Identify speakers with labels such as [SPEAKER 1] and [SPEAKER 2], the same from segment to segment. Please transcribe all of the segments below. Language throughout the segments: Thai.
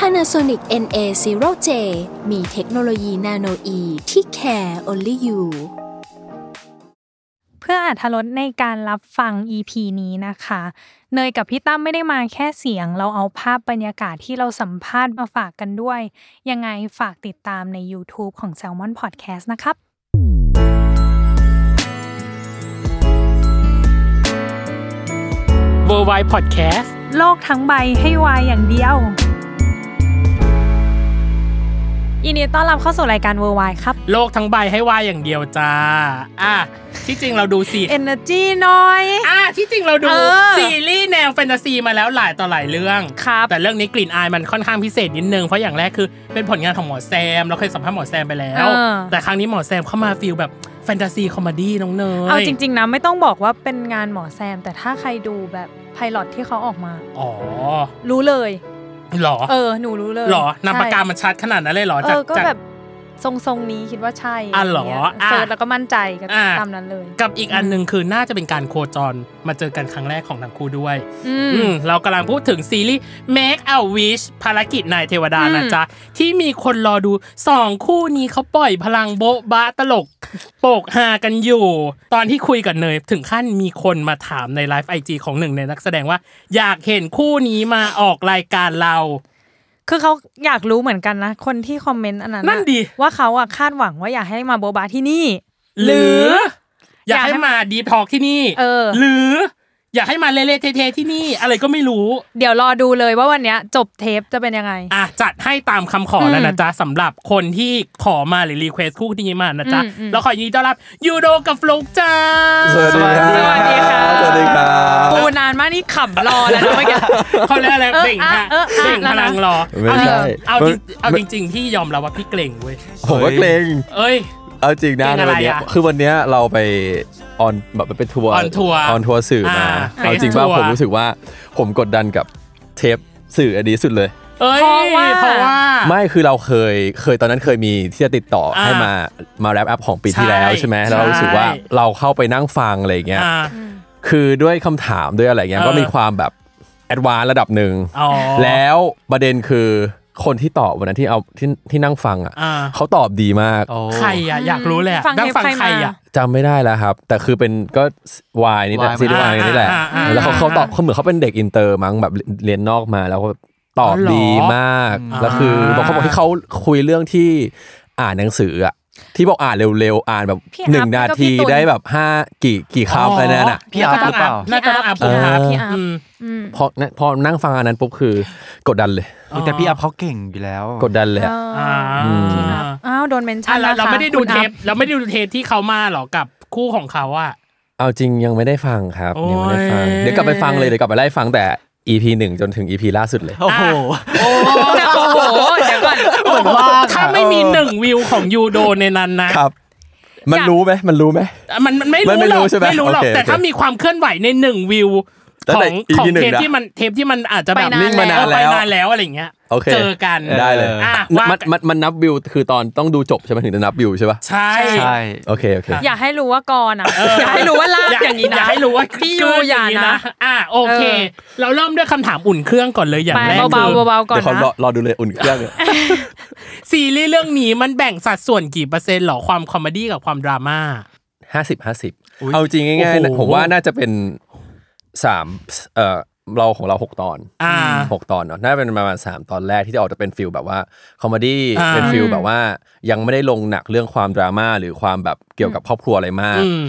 [SPEAKER 1] Panasonic NA0J มีเทคโนโลยีนาโนอีที่ care only you
[SPEAKER 2] เพื่ออาธรตในการรับฟัง EP นี้นะคะ เนยกับพี่ตั้มไม่ได้มาแค่เสียง เราเอาภาพบรรยากาศที่เราสัมภาษณ์มาฝากกันด้วย ยังไงฝากติดตามใน YouTube ของ Salmon Podcast นะครับ
[SPEAKER 3] w o r l d w i d e Podcast
[SPEAKER 2] โลกทั้งใบให้วายอย่างเดียว ยินดีต้อนรับเข้าสู่รายการเวอร์ไวครับ
[SPEAKER 3] โลกทั้งใบให้วายอย่างเดียวจ้า อ่ะ ที่จริงเราดูซี
[SPEAKER 2] Energy น้อย
[SPEAKER 3] อ่ะที่จริงเราดู
[SPEAKER 2] เออ
[SPEAKER 3] ซีรีส์แนวแฟนตาซีมาแล้วหลายต่อหลายเรื่อง
[SPEAKER 2] ครับ
[SPEAKER 3] แต่เรื่องนี้กลิ่นอายมันค่อนข้างพิเศษนิดนึง เพราะอย่างแรกคือเป็นผลงานของหมอแซม เราเคยสัมภาษณ์หมอแซมไปแล้ว
[SPEAKER 2] เออ
[SPEAKER 3] แต่ครั้งนี้หมอแซมเข้ามาฟิลแบบแฟนตาซีคอมดี้น้องเนย
[SPEAKER 2] เอาจริง ๆนะไม่ต้องบอกว่าเป็นงานหมอแซม แต่ถ้าใครดูแบบไพลอตที่เขาออกมา
[SPEAKER 3] ๆอ๋อ
[SPEAKER 2] รู้เลย
[SPEAKER 3] หรอ
[SPEAKER 2] เออ หนูรู้เลย
[SPEAKER 3] หรอนามปากกามันชัดขนาดนั้นเลยเหรอ
[SPEAKER 2] ใช่เอ
[SPEAKER 3] จาก
[SPEAKER 2] อ ก็
[SPEAKER 3] จาก
[SPEAKER 2] แบบทรงทรงๆนี้คิดว่าใช่
[SPEAKER 3] อ่ะเหรอ
[SPEAKER 2] ไรย่างเงี้ย
[SPEAKER 3] อ่ะ
[SPEAKER 2] เซิร์ชแล้วก็มั่นใจก็
[SPEAKER 3] อ่ะ
[SPEAKER 2] ตามนั้นเลย
[SPEAKER 3] กับอีกอันหนึ่งคือน่าจะเป็นการโคจรมาเจอกันครั้งแรกของทั้งคู่ด้วย
[SPEAKER 2] อืม
[SPEAKER 3] อืมเรากำลังพูดถึงซีรีส์ Make a Wish ภารกิจนายเทวดา
[SPEAKER 2] อืม
[SPEAKER 3] นะจ๊ะ ที่มีคนรอดูสองคู่นี้เขาปล่อยพลังโบ๊ะบะตลก โปกฮากันอยู่ ตอนที่คุยกับเนย ถึงขั้นมีคนมาถามในไลฟ์ไอจของหนึ่งในนักแสดงว่า อยากเห็นคู่นี้มาออกรายการเรา
[SPEAKER 2] คือเขาอยากรู้เหมือนกันนะ คนที่คอมเมนต์อันนั้นอะ
[SPEAKER 3] นั่นดิ
[SPEAKER 2] ว่าเขาอะคาดหวังว่าอยากให้มาโบบาที่นี่
[SPEAKER 3] หรือ อ
[SPEAKER 2] อ
[SPEAKER 3] าย
[SPEAKER 2] ยาก กให้
[SPEAKER 3] ให้มาดีทอกที่นี่
[SPEAKER 2] เออ
[SPEAKER 3] หรือ อยากให้มาเละๆเทะๆที่นี่ อะไรก็ไม่รู้
[SPEAKER 2] เดี๋ยวรอดูเลยว่าวันเนี้ยจบเทปจะเป็นยังไง
[SPEAKER 3] อ่ะจัดให้ตามคำขอแล้วนะจ๊ะสำหรับคนที่ขอมาหรือรีเควสคู่นี้มานะจ๊ะ
[SPEAKER 2] อืมอืม
[SPEAKER 3] แล้วขอยินดีต้อนรับยูโดกับฟลุกจ้า
[SPEAKER 4] สวัสดีครับ
[SPEAKER 2] สวัสดีค่ะ
[SPEAKER 4] สวัสดีครับ
[SPEAKER 2] โอ้นานมากนี่ขำรอแล้วนะเมื่อกี้
[SPEAKER 3] เขาเรียกอะไร
[SPEAKER 2] เออ
[SPEAKER 3] เบ่งฮะ
[SPEAKER 2] เออเออ
[SPEAKER 3] เบ่งพลังรอ
[SPEAKER 4] ไม่
[SPEAKER 3] เอาจริง
[SPEAKER 4] ใช่
[SPEAKER 3] เอาจริงเอา
[SPEAKER 4] ไม่
[SPEAKER 3] จริงๆที่ยอมรับว่าพี่เกรงเว้ย
[SPEAKER 4] ผมว่าเกรง
[SPEAKER 3] เอ้ย
[SPEAKER 4] เอาจริงนะ
[SPEAKER 3] เกรงอะไร
[SPEAKER 4] วันเนี้ย
[SPEAKER 3] อะ
[SPEAKER 4] คือวันเนี้ยเราไปออนแบบไปทัวร์
[SPEAKER 3] on tour
[SPEAKER 4] ออนทัวร์สื่อมา
[SPEAKER 3] อ่า
[SPEAKER 4] เอาจริงว่า
[SPEAKER 3] ไปทัวร์
[SPEAKER 4] ผมรู้สึกว่าผมกดดันกับเทปสื่ออันนี้สุดเลย
[SPEAKER 3] เอ้ย
[SPEAKER 2] เพราะว่า
[SPEAKER 3] เพราะว่า
[SPEAKER 4] ไม่คือเราเคยเคยตอนนั้นเคยมีที่จะติดต่ออา ให้มามาแรปอัพของปี
[SPEAKER 3] ใช่
[SPEAKER 4] ที่แล้วใช่ไหมแล้วเรารู้สึกว่า
[SPEAKER 3] ใช่
[SPEAKER 4] เราเข้าไปนั่งฟังอะไรอย่างเงี้ย
[SPEAKER 3] อ่า
[SPEAKER 4] คือด้วยคำถามด้วยอะไรเงี้ย
[SPEAKER 3] เออ
[SPEAKER 4] ก็มีความแบบแอดวานระดับหนึ่ง
[SPEAKER 3] อ๋อ
[SPEAKER 4] แล้วประเด็นคือคนที่ตอบวันนั้นที่เอาที่ที่นั่งฟังอ่ะ
[SPEAKER 3] อ่า
[SPEAKER 4] เขาตอบดีมาก
[SPEAKER 3] ใครอ่ะอยากรู้เลยอะ
[SPEAKER 2] ฟัง
[SPEAKER 3] นั่ง
[SPEAKER 2] เทป
[SPEAKER 3] ฟัง
[SPEAKER 2] ใครมา
[SPEAKER 3] ใครอ่ะ
[SPEAKER 4] จำไม่ได้แล้วครับ แต่คือเป็นก็วายนี่แหละ
[SPEAKER 5] Y
[SPEAKER 4] ซีรีส์วายนี่แหละ
[SPEAKER 3] อ่าอ่าอ่า
[SPEAKER 4] แล้วเขาเขาตอบเขาเหมือนเขาเป็นเด็กอินเตอร์มั้งแบบเรียนนอกมาแล้วก็ตอบ
[SPEAKER 3] อ๋อเหรอ
[SPEAKER 4] ดีมาก
[SPEAKER 3] อ่า
[SPEAKER 4] แล้วคือบอกเขาบอกที่เขาคุยเรื่องที่อ่านหนังสืออะที่บอกอ่านเร็วๆ อ่านแบบ
[SPEAKER 2] พี่
[SPEAKER 4] หนึ่ง
[SPEAKER 2] อัพ
[SPEAKER 4] นา
[SPEAKER 2] แล้วก็พี่
[SPEAKER 4] ที
[SPEAKER 2] ตุ๋น
[SPEAKER 4] ได้แบบห้ากี่กี่คำอะไรนั่นอ่ะ
[SPEAKER 5] พี่อัพหรือเปล่า
[SPEAKER 3] น่าจะต้องอัพ
[SPEAKER 2] พี่อัพ
[SPEAKER 3] พี่
[SPEAKER 2] พี่
[SPEAKER 3] อัพ
[SPEAKER 2] อัพ
[SPEAKER 3] อืม
[SPEAKER 2] อืม
[SPEAKER 4] พอพอนั่งฟังอันนั้นปุ๊บคือกดดันเลย
[SPEAKER 5] เออแต่พี่อัพเขาเก่งอยู่แล้ว
[SPEAKER 4] กดดันเลยอะ
[SPEAKER 3] อ่า
[SPEAKER 2] อ้าวโดนเมนชั่
[SPEAKER 3] อ่ะ
[SPEAKER 2] น
[SPEAKER 3] เรา
[SPEAKER 2] นะคะ
[SPEAKER 3] เราไม่ได้ดู
[SPEAKER 2] คุณ
[SPEAKER 3] เท
[SPEAKER 2] อัพ
[SPEAKER 3] ปเราไม่ได้ดูเทปที่เขามาหรอกับคู่ของเขาอ่ะ
[SPEAKER 4] เอาจริงยังไม่ได้ฟังครับ
[SPEAKER 3] โอ้ย
[SPEAKER 4] ยังไม่ได้ฟังเดี๋ยวกลับไปฟังเลยเดี๋ยวกลับไปไล่ฟังแต่ EP หนึ่งจนถึง EP ล่าสุดเลย
[SPEAKER 5] โอ้โห
[SPEAKER 2] จะโอ้โห เดี๋ยวก่อน
[SPEAKER 5] เหมือนว่างอะ
[SPEAKER 3] ถ้าไม่มี
[SPEAKER 5] เออ
[SPEAKER 3] หนึ่งวิวของยูโดในนั้นนะครับ
[SPEAKER 4] มันรู้ไหมมันรู้ไหม
[SPEAKER 3] มันมันไม่
[SPEAKER 4] มันไม่
[SPEAKER 3] รู้หร
[SPEAKER 4] รู้
[SPEAKER 3] อก
[SPEAKER 4] ใช่ไหม
[SPEAKER 3] ไม่รู้หรอก
[SPEAKER 4] โอเค
[SPEAKER 3] แต่ถ้ามีความเคลื่อนไหวในหนึ่งวิว
[SPEAKER 4] แล้ว
[SPEAKER 3] ขอ
[SPEAKER 4] แต่
[SPEAKER 3] ง
[SPEAKER 4] EP
[SPEAKER 3] ของ
[SPEAKER 4] หนึ่ง
[SPEAKER 3] เทป
[SPEAKER 4] นะ
[SPEAKER 3] ที่มันเทปที่มันอาจจะแบบ
[SPEAKER 2] ไปนาน
[SPEAKER 4] นิ่งมานาน
[SPEAKER 3] ไป
[SPEAKER 4] แล้ว
[SPEAKER 3] นานแล้วอะไรอย่างเงี้ย
[SPEAKER 4] โอเค
[SPEAKER 3] เจอกัน
[SPEAKER 4] ได้เลย
[SPEAKER 3] อ่ะ
[SPEAKER 4] มั
[SPEAKER 3] ว่าน
[SPEAKER 4] มันมันนับวิวคือตอนต้องดูจบใช่ไหมถึงจะนับวิวใช่ปะ
[SPEAKER 3] ใช่
[SPEAKER 5] ใช่
[SPEAKER 4] โอเคโอเค
[SPEAKER 2] อย่าให้รู้ว่ากรอ่ะ อย่าให้รู้ว่าลากอย่างนี้
[SPEAKER 3] อ
[SPEAKER 2] นะ
[SPEAKER 3] ย่าให้รู้ว่า
[SPEAKER 2] พี่ยู
[SPEAKER 3] เกิด
[SPEAKER 2] อย่า
[SPEAKER 3] นี้
[SPEAKER 2] นะ
[SPEAKER 3] อ่ะโอเค
[SPEAKER 2] เออ
[SPEAKER 3] เราเริ่มด้วยคำถามอุ่นเครื่องก่อนเลยอย่าง
[SPEAKER 2] ไป
[SPEAKER 3] แรก
[SPEAKER 2] เบา
[SPEAKER 3] คือ
[SPEAKER 2] ๆเบาๆก่อน
[SPEAKER 4] เดี๋ยวขอรอ
[SPEAKER 2] นะ
[SPEAKER 4] รอดูเลยอุ่นเครื่องเนี่ย
[SPEAKER 3] ซีรีส์เรื่องนี้มันแบ่งสัดส่วนกี่เปอร์เซ็นต์หรอความคอมเมดี้กับความดราม่า
[SPEAKER 4] ห้าสิบห้าสิบ
[SPEAKER 5] อุ๊ย
[SPEAKER 4] เอาจริงง่ายๆนะ
[SPEAKER 3] โอ้โห
[SPEAKER 4] ผมว่าน่าจะเป็นสามเอ่อเราของเราหกตอน
[SPEAKER 3] อ่า
[SPEAKER 4] หกตอนเนาะน่าจะเป็นประมาณสามตอนแรกที่จะออกจะเป็นฟิลแบบว่าคอมเมดี้
[SPEAKER 3] อ่า
[SPEAKER 4] เป็นฟิลแบบว่ายังไม่ได้ลงหนักเรื่องความดราม่าหรือความแบบเกี่ยวกับครอบครัวอะไรมาก
[SPEAKER 3] อืม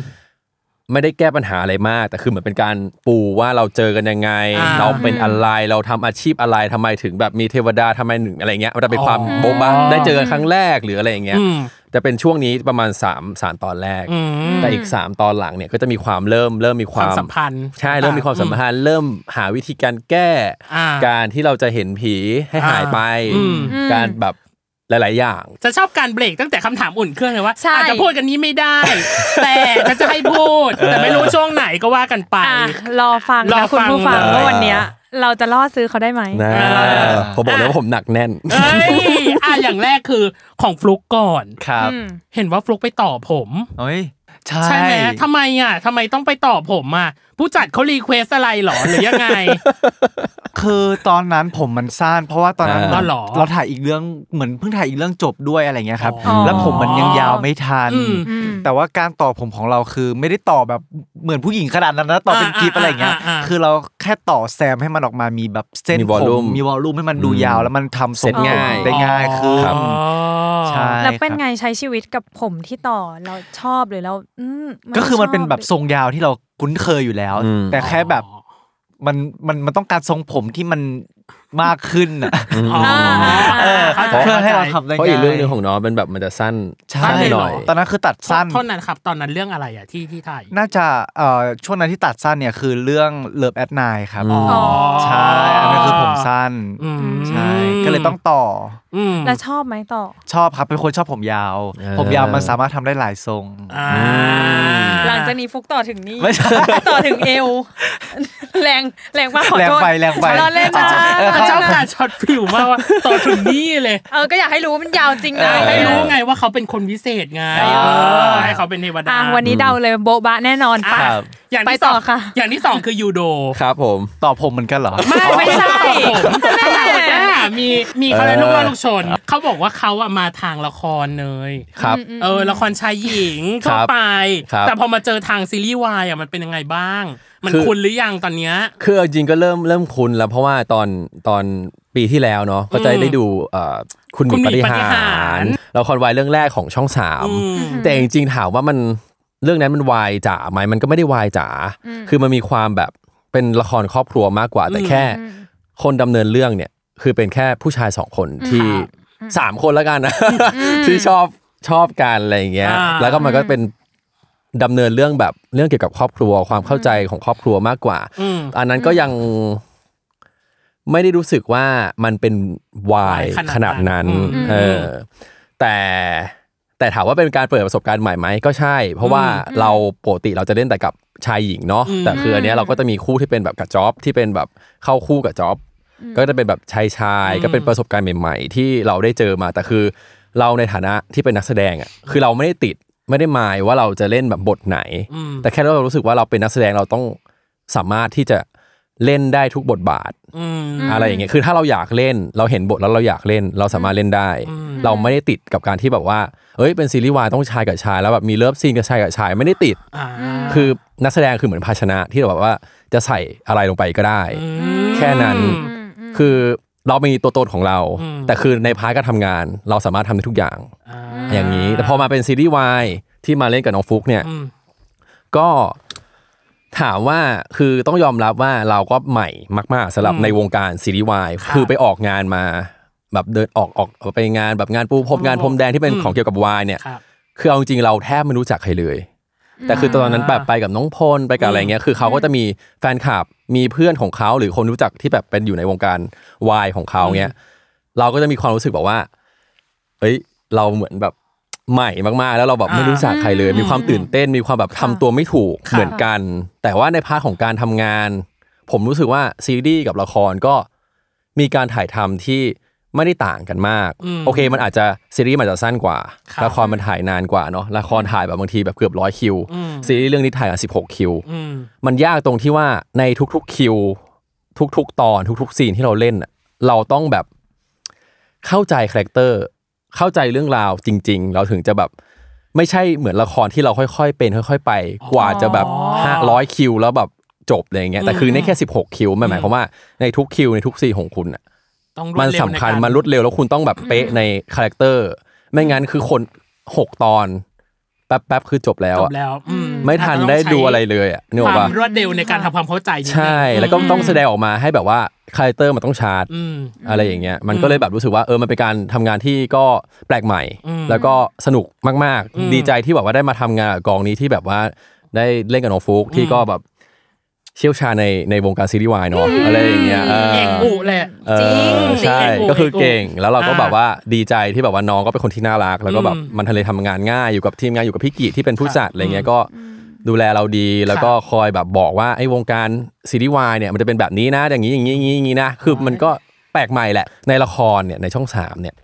[SPEAKER 4] ไม่ได้แก้ปัญหาอะไรมาก แต่คือเหมือนเป็นการปูว่าเราเจอกันยังไง
[SPEAKER 3] อ่า
[SPEAKER 4] เราเป็นอะไรเราทำอาชีพอะไรทำไมถึงแบบมีเทวดาทำไมหนึ่งอะไรเงี้ยมันจะเป็นความ
[SPEAKER 3] อ๋อ
[SPEAKER 4] โบ๊ะบ้าได้เจอกันครั้งแรกหรืออะไรอย่างเงี้ย
[SPEAKER 3] อืม
[SPEAKER 4] จะเป็นช่วงนี้ประมาณ3ามสามตอนแรก
[SPEAKER 3] อืม
[SPEAKER 4] แต่อีก 3 ตอนหลังเนี่ยก็จะมีความเริ่มเริ่มมี
[SPEAKER 3] ค
[SPEAKER 4] คาว
[SPEAKER 3] วาม
[SPEAKER 4] ม
[SPEAKER 3] สัมพันธ์
[SPEAKER 4] ใช่เริ่มมีความสัมพันธ์เริ่มหาวิธีการแก้
[SPEAKER 3] อ่า
[SPEAKER 4] การที่เราจะเห็นผีให้หายไป
[SPEAKER 3] อืม
[SPEAKER 2] อืม
[SPEAKER 4] การแบบ หลาย ๆ อย่าง
[SPEAKER 3] จะชอบการเบรกตั้งแต่คำถามอุ่นเครื่องเลยว่า
[SPEAKER 2] ใช่
[SPEAKER 3] อาจจะพูดกันนี้ไม่ได้ แต่ฉันจะให้พูด แต่ไม่รู้ช่วงไหนก็ว่ากันไป
[SPEAKER 2] อ่ะรอฟัง
[SPEAKER 3] รอ
[SPEAKER 2] นะคุณผู้ฟัง
[SPEAKER 3] ฟัง
[SPEAKER 2] ว่าวันเนี้ย เราจะล่อซื้อเขาได้ไหม
[SPEAKER 4] นะ
[SPEAKER 3] อ
[SPEAKER 4] ผมบอกเลยว่าผมหนักแน่น
[SPEAKER 3] เอ้ยอ่ะอย่างแรกคือของฟลุกก่อน
[SPEAKER 5] ครับ
[SPEAKER 2] อืม
[SPEAKER 3] เห็นว่าฟลุกไปต่อผม
[SPEAKER 5] เฮ้ยใช่
[SPEAKER 3] ใช่ไหมทำไมอ่ะทำไมต้องไปต่อผมอ่ะผู้จัดเขารีเควสอะไรหรอหรือยังไง
[SPEAKER 5] คือตอนนั้นผมมันสั้นเพราะว่าตอนนั้น
[SPEAKER 4] อ่า
[SPEAKER 3] อ๋
[SPEAKER 5] มัน
[SPEAKER 3] อเหรอ
[SPEAKER 5] เราถ่ายอีกเรื่องเหมือนเพิ่งถ่ายอีกเรื่องจบด้วยอะไรเงี้ยครับ
[SPEAKER 3] อ๋อ
[SPEAKER 5] แล้วผมมันยังยาวไม่ทัน
[SPEAKER 3] อืม
[SPEAKER 2] อืม
[SPEAKER 5] แต่ว่าการต่อผมของเราคือไม่ได้ต่อแบบเหมือนผู้หญิงขนาดนั้นนะต่อเป็น
[SPEAKER 3] อ่า
[SPEAKER 5] กิฟอะไรเงี้ย
[SPEAKER 3] อ่าอ่าอ่า
[SPEAKER 5] คือเราแค่ต่อแซมให้มันออกมามีแบบเส้น
[SPEAKER 4] มี
[SPEAKER 5] ผ
[SPEAKER 4] volume
[SPEAKER 5] มมีวอลลุ่มให้มันดูยาว แล้วมันทำทรง
[SPEAKER 4] เสร็จง่าย
[SPEAKER 5] ได้ง่ายขึ้น
[SPEAKER 3] อ๋อ
[SPEAKER 5] ใช่
[SPEAKER 2] แล้วเป็น
[SPEAKER 5] ครับ
[SPEAKER 2] ไงใช้ชีวิตกับผมที่ต่อเราชอบหรือเราอืมไ
[SPEAKER 5] ก็คือมันเป็นแบบ
[SPEAKER 2] ช
[SPEAKER 5] ทรงยาวที่เราคุ้นเคยอยู่แล้ว
[SPEAKER 4] อืม
[SPEAKER 5] แต่แค่แบบมันมันมันต้องการทรงผมที่มันมากขึ้นอะ
[SPEAKER 3] อ๋ออ๋อเออเข้าใจ
[SPEAKER 5] เพื่อให้เรา
[SPEAKER 3] ข้ใจ
[SPEAKER 5] ทำได้
[SPEAKER 4] เพราะอีกเรื่องหนึง
[SPEAKER 5] ง่าย
[SPEAKER 4] ของน้องเป็นแบบมันจะสั้น
[SPEAKER 5] ใช่
[SPEAKER 3] สั้นเลย
[SPEAKER 4] ห
[SPEAKER 3] เหรอ
[SPEAKER 4] น่อย
[SPEAKER 5] ตอนนั้นคือตัดสั้น
[SPEAKER 3] โทษนะครับตอนนั้นเรื่องอะไรอ่ะที่ที่ถ่าย
[SPEAKER 5] น่าจะเอ่อช่วงนั้นที่ตัดสั้นเนี่ยคือเรื่องเลิฟแอดนายครับ
[SPEAKER 4] อ๋อ
[SPEAKER 5] ใช่อันนั้นคือผมสั้น
[SPEAKER 3] อืม
[SPEAKER 5] ใช่ก็เลยต้องต่อ
[SPEAKER 3] อืม
[SPEAKER 2] แล้วชอบไหมต่อ
[SPEAKER 5] ชอบครับเป็นคนชอบผมยาว
[SPEAKER 4] เออ
[SPEAKER 5] ผมยาวมันสามารถทำได้หลายทรง
[SPEAKER 3] อ่า
[SPEAKER 2] หลังจากนี้ฟุกต่อถึงนี่
[SPEAKER 5] ไม่ใช่
[SPEAKER 2] ต่อถึงเอว แรงแรงมากขอ
[SPEAKER 5] แรง
[SPEAKER 2] โทษ
[SPEAKER 5] ไปแรงไป
[SPEAKER 2] เราเล่นนะ
[SPEAKER 5] อ่าเออ
[SPEAKER 3] เขาชอบการช็อตฟิวมากว่า ต่อถึงนี่เลย
[SPEAKER 2] เออก็อยากให้รู้ว่ามันยาวจริงนะ
[SPEAKER 3] ให้รู้ไงว่าเขาเป็นคนวิเศษไง
[SPEAKER 5] อ่า
[SPEAKER 3] เออให้เขาเป็นเทวดา
[SPEAKER 2] อ่ะวันนี้เดาเลยโบบะแน่นอน
[SPEAKER 3] อ่ะ
[SPEAKER 2] ปะ
[SPEAKER 3] อย่าง
[SPEAKER 2] ไป
[SPEAKER 3] ที่
[SPEAKER 2] ต่
[SPEAKER 3] ส
[SPEAKER 2] อ
[SPEAKER 3] อง
[SPEAKER 2] ค่ะ
[SPEAKER 3] อย่างที่สองคือยูโด
[SPEAKER 4] ครับผม
[SPEAKER 5] ต่อผมเหมือนกันเหรอ
[SPEAKER 2] ไม่ไม่ใช่
[SPEAKER 3] แม่มีมีเขาเลย
[SPEAKER 4] เออ
[SPEAKER 3] ลูกล้อลูกชน เขาบอกว่าเขาอะมาทางละครเนย
[SPEAKER 4] ครับ
[SPEAKER 3] เออละครชายหญิง
[SPEAKER 4] ครั
[SPEAKER 3] ทั่ว
[SPEAKER 4] บ
[SPEAKER 3] ไป
[SPEAKER 4] ครับ
[SPEAKER 3] แต่พอมาเจอทางซีรีส์วายอะมันเป็นยังไงบ้าง มัน
[SPEAKER 4] คือ
[SPEAKER 3] คุ้นหรือยังตอนเนี้ย
[SPEAKER 4] คือเอาจริงก็เริ่มเริ่มคุ้นแล้วเพราะว่าตอนตอนปีที่แล้วเนาะก็จะ
[SPEAKER 3] อืม
[SPEAKER 4] ได้ดูเอ่อคุณห
[SPEAKER 3] คุ
[SPEAKER 4] มี
[SPEAKER 3] ณหมี
[SPEAKER 4] ป
[SPEAKER 3] ป
[SPEAKER 4] ฏิหา
[SPEAKER 3] ฏิหาร
[SPEAKER 4] รละครวายเรื่องแรกของช่องสาม
[SPEAKER 3] อืม
[SPEAKER 4] แต่จริงๆถามว่ามันเรื่องนั้นมันวายจ๋าไหมมันก็ไม่ได้วายจ๋าคือมันมีความแบบเป็นละครครอบครัวมากกว่า แต่แค่ คนดำเนินเรื่องเนี่ยคือเป็นแค่ผู้ชายสองคนที่สามคนแล้วกันนะที่ชอบชอบกันอะไรอย่างเงี้ย
[SPEAKER 3] อ่า
[SPEAKER 4] แล้วก็มันก็เป็นดำเนินเรื่องแบบเรื่องเกี่ยวกับครอบครัวความเข้าใจของครอบครัวมากกว่า
[SPEAKER 3] อืม
[SPEAKER 4] อันนั้นก็ยังไม่ได้รู้สึกว่ามันเป็นวายข
[SPEAKER 3] ข
[SPEAKER 4] นา
[SPEAKER 3] นา
[SPEAKER 4] ด
[SPEAKER 3] ด
[SPEAKER 4] นั้น
[SPEAKER 3] นั้นอืม
[SPEAKER 4] เออแต่แต่ถามว่าเป็นการเปิดประสบการณ์ใหม่ไหมก็ใช่ เพราะว่าเราปกติเราจะเล่นแต่กับชายหญิงเนาะ
[SPEAKER 3] อืม
[SPEAKER 4] แต่คืออันเนี้ยเราก็จะมีคู่ที่เป็นแบบกับจ็อบที่เป็นแบบเข้าคู่กับจ็อบก็จะเป็นแบบชายชายๆก็เป็นประสบการณ์ใหม่ ๆ ที่เราได้เจอมาแต่คือ เราในฐานะที่เป็นนักแสดงอ่ะคือเราไม่ได้ติดไม่ได้หมายว่าเราจะเล่นแบบบทไหน
[SPEAKER 3] อืม
[SPEAKER 4] แต่แค่เรารู้สึกว่าเราเป็นนักแสดงเราต้องสามารถที่จะเล่นได้ทุกบทบาท
[SPEAKER 3] อืม
[SPEAKER 4] อะไรอย่างเงี้ยคือถ้าเราอยากเล่นเราเห็นบทแล้วเราอยากเล่นเราสามารถเล่นได้
[SPEAKER 3] อืม
[SPEAKER 4] เราไม่ได้ติดกับการที่แบบว่าเอ้ยเป็นซีรีส์วายต้องชายกับชายแล้วแบบมีเลิฟซีนกับชายกับชายไม่ได้ติด
[SPEAKER 3] อ่า
[SPEAKER 4] คือนักแสดงคือเหมือนภาชนะที่เราแบบว่าจะใส่อะไรลงไปก็ได้
[SPEAKER 3] ม
[SPEAKER 4] แค่นั้น คือเรามีตัวตนของเรา
[SPEAKER 3] อืม
[SPEAKER 4] แต่คือในพาร์ทการทำงานเราสามารถทำได้ทุกอย่าง
[SPEAKER 3] อ่า
[SPEAKER 4] อย่างนี้ แต่พอมาเป็นซีรีส์วายที่มาเล่นกับน้องฟุกเนี่ย
[SPEAKER 3] อืม
[SPEAKER 4] ก็ถามว่าคือต้องยอมรับว่าเราก็ใหม่มาก ๆสำหรับ
[SPEAKER 3] อืม
[SPEAKER 4] ในวงการซีรีส์วาย
[SPEAKER 3] ครับ
[SPEAKER 4] คือไปออกงานมา แบบเดินออกออกออกไปงานแบบงานปูพรม
[SPEAKER 3] ปูพรม
[SPEAKER 4] งานพรมแดงที่เป็น
[SPEAKER 3] อืม
[SPEAKER 4] ของเกี่ยวกับวายเนี่ย
[SPEAKER 3] ครับ
[SPEAKER 4] คือเอาจริงๆเราแทบไม่รู้จักใครเลย แต่คือตอนนั้นแบบไปกับน้องพลไปกับอะไรเงี้ยคือเขาก็จะมีแฟนคลับมีเพื่อนของเขาหรือคนรู้จักที่แบบเป็นอยู่ในวงการวายของเขาเงี้ยเราก็จะมีความรู้สึกแบบว่า เอ้ยเราเหมือนแบบใหม่มากๆ แล้วเราแบบ
[SPEAKER 3] อ่า
[SPEAKER 4] ไม่รู้จักใครเลย มีความตื่นเต้นมีความแบบทำตัวไม่ถูก
[SPEAKER 3] ค่ะ
[SPEAKER 4] เหมือนกัน แต่ว่าในพาร์ทของการทำงาน ผมรู้สึกว่าซีรีส์กับละครก็มีการถ่ายทำที่ไม่ได้ต่างกันมาก
[SPEAKER 3] อืม
[SPEAKER 4] โอเค มันอาจจะซีรีส์มันอาจจะสั้นกว่า
[SPEAKER 3] ครับ
[SPEAKER 4] ละครมันถ่ายนานกว่าเนาะละครถ่ายแบบบางทีแบบเกือบร้อยคิว
[SPEAKER 3] อืม
[SPEAKER 4] ซีรีส์เรื่องนี้ถ่ายกันสิบหกคิว
[SPEAKER 3] อืม
[SPEAKER 4] มันยากตรงที่ว่าในทุกๆคิว ทุกๆ ตอนทุกๆ ซีนที่เราเล่นน่ะเราต้องแบบเข้าใจคาแรคเตอร์ เข้าใจเรื่องราวจริง ๆ เราถึงจะแบบไม่ใช่เหมือนละครที่เราค่อยๆ เป็นค่อย ๆ ไป กว่าจะแบบห้าร้อยคิวแล้วแบบจบอะไรอย่างเงี้ยแต่คือในแค่ 16 คิวมันหมายความว่าในทุกคิวในทุกซีนของคุณน่ะ
[SPEAKER 3] ต้อง
[SPEAKER 4] มัน
[SPEAKER 3] รวดเร็ว
[SPEAKER 4] สำคัญ
[SPEAKER 3] ใการ
[SPEAKER 4] มันรวดเร็วแล้วคุณต้องแบบเป๊ะในคาแรคเตอร์ ไม่งั้นคือคนหกตอนแป๊บๆคือจบแล้ว
[SPEAKER 3] จ
[SPEAKER 4] อะ
[SPEAKER 3] บแล้วอื
[SPEAKER 4] ไม่ทั
[SPEAKER 3] อา
[SPEAKER 4] น
[SPEAKER 3] จจะ
[SPEAKER 4] ได้
[SPEAKER 3] ต้องใช้
[SPEAKER 4] ดูอะไรเลยอะนึกอ
[SPEAKER 3] ค
[SPEAKER 4] อ
[SPEAKER 3] วาก
[SPEAKER 4] ปะ
[SPEAKER 3] มรวดเร็วในการทำความเข้าใจนิดนึง
[SPEAKER 4] ใช่แล้วก็ต้องแสดงออกมาให้แบบว่าคาแรคเตอร์มันต้องชาร์จ
[SPEAKER 3] อืม
[SPEAKER 4] อะไรอย่างเงี้ยมันก็เลยแบบรู้สึกว่าเออมันเป็นการทำงานที่ก็แปลกใหม่
[SPEAKER 3] อืม
[SPEAKER 4] แล้วก็สนุกมาก
[SPEAKER 3] อืม
[SPEAKER 4] ๆ ดีใจที่แบบว่าได้มาทำงานกับกองนี้ที่แบบว่าได้เล่นกับน้องฟุกที่ก็แบบ เชี่ยวชาญในในวงการซีรีส์วายเนาะอะไรอย่างเงี้ยเออ
[SPEAKER 3] เอกอุแหละ
[SPEAKER 4] เออ
[SPEAKER 6] จริง
[SPEAKER 4] ใช่
[SPEAKER 3] จริง
[SPEAKER 4] ก็คือเก่งแล้วเราก็
[SPEAKER 3] อ่า
[SPEAKER 4] แบบว่าดีใจที่แบบว่าน้องก็เป็นคนที่น่ารัก แล้วก็แบบ
[SPEAKER 3] อืม
[SPEAKER 4] มันทะเลยทำงานง่ายอยู่กับทีมงานอยู่กับพี่กิที่เป็นผู้
[SPEAKER 3] ค่ะ
[SPEAKER 4] จัดอะไรเงี้ยก็ดูแลเราดีแล้วก็คอยแบบบอกว่าไอ้วงการซีรีส์วายเนี่ยมันจะเป็นแบบนี้นะ อย่างนี้อย่างนี้อย่างนี้อย่างนี้นะคือมันก็แปลกใหม่แหละในละครเนี่ยในช่องสามเนี่ย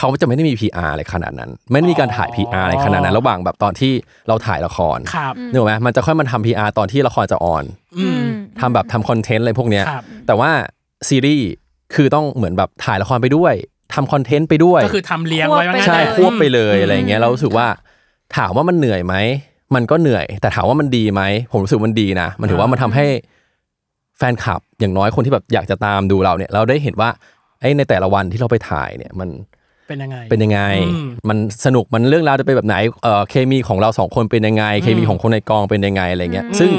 [SPEAKER 4] เขาจะไม่ได้มี PR อะไรขนาดนั้น ไม่ได้มีการถ่าย PR อะไรขนาดนั้น
[SPEAKER 3] อ๋อ
[SPEAKER 4] ระหว่างแบบตอนที่เราถ่ายละคร
[SPEAKER 3] ครับ
[SPEAKER 4] นึกออกไหมมันจะค่อยมันทำ PR ตอนที่ละครจะออน
[SPEAKER 3] อืม
[SPEAKER 4] ทำแบบทำคอนเทนต์อะไรพวกเนี้ย
[SPEAKER 3] ครับ
[SPEAKER 4] แต่ว่าซีรีส์คือต้องเหมือนแบบถ่ายละครไปด้วยทำคอนเทนต์ไปด้วย
[SPEAKER 3] ก็คือทำเลี้ยงไว้ว่างั้น
[SPEAKER 4] ใช่
[SPEAKER 3] เถอะ
[SPEAKER 4] ควบไปเลยอะไรอย่างเงี้ยเรารู้สึกว่าถามว่ามันเหนื่อยไหมมันก็เหนื่อย แต่ถามว่ามันดีไหมผมรู้สึกมันดีนะ มันถือว่ามันทำให้แฟนคลับอย่างน้อยคนที่แบบอยากจะตามดูเราเนี่ย เราได้เห็นว่าไอ้ในแต่ละวันที่เราไปถ่ายเนี่ยมัน
[SPEAKER 3] เป็นยังไง
[SPEAKER 4] เป็นยังไง
[SPEAKER 3] อืม
[SPEAKER 4] มันสนุก มันเรื่องราวจะเป็นแบบไหน เอ่อ เคมีของเราสองคนเป็นยังไง เคมีของคนในกองเป็นยังไงอะไรเงี้ย ซึ่ง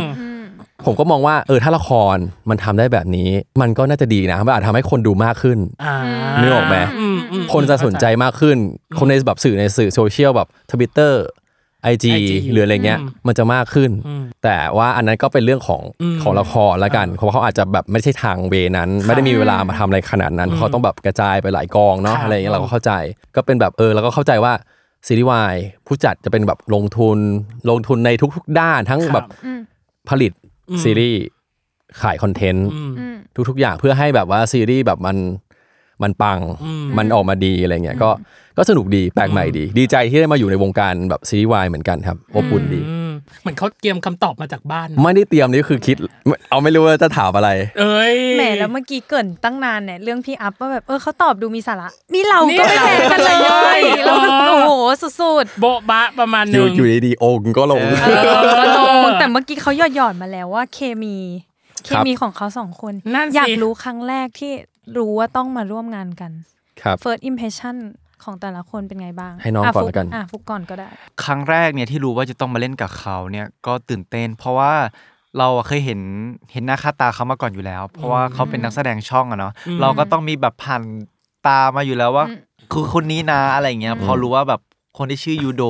[SPEAKER 4] ผมก็มองว่า เออ ถ้าละครมันทำได้แบบนี้ มันก็น่าจะดีนะ มันอาจทำให้คนดูมากขึ้น
[SPEAKER 3] า
[SPEAKER 4] นึกออกไหม
[SPEAKER 3] มอืม
[SPEAKER 4] คนจะสนใจมากขึ้น คนในแบบสื่อในสื่อโซเชียลแบบทวิตเตอร์ไอจีหรืออะไรเงี้ย
[SPEAKER 3] อืม
[SPEAKER 4] มันจะมากขึ้น
[SPEAKER 3] อืม
[SPEAKER 4] แต่ว่าอันนั้นก็เป็นเรื่องของ
[SPEAKER 3] อืม
[SPEAKER 4] ของละครละกัน เพราะว่าเขาอาจจะแบบไม่ใช่ทางเวนั้น ไม่ได้มีเวลามาทำอะไรขนาดนั้น เขาต้องแบบกระจายไปหลายกองเนาะ
[SPEAKER 3] ครับ
[SPEAKER 4] อะไรอย่างเงี้ย
[SPEAKER 3] อืม
[SPEAKER 4] เราก็เข้าใจ ก็เป็นแบบเออเราก็เข้าใจว่าซีรีส์วายผู้จัดจะเป็นแบบลงทุนลงทุนในทุกๆ ด้านทั้ง
[SPEAKER 3] ครับ
[SPEAKER 4] แบบผลิตซีรีส์ขายคอนเทนต์
[SPEAKER 3] อืม
[SPEAKER 4] ทุกๆอย่างเพื่อให้แบบว่าซีรีส์แบบมันมันปัง
[SPEAKER 3] อืม
[SPEAKER 4] มันออกมาดีอะไรเงี้ยก็ก็สนุกดีแปลกใหม่ดี ดีใจที่ได้มาอยู่ในวงการแบบซีรีส์วายเหมือนกันครับอบอุ่นดี
[SPEAKER 3] อืมเหมือนเขาเตรียมคำตอบมาจากบ้าน
[SPEAKER 4] ไม่ได้เตรียมนี่คือคิด เอาไม่รู้ว่าจะถามอะไร
[SPEAKER 3] เอ้ย
[SPEAKER 2] แหมแล้วเมื่อกี้เกรินตั้งนานเนี่ยเรื่องพี่อัพว่าแบบเออเขาตอบดูมีสาระนี่เราก็ไม่แพ้กันเลย
[SPEAKER 3] นี่เรา
[SPEAKER 2] เราก็โอ้โหสุด
[SPEAKER 3] โบะบะประมาณห
[SPEAKER 4] อ
[SPEAKER 3] นึ
[SPEAKER 4] ยู่
[SPEAKER 3] ง
[SPEAKER 4] อยู่ดีๆองค์ก็ลง
[SPEAKER 2] ๆเออลงแต่เมื่อกี้เขาหยอดหยอดๆมาแล้วว่าเคมี เค
[SPEAKER 4] ครับ
[SPEAKER 2] มีของเขาสองคน
[SPEAKER 3] นั่นสิ
[SPEAKER 2] อยากรู้ครั้งแรกที่รู้ว่าต้องมาร่วมงานกัน
[SPEAKER 4] ครับ
[SPEAKER 2] first impression ของแต่ละคนเป็นไงบ้าง
[SPEAKER 4] ให้น้องก่อน
[SPEAKER 2] ฟุ
[SPEAKER 4] ละกัน
[SPEAKER 2] อ่ะฟุกก่อนก็ได้
[SPEAKER 5] ครั้งแรกเนี่ยที่รู้ว่าจะต้องมาเล่นกับเขาเนี่ยก็ตื่นเต้น เพราะว่าเราอะเคยเห็นเห็นหน้าค่าตาเขามาก่อนอยู่แล้ว เพราะว่าเขาเป็นนักแสดงช่องอะเนาะเราก็ต้องมีแบบผ่านตามาอยู่แล้วว่า คือคนนี้นะอะไรเงี้ยพอรู้ว่าแบบคนที่ชื่อยูโด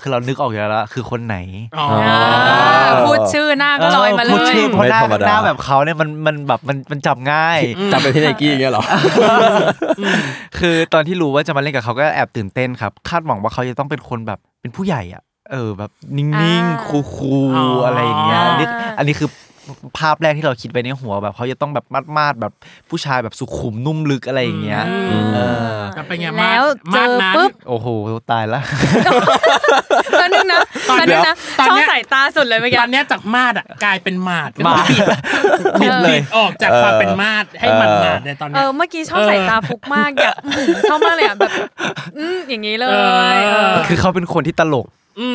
[SPEAKER 5] คือเรานึกออกอยู่แล้วละคือคนไหน
[SPEAKER 3] อ๋อ
[SPEAKER 4] อ
[SPEAKER 2] พูดชื่อหน้าก็ลอยมาเล
[SPEAKER 5] พูด
[SPEAKER 2] ย
[SPEAKER 5] ชื่อเพราะหน้า
[SPEAKER 4] ไม่ธรรมดา
[SPEAKER 5] หน้าแบบเขาเนี่ยมันมันแบบมันมันจับง่าย
[SPEAKER 4] จำเป็นที่ไนกี้อย่างเงี้ยเหรอ
[SPEAKER 5] คือตอนที่รู้ว่าจะมาเล่นกับเขาก็แอบตื่นเต้นครับ คาดหวังว่าเขาจะต้องเป็นคนแบบเป็นผู้ใหญ่อะเออแบบนิ่ง
[SPEAKER 2] อ่
[SPEAKER 5] ๆคูล
[SPEAKER 3] อ๋อ
[SPEAKER 5] ๆ
[SPEAKER 3] อ
[SPEAKER 5] อะไรอย่างเงี้ยอันนี้
[SPEAKER 2] อ่า
[SPEAKER 5] อันนี้คือภาพแรกที่เราคิดไปในหัวแบบเขาจะต้องแบบมาดๆแบบผู้ชายแบบสุขุมนุ่มลึกอะไรอย่างเงี้ยเออ
[SPEAKER 3] แต่เป็นไง
[SPEAKER 2] แล้
[SPEAKER 3] มา
[SPEAKER 2] ว
[SPEAKER 3] ด
[SPEAKER 2] เจอ
[SPEAKER 3] มาดนั้น
[SPEAKER 2] ปุ๊บ
[SPEAKER 5] โอ้โหตายละ
[SPEAKER 2] ตอนนึงนะ
[SPEAKER 3] ตอน
[SPEAKER 2] ตอนนึ
[SPEAKER 3] เนี้ย
[SPEAKER 2] งนะ
[SPEAKER 3] ตอน
[SPEAKER 2] ชอบ
[SPEAKER 3] เนี้ย
[SPEAKER 2] สายตาสุดเลยเมื่อกี้
[SPEAKER 3] ตอนเนี้ยจากมาดอะกลายเป็นมาด
[SPEAKER 5] มาด บิดเลย
[SPEAKER 3] ออกจากความเป็นมาดให้มันมาดในตอน
[SPEAKER 2] เอ
[SPEAKER 3] เนี้ย
[SPEAKER 2] อเมื่อกี้ชอบสายตาฟุกมากอยากอื้อหือ ชอบมากเลยอ่ะแบบอืมอย่างนี้เลย
[SPEAKER 3] เออ
[SPEAKER 2] เออ
[SPEAKER 5] คือเขาเป็นคนที่ตลก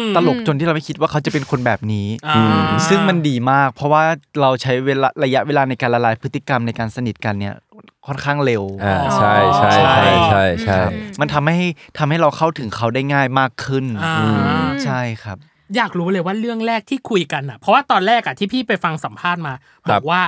[SPEAKER 3] ม
[SPEAKER 5] ตลกจนที่เราไม่คิดว่าเขาจะเป็นคนแบบนี้
[SPEAKER 3] อ่า
[SPEAKER 5] ซึ่งมันดีมาก เพราะว่าเราใช้เวลาระยะเวลาในการละลายพฤติกรรมในการสนิทกันเนี่ยค่อนข้างเร็ว
[SPEAKER 4] อ่าใช่ใช่ใช่ใช่ใช่
[SPEAKER 5] มันทำให้ทำให้เราเข้าถึงเขาได้ง่ายมากขึ้น
[SPEAKER 3] อ่า
[SPEAKER 5] อืมใช่ครับ
[SPEAKER 3] อยากรู้เลยว่าเรื่องแรกที่คุยกันอ่ะ เพราะว่าตอนแรกอ่ะที่พี่ไปฟังสัมภาษณ์มา
[SPEAKER 4] ครั
[SPEAKER 3] อบ
[SPEAKER 4] บ
[SPEAKER 3] กว่า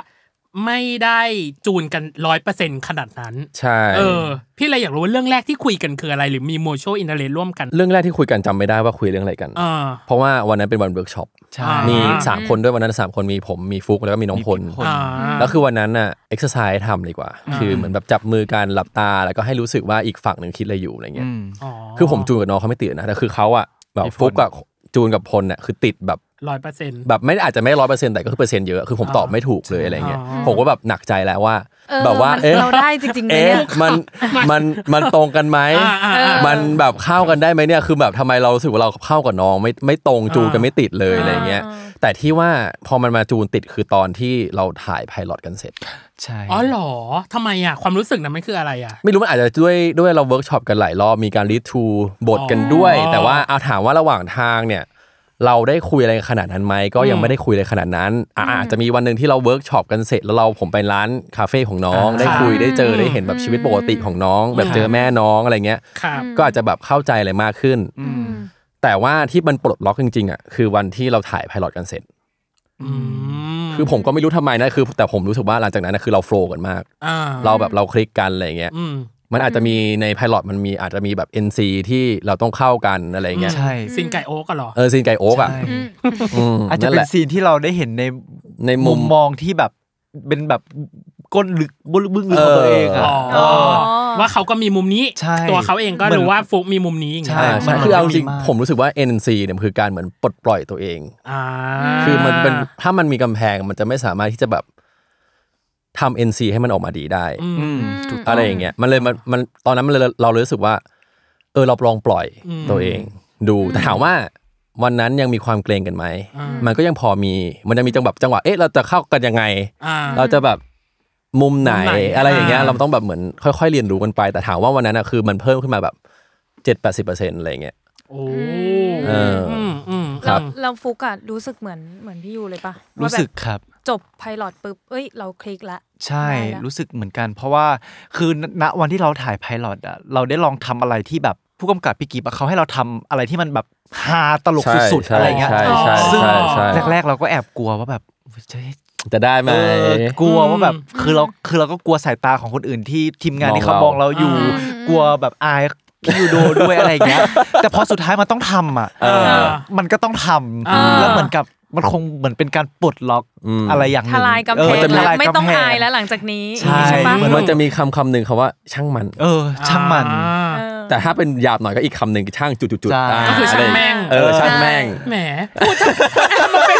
[SPEAKER 3] ไม่ได้จูนกันร้อยเปอร์เซ็นขนาดนั้น
[SPEAKER 4] ใช่
[SPEAKER 3] เออ พี่เลยอยากรู้ว่าเรื่องแรกที่คุยกันคืออะไร หรือมีโมชั่นอินเทอร์เนร่วมกัน
[SPEAKER 4] เรื่องแรกที่คุยกันจำไม่ได้ว่าคุยเรื่องอะไรกัน
[SPEAKER 3] เออ
[SPEAKER 4] เพราะว่าวันนั้นเป็นวันเวิร์กช็อป
[SPEAKER 5] ใช่
[SPEAKER 4] มี
[SPEAKER 3] อ่า
[SPEAKER 4] สามคนด้วยวันนั้นสามคนมีผมมีฟุกแล้วก็มีน้องพล
[SPEAKER 5] มีพี่พล
[SPEAKER 3] อ่า
[SPEAKER 4] แล้วคือวันนั้นน่ะเอ็กซ์ไซส์ทำดีกว่า
[SPEAKER 3] อ่า
[SPEAKER 4] คือเหมือนแบบจับมือกันหลับตา แล้วก็ให้รู้สึกว่าอีกฝั่งหนึ่งคิดอะไรอยู่อะไรเงี้ย
[SPEAKER 5] อืม
[SPEAKER 4] คือผมจูนกับน้องเขาไม่ติดนะ แต่คือเขาอะแบบ
[SPEAKER 5] ไอ้พล
[SPEAKER 4] ฟุกกับจูนกับพลเนี่ยคือติดแบบ
[SPEAKER 3] ร้อยเปอร์เซ็น
[SPEAKER 4] แบบไม่อาจจะไม่ร้อยเปอร์เซ็นต์แต่ก็คือเปอร์เซ็นต์เยอะ คือผมตอบไม่ถูกเลยอะไรเงี้ย
[SPEAKER 3] อ๋อ
[SPEAKER 4] ผมก็แบบหนักใจแล้วว่า
[SPEAKER 2] เออ
[SPEAKER 4] แบบว่า
[SPEAKER 2] มัน
[SPEAKER 4] เอ๊ะ
[SPEAKER 2] เราได้จริงๆไหม
[SPEAKER 4] เอ๊ะ
[SPEAKER 2] เนี่ย
[SPEAKER 4] มัน มัน มันตรงกันไหม
[SPEAKER 3] อ่าอ่าอ่า
[SPEAKER 4] มันแบบเข้ากันได้ไหมเนี่ย คือแบบทำไมเรารู้สึกว่าเราเข้ากับน้องไม่ไม่ตรงจูนกัน
[SPEAKER 3] อ่า
[SPEAKER 4] ไม่ติดเลยอะไรเงี้ย แต่ที่ว่าพอมันมาจูนติดคือตอนที่เราถ่ายไพลอตกันเสร็จ
[SPEAKER 5] ใช่
[SPEAKER 3] อ๋อเหรอทำไมอ่ะ ความรู้สึกนั้นมันคืออะไรอ่ะ
[SPEAKER 4] ไม่รู้มันอาจจะด้วยด้วยเราเวิร์กช็อปกันหลายรอบมีการรีทูบทกันด้วย
[SPEAKER 3] อ๋อ
[SPEAKER 4] แต่ว่าเอาถามว่าระหว่างทางเนี่ย เราได้คุยอะไรกันขนาดนั้นไหมก็ยังไม่ได้คุยอะไรขนาดนั้นอ่ะอาจจะมีวันหนึ่งที่เราเวิร์กช็อปกันเสร็จแล้วเราผมไปร้านคาเฟ่ของน้อง
[SPEAKER 3] อ่า
[SPEAKER 4] ได้คุยได้เจอ
[SPEAKER 3] ค่ะ
[SPEAKER 4] ได้เห็นแบบชีวิตปกติของน้อง แบบ
[SPEAKER 3] ค่ะ
[SPEAKER 4] เจอแม่น้องอะไรเงี้ย
[SPEAKER 3] ครับ
[SPEAKER 4] ก็อาจจะแบบเข้าใจอะไรมากขึ้น แต่ว่าที่มันปลดล็อกจริงๆอ่ะคือวันที่เราถ่ายไพลอตกันเสร็จ
[SPEAKER 3] อืม
[SPEAKER 4] คือผมก็ไม่รู้ทำไมนะคือ แต่ผมรู้สึกว่าหลังจากนั้นนะคือเราโฟล์กันมาก
[SPEAKER 3] อ่า
[SPEAKER 4] เราแบบเราคลิกกันอะไรเงี้ย
[SPEAKER 3] อืม
[SPEAKER 4] มันอาจจะมีในพายロมันมีอาจจะมีแบบ NC ที่เราต้องเข้ากันอะไรเงี้ย
[SPEAKER 5] ใช่
[SPEAKER 3] ซินไก่โอ๊กอะเหรอ
[SPEAKER 4] เออซีนไก่โอ๊กอ่ะ
[SPEAKER 5] ใช่
[SPEAKER 4] อืม
[SPEAKER 5] อาจจะ
[SPEAKER 4] นั่น
[SPEAKER 5] เป็
[SPEAKER 4] แห
[SPEAKER 5] น
[SPEAKER 4] ละ
[SPEAKER 5] ซีนที่เราได้เห็นใน
[SPEAKER 4] ในมุ
[SPEAKER 5] มุ
[SPEAKER 4] ม
[SPEAKER 5] มมองที่แบบเป็นแบบก้นลึกบึ้งลึกของตัวเอง
[SPEAKER 4] เออ
[SPEAKER 5] อ่ะ
[SPEAKER 3] อ๋อ
[SPEAKER 2] อ๋อ
[SPEAKER 3] ว่าเขาก็มีมุมนี้
[SPEAKER 5] ใช่
[SPEAKER 3] ตัวเขาเองก็
[SPEAKER 5] เหมือน
[SPEAKER 3] รู้ว่าฟุกมีมุมนี้อย่างเงี้ย
[SPEAKER 5] ใช่
[SPEAKER 4] อ่า
[SPEAKER 5] มั
[SPEAKER 4] ใช่
[SPEAKER 5] น
[SPEAKER 4] คือเอาจริง
[SPEAKER 5] มันมีมาก
[SPEAKER 4] ผมรู้สึกว่า NNC เนี่ยมันคือการเหมือนปลดปล่อยตัวเอง
[SPEAKER 3] อ่า
[SPEAKER 4] คือมันเป็นถ้ามันมีกำแพงมันจะไม่สามารถที่จะแบบทำ NC ให้มันออกมาดีได้
[SPEAKER 5] อืม
[SPEAKER 2] ม
[SPEAKER 4] อะไรอย่างเงี้ยมันเลยมันมันตอนนั้นมันเลยเราเลยรู้สึกว่า เออเราลองปล่อยตัวเอง ดูแต่ถามว่าวันนั้นยังมีความเกรงกันไหมมันก็ยังพอมี มันยังมีจังหวะจังหวะเอ๊ะเราจะเข้ากันยังไง
[SPEAKER 3] อ่า
[SPEAKER 4] เราจะแบบมุมไหน
[SPEAKER 3] มุมไหน
[SPEAKER 4] อะไรอย่างเงี้ย
[SPEAKER 3] อ่า
[SPEAKER 4] เราต้องแบบเหมือนค่อย ๆ เรียนรู้กันไป แต่ถามว่าวันนั้นอะคือมันเพิ่มขึ้นมาแบบเจ็ดแปดสิบเปอร์เซ็นต์อะไรอย่างเงี้ย
[SPEAKER 3] โอ้
[SPEAKER 4] เอออื
[SPEAKER 3] มอืม
[SPEAKER 4] ครับ
[SPEAKER 2] เราเราฟุกอะรู้สึกเหมือนเหมือนพี่ยูเลยปะ
[SPEAKER 5] รู้สึก
[SPEAKER 2] ว่าแบบ
[SPEAKER 5] ครับ
[SPEAKER 2] จบไพลอตปุ๊บ เอ้ย เราคลิกละ
[SPEAKER 5] ใช่
[SPEAKER 2] ได้ละ
[SPEAKER 5] รู้สึกเหมือนกัน เพราะว่าคือณณวันที่เราถ่ายไพลอตอะเราได้ลองทำอะไรที่แบบผู้กำกับพี่กิบอะเขาให้เราทำอะไรที่มันแบบฮาตลก
[SPEAKER 4] ใช่
[SPEAKER 5] สุดๆ
[SPEAKER 4] ใช่
[SPEAKER 5] อะไรเงี้ย
[SPEAKER 4] ใช่ใช่
[SPEAKER 5] ซึ่ง
[SPEAKER 4] ใช่ใช่
[SPEAKER 5] แรก ๆ เราก็แอบกลัวว่าแบบเฮ้ย
[SPEAKER 4] จะได้ไหม
[SPEAKER 5] เออกลัวว่าแบบคือเราคือเราก็กลัวสายตาของคนอื่นที่ทีมงานที่เขามองเราอยู่ กลัวแบบอายพี่ยูโดด้วยอะไรเงี้ย แต่พอสุดท้ายมันต้องทำอ่ะ
[SPEAKER 4] เออ
[SPEAKER 5] เออมันก็ต้องทำ
[SPEAKER 3] อ่า
[SPEAKER 5] แล้วเหมือนกับมันคงเหมือนเป็นการปลดล็อกอะไรอย่างห
[SPEAKER 2] ท
[SPEAKER 5] นึ่ง
[SPEAKER 2] ลายกำ
[SPEAKER 5] เอ
[SPEAKER 2] แพ
[SPEAKER 5] อง จะ
[SPEAKER 2] แล้ว
[SPEAKER 5] ทลาย
[SPEAKER 2] ไม่ต้อง
[SPEAKER 5] กำแพ
[SPEAKER 2] อายแล้วหลังจากนี้
[SPEAKER 5] ใช่
[SPEAKER 2] ปะ
[SPEAKER 4] เหมือนมันจะมีคำคำหนึ่งคำว่าช่างมัน
[SPEAKER 5] เออ ช่างมัน
[SPEAKER 3] อ่า
[SPEAKER 2] เออ
[SPEAKER 4] แต่ถ้าเป็นหยาบหน่อยก็อีกคำหนึ่งคือช่างจุดจุดจุด
[SPEAKER 5] ใช่
[SPEAKER 4] า
[SPEAKER 3] ก็คือช่างแม่ง
[SPEAKER 4] เออช่างแม่ง
[SPEAKER 3] แหมพูดจะมันเป็น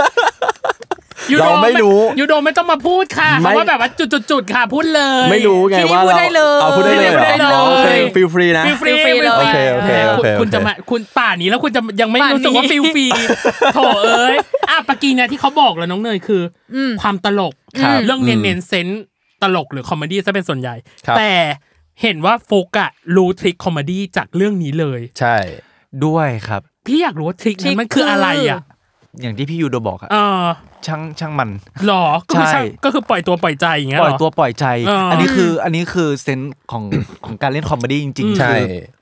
[SPEAKER 3] ยูโด
[SPEAKER 4] เราไม่รู้
[SPEAKER 3] ยูโดไม่ต้องมาพูดค่ะ
[SPEAKER 4] ไม่
[SPEAKER 3] เขาว่าแบบว่าจุดจุดจุดๆๆค่ะ พูดเลย
[SPEAKER 4] ไม่รู้ไง
[SPEAKER 2] ที่นี่
[SPEAKER 4] ว่า
[SPEAKER 2] พูด
[SPEAKER 4] เรา
[SPEAKER 2] ได้เลย
[SPEAKER 4] เอาพูดได้เลยเหรอ
[SPEAKER 3] ที่นี่พูดได้เลย
[SPEAKER 4] อ๋อโอเคฟีลฟรีนะ
[SPEAKER 3] ฟรีฟรี
[SPEAKER 2] ฟรีเลย
[SPEAKER 4] โอเคโอเคโอเคโอเค
[SPEAKER 3] คุณจะมาคุณป่านนี้แล้วคุณจะยังไม่
[SPEAKER 2] ป่านนี้
[SPEAKER 3] รู้สึกว่าฟรีฟ รีโถเอ้ยอ่ะปกีเนี่ยที่เขาบอกแล้วน้องเนยคืออความตลก
[SPEAKER 4] ครับ
[SPEAKER 3] เรื่อง
[SPEAKER 4] อืม
[SPEAKER 3] เน้นเน้นเซนส์ตลกหรือคอมเมดี้จะเป็นส่วนใหญ่
[SPEAKER 4] ครับ
[SPEAKER 3] แต่เห็นว่าโฟกอะรู้ทริคคอมเมดี้จากเรื่องนี้เลย
[SPEAKER 4] ใช่
[SPEAKER 5] ด้วยครับ
[SPEAKER 3] พี่อยากรู้ว่าทริค
[SPEAKER 2] ทริ
[SPEAKER 3] นั้
[SPEAKER 2] คน
[SPEAKER 3] มันคือ
[SPEAKER 2] คืออ
[SPEAKER 3] อะไรอ่ะ
[SPEAKER 5] อย่างที่พี่ยูโดบอกอะ
[SPEAKER 3] เออ
[SPEAKER 5] ช่างช่างมัน
[SPEAKER 3] หรอก็คือ
[SPEAKER 5] ใช่
[SPEAKER 3] ช่างก็คือปล่อยตัวปล่อยใจอย่างเงี้ย
[SPEAKER 5] ป
[SPEAKER 3] เหร
[SPEAKER 5] ล่อย
[SPEAKER 3] อ
[SPEAKER 5] ตัวปล่อยใจ
[SPEAKER 3] เอออั
[SPEAKER 5] อันนี้คืออันนี้คือเซนส์ของ ของการเล่นคอมเมดี้จริงๆ
[SPEAKER 4] ใช่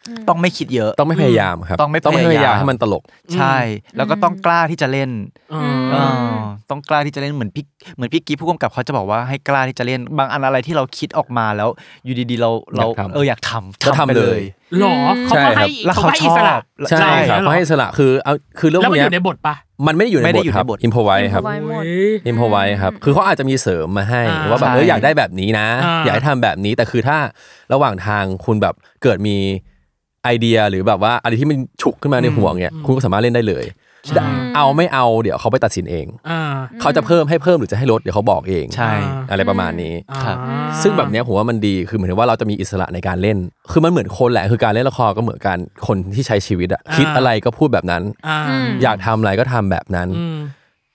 [SPEAKER 5] คือต้องไม่คิดเยอะ
[SPEAKER 4] ต้องไม่พยายามครับ
[SPEAKER 5] ต้องไม่
[SPEAKER 4] พยายาม
[SPEAKER 5] พยายาม
[SPEAKER 4] ให้มันตลก
[SPEAKER 5] ใช่ แล้วก็ต้องกล้าที่จะเล่น
[SPEAKER 3] อืม
[SPEAKER 5] เออต้องกล้าที่จะเล่นเหมือนพี่เหมือนพี่กิ๊ฟผู้กำกับเขาจะบอกว่าให้กล้าที่จะเล่นบางอันอะไรที่เราคิดออกมาแล้ว อยู่ดีๆเราเรา
[SPEAKER 4] อยากทำ
[SPEAKER 5] เอออยากทำ
[SPEAKER 4] ก็ทำ
[SPEAKER 5] ทำไป
[SPEAKER 4] เลย
[SPEAKER 5] เลย
[SPEAKER 3] หรอเขา
[SPEAKER 4] ใช่
[SPEAKER 3] ก็
[SPEAKER 4] ครับ
[SPEAKER 3] ให้
[SPEAKER 5] แล้ว
[SPEAKER 3] เขา
[SPEAKER 5] เขา
[SPEAKER 3] ให้
[SPEAKER 5] ช
[SPEAKER 3] อิ
[SPEAKER 5] อ
[SPEAKER 3] สระ
[SPEAKER 5] บ
[SPEAKER 4] ใช่
[SPEAKER 3] ได้
[SPEAKER 4] ครับ
[SPEAKER 3] เหอ
[SPEAKER 4] เพราะให้อิสละคือเอาคือเรื่อง
[SPEAKER 3] แล้
[SPEAKER 4] พ
[SPEAKER 3] ว
[SPEAKER 4] ว
[SPEAKER 3] มัน
[SPEAKER 4] ก
[SPEAKER 3] อยู่
[SPEAKER 4] เนี้ย
[SPEAKER 3] ในบทปะ
[SPEAKER 4] มันไม่ได้อยู่
[SPEAKER 5] ไม่ได้อยู่
[SPEAKER 4] ในบ
[SPEAKER 5] ในบ
[SPEAKER 4] ท
[SPEAKER 5] ท
[SPEAKER 4] อิมพอไว้ครับ
[SPEAKER 2] ไว้หมด
[SPEAKER 3] โอ้ย
[SPEAKER 4] อิมพอไว้ครับ คือเขาอาจจะมีเสริมมาให้
[SPEAKER 3] อ่า
[SPEAKER 4] ว่าแบบ
[SPEAKER 5] ใช่
[SPEAKER 4] เอออยากได้แบบนี้นะ
[SPEAKER 3] อ่า
[SPEAKER 4] อยากให้ทำแบบนี้แต่คือถ้าระหว่างทางคุณแบบเกิดมีไอเดียหรือแบบว่าอะไรที่มันฉุกขึ้นมาในหัวเนี่ยคุณก็สามารถเล่นได้เลย เอาไม่เอาเดี๋ยวเขาไปตัดสินเอง
[SPEAKER 3] อ่า
[SPEAKER 4] เขาจะเพิ่มให้เพิ่มหรือจะให้ลดเดี๋ยวเขาบอกเอง
[SPEAKER 5] ใช่
[SPEAKER 4] อะไรประมาณนี้
[SPEAKER 3] อ่า
[SPEAKER 5] ครับ
[SPEAKER 4] ซึ่งแบบเนี้ยผมว่ามันดีคือเหมือนว่าเราจะมีอิสระในการเล่น คือมันเหมือนคนแหละคือการเล่นละครก็เหมือนการคนที่ใช้ชีวิตอะ
[SPEAKER 3] อ่า
[SPEAKER 4] คิดอะไรก็พูดแบบนั้น
[SPEAKER 3] อ่า
[SPEAKER 4] อยากทำอะไรก็ทำแบบนั้น
[SPEAKER 3] อืม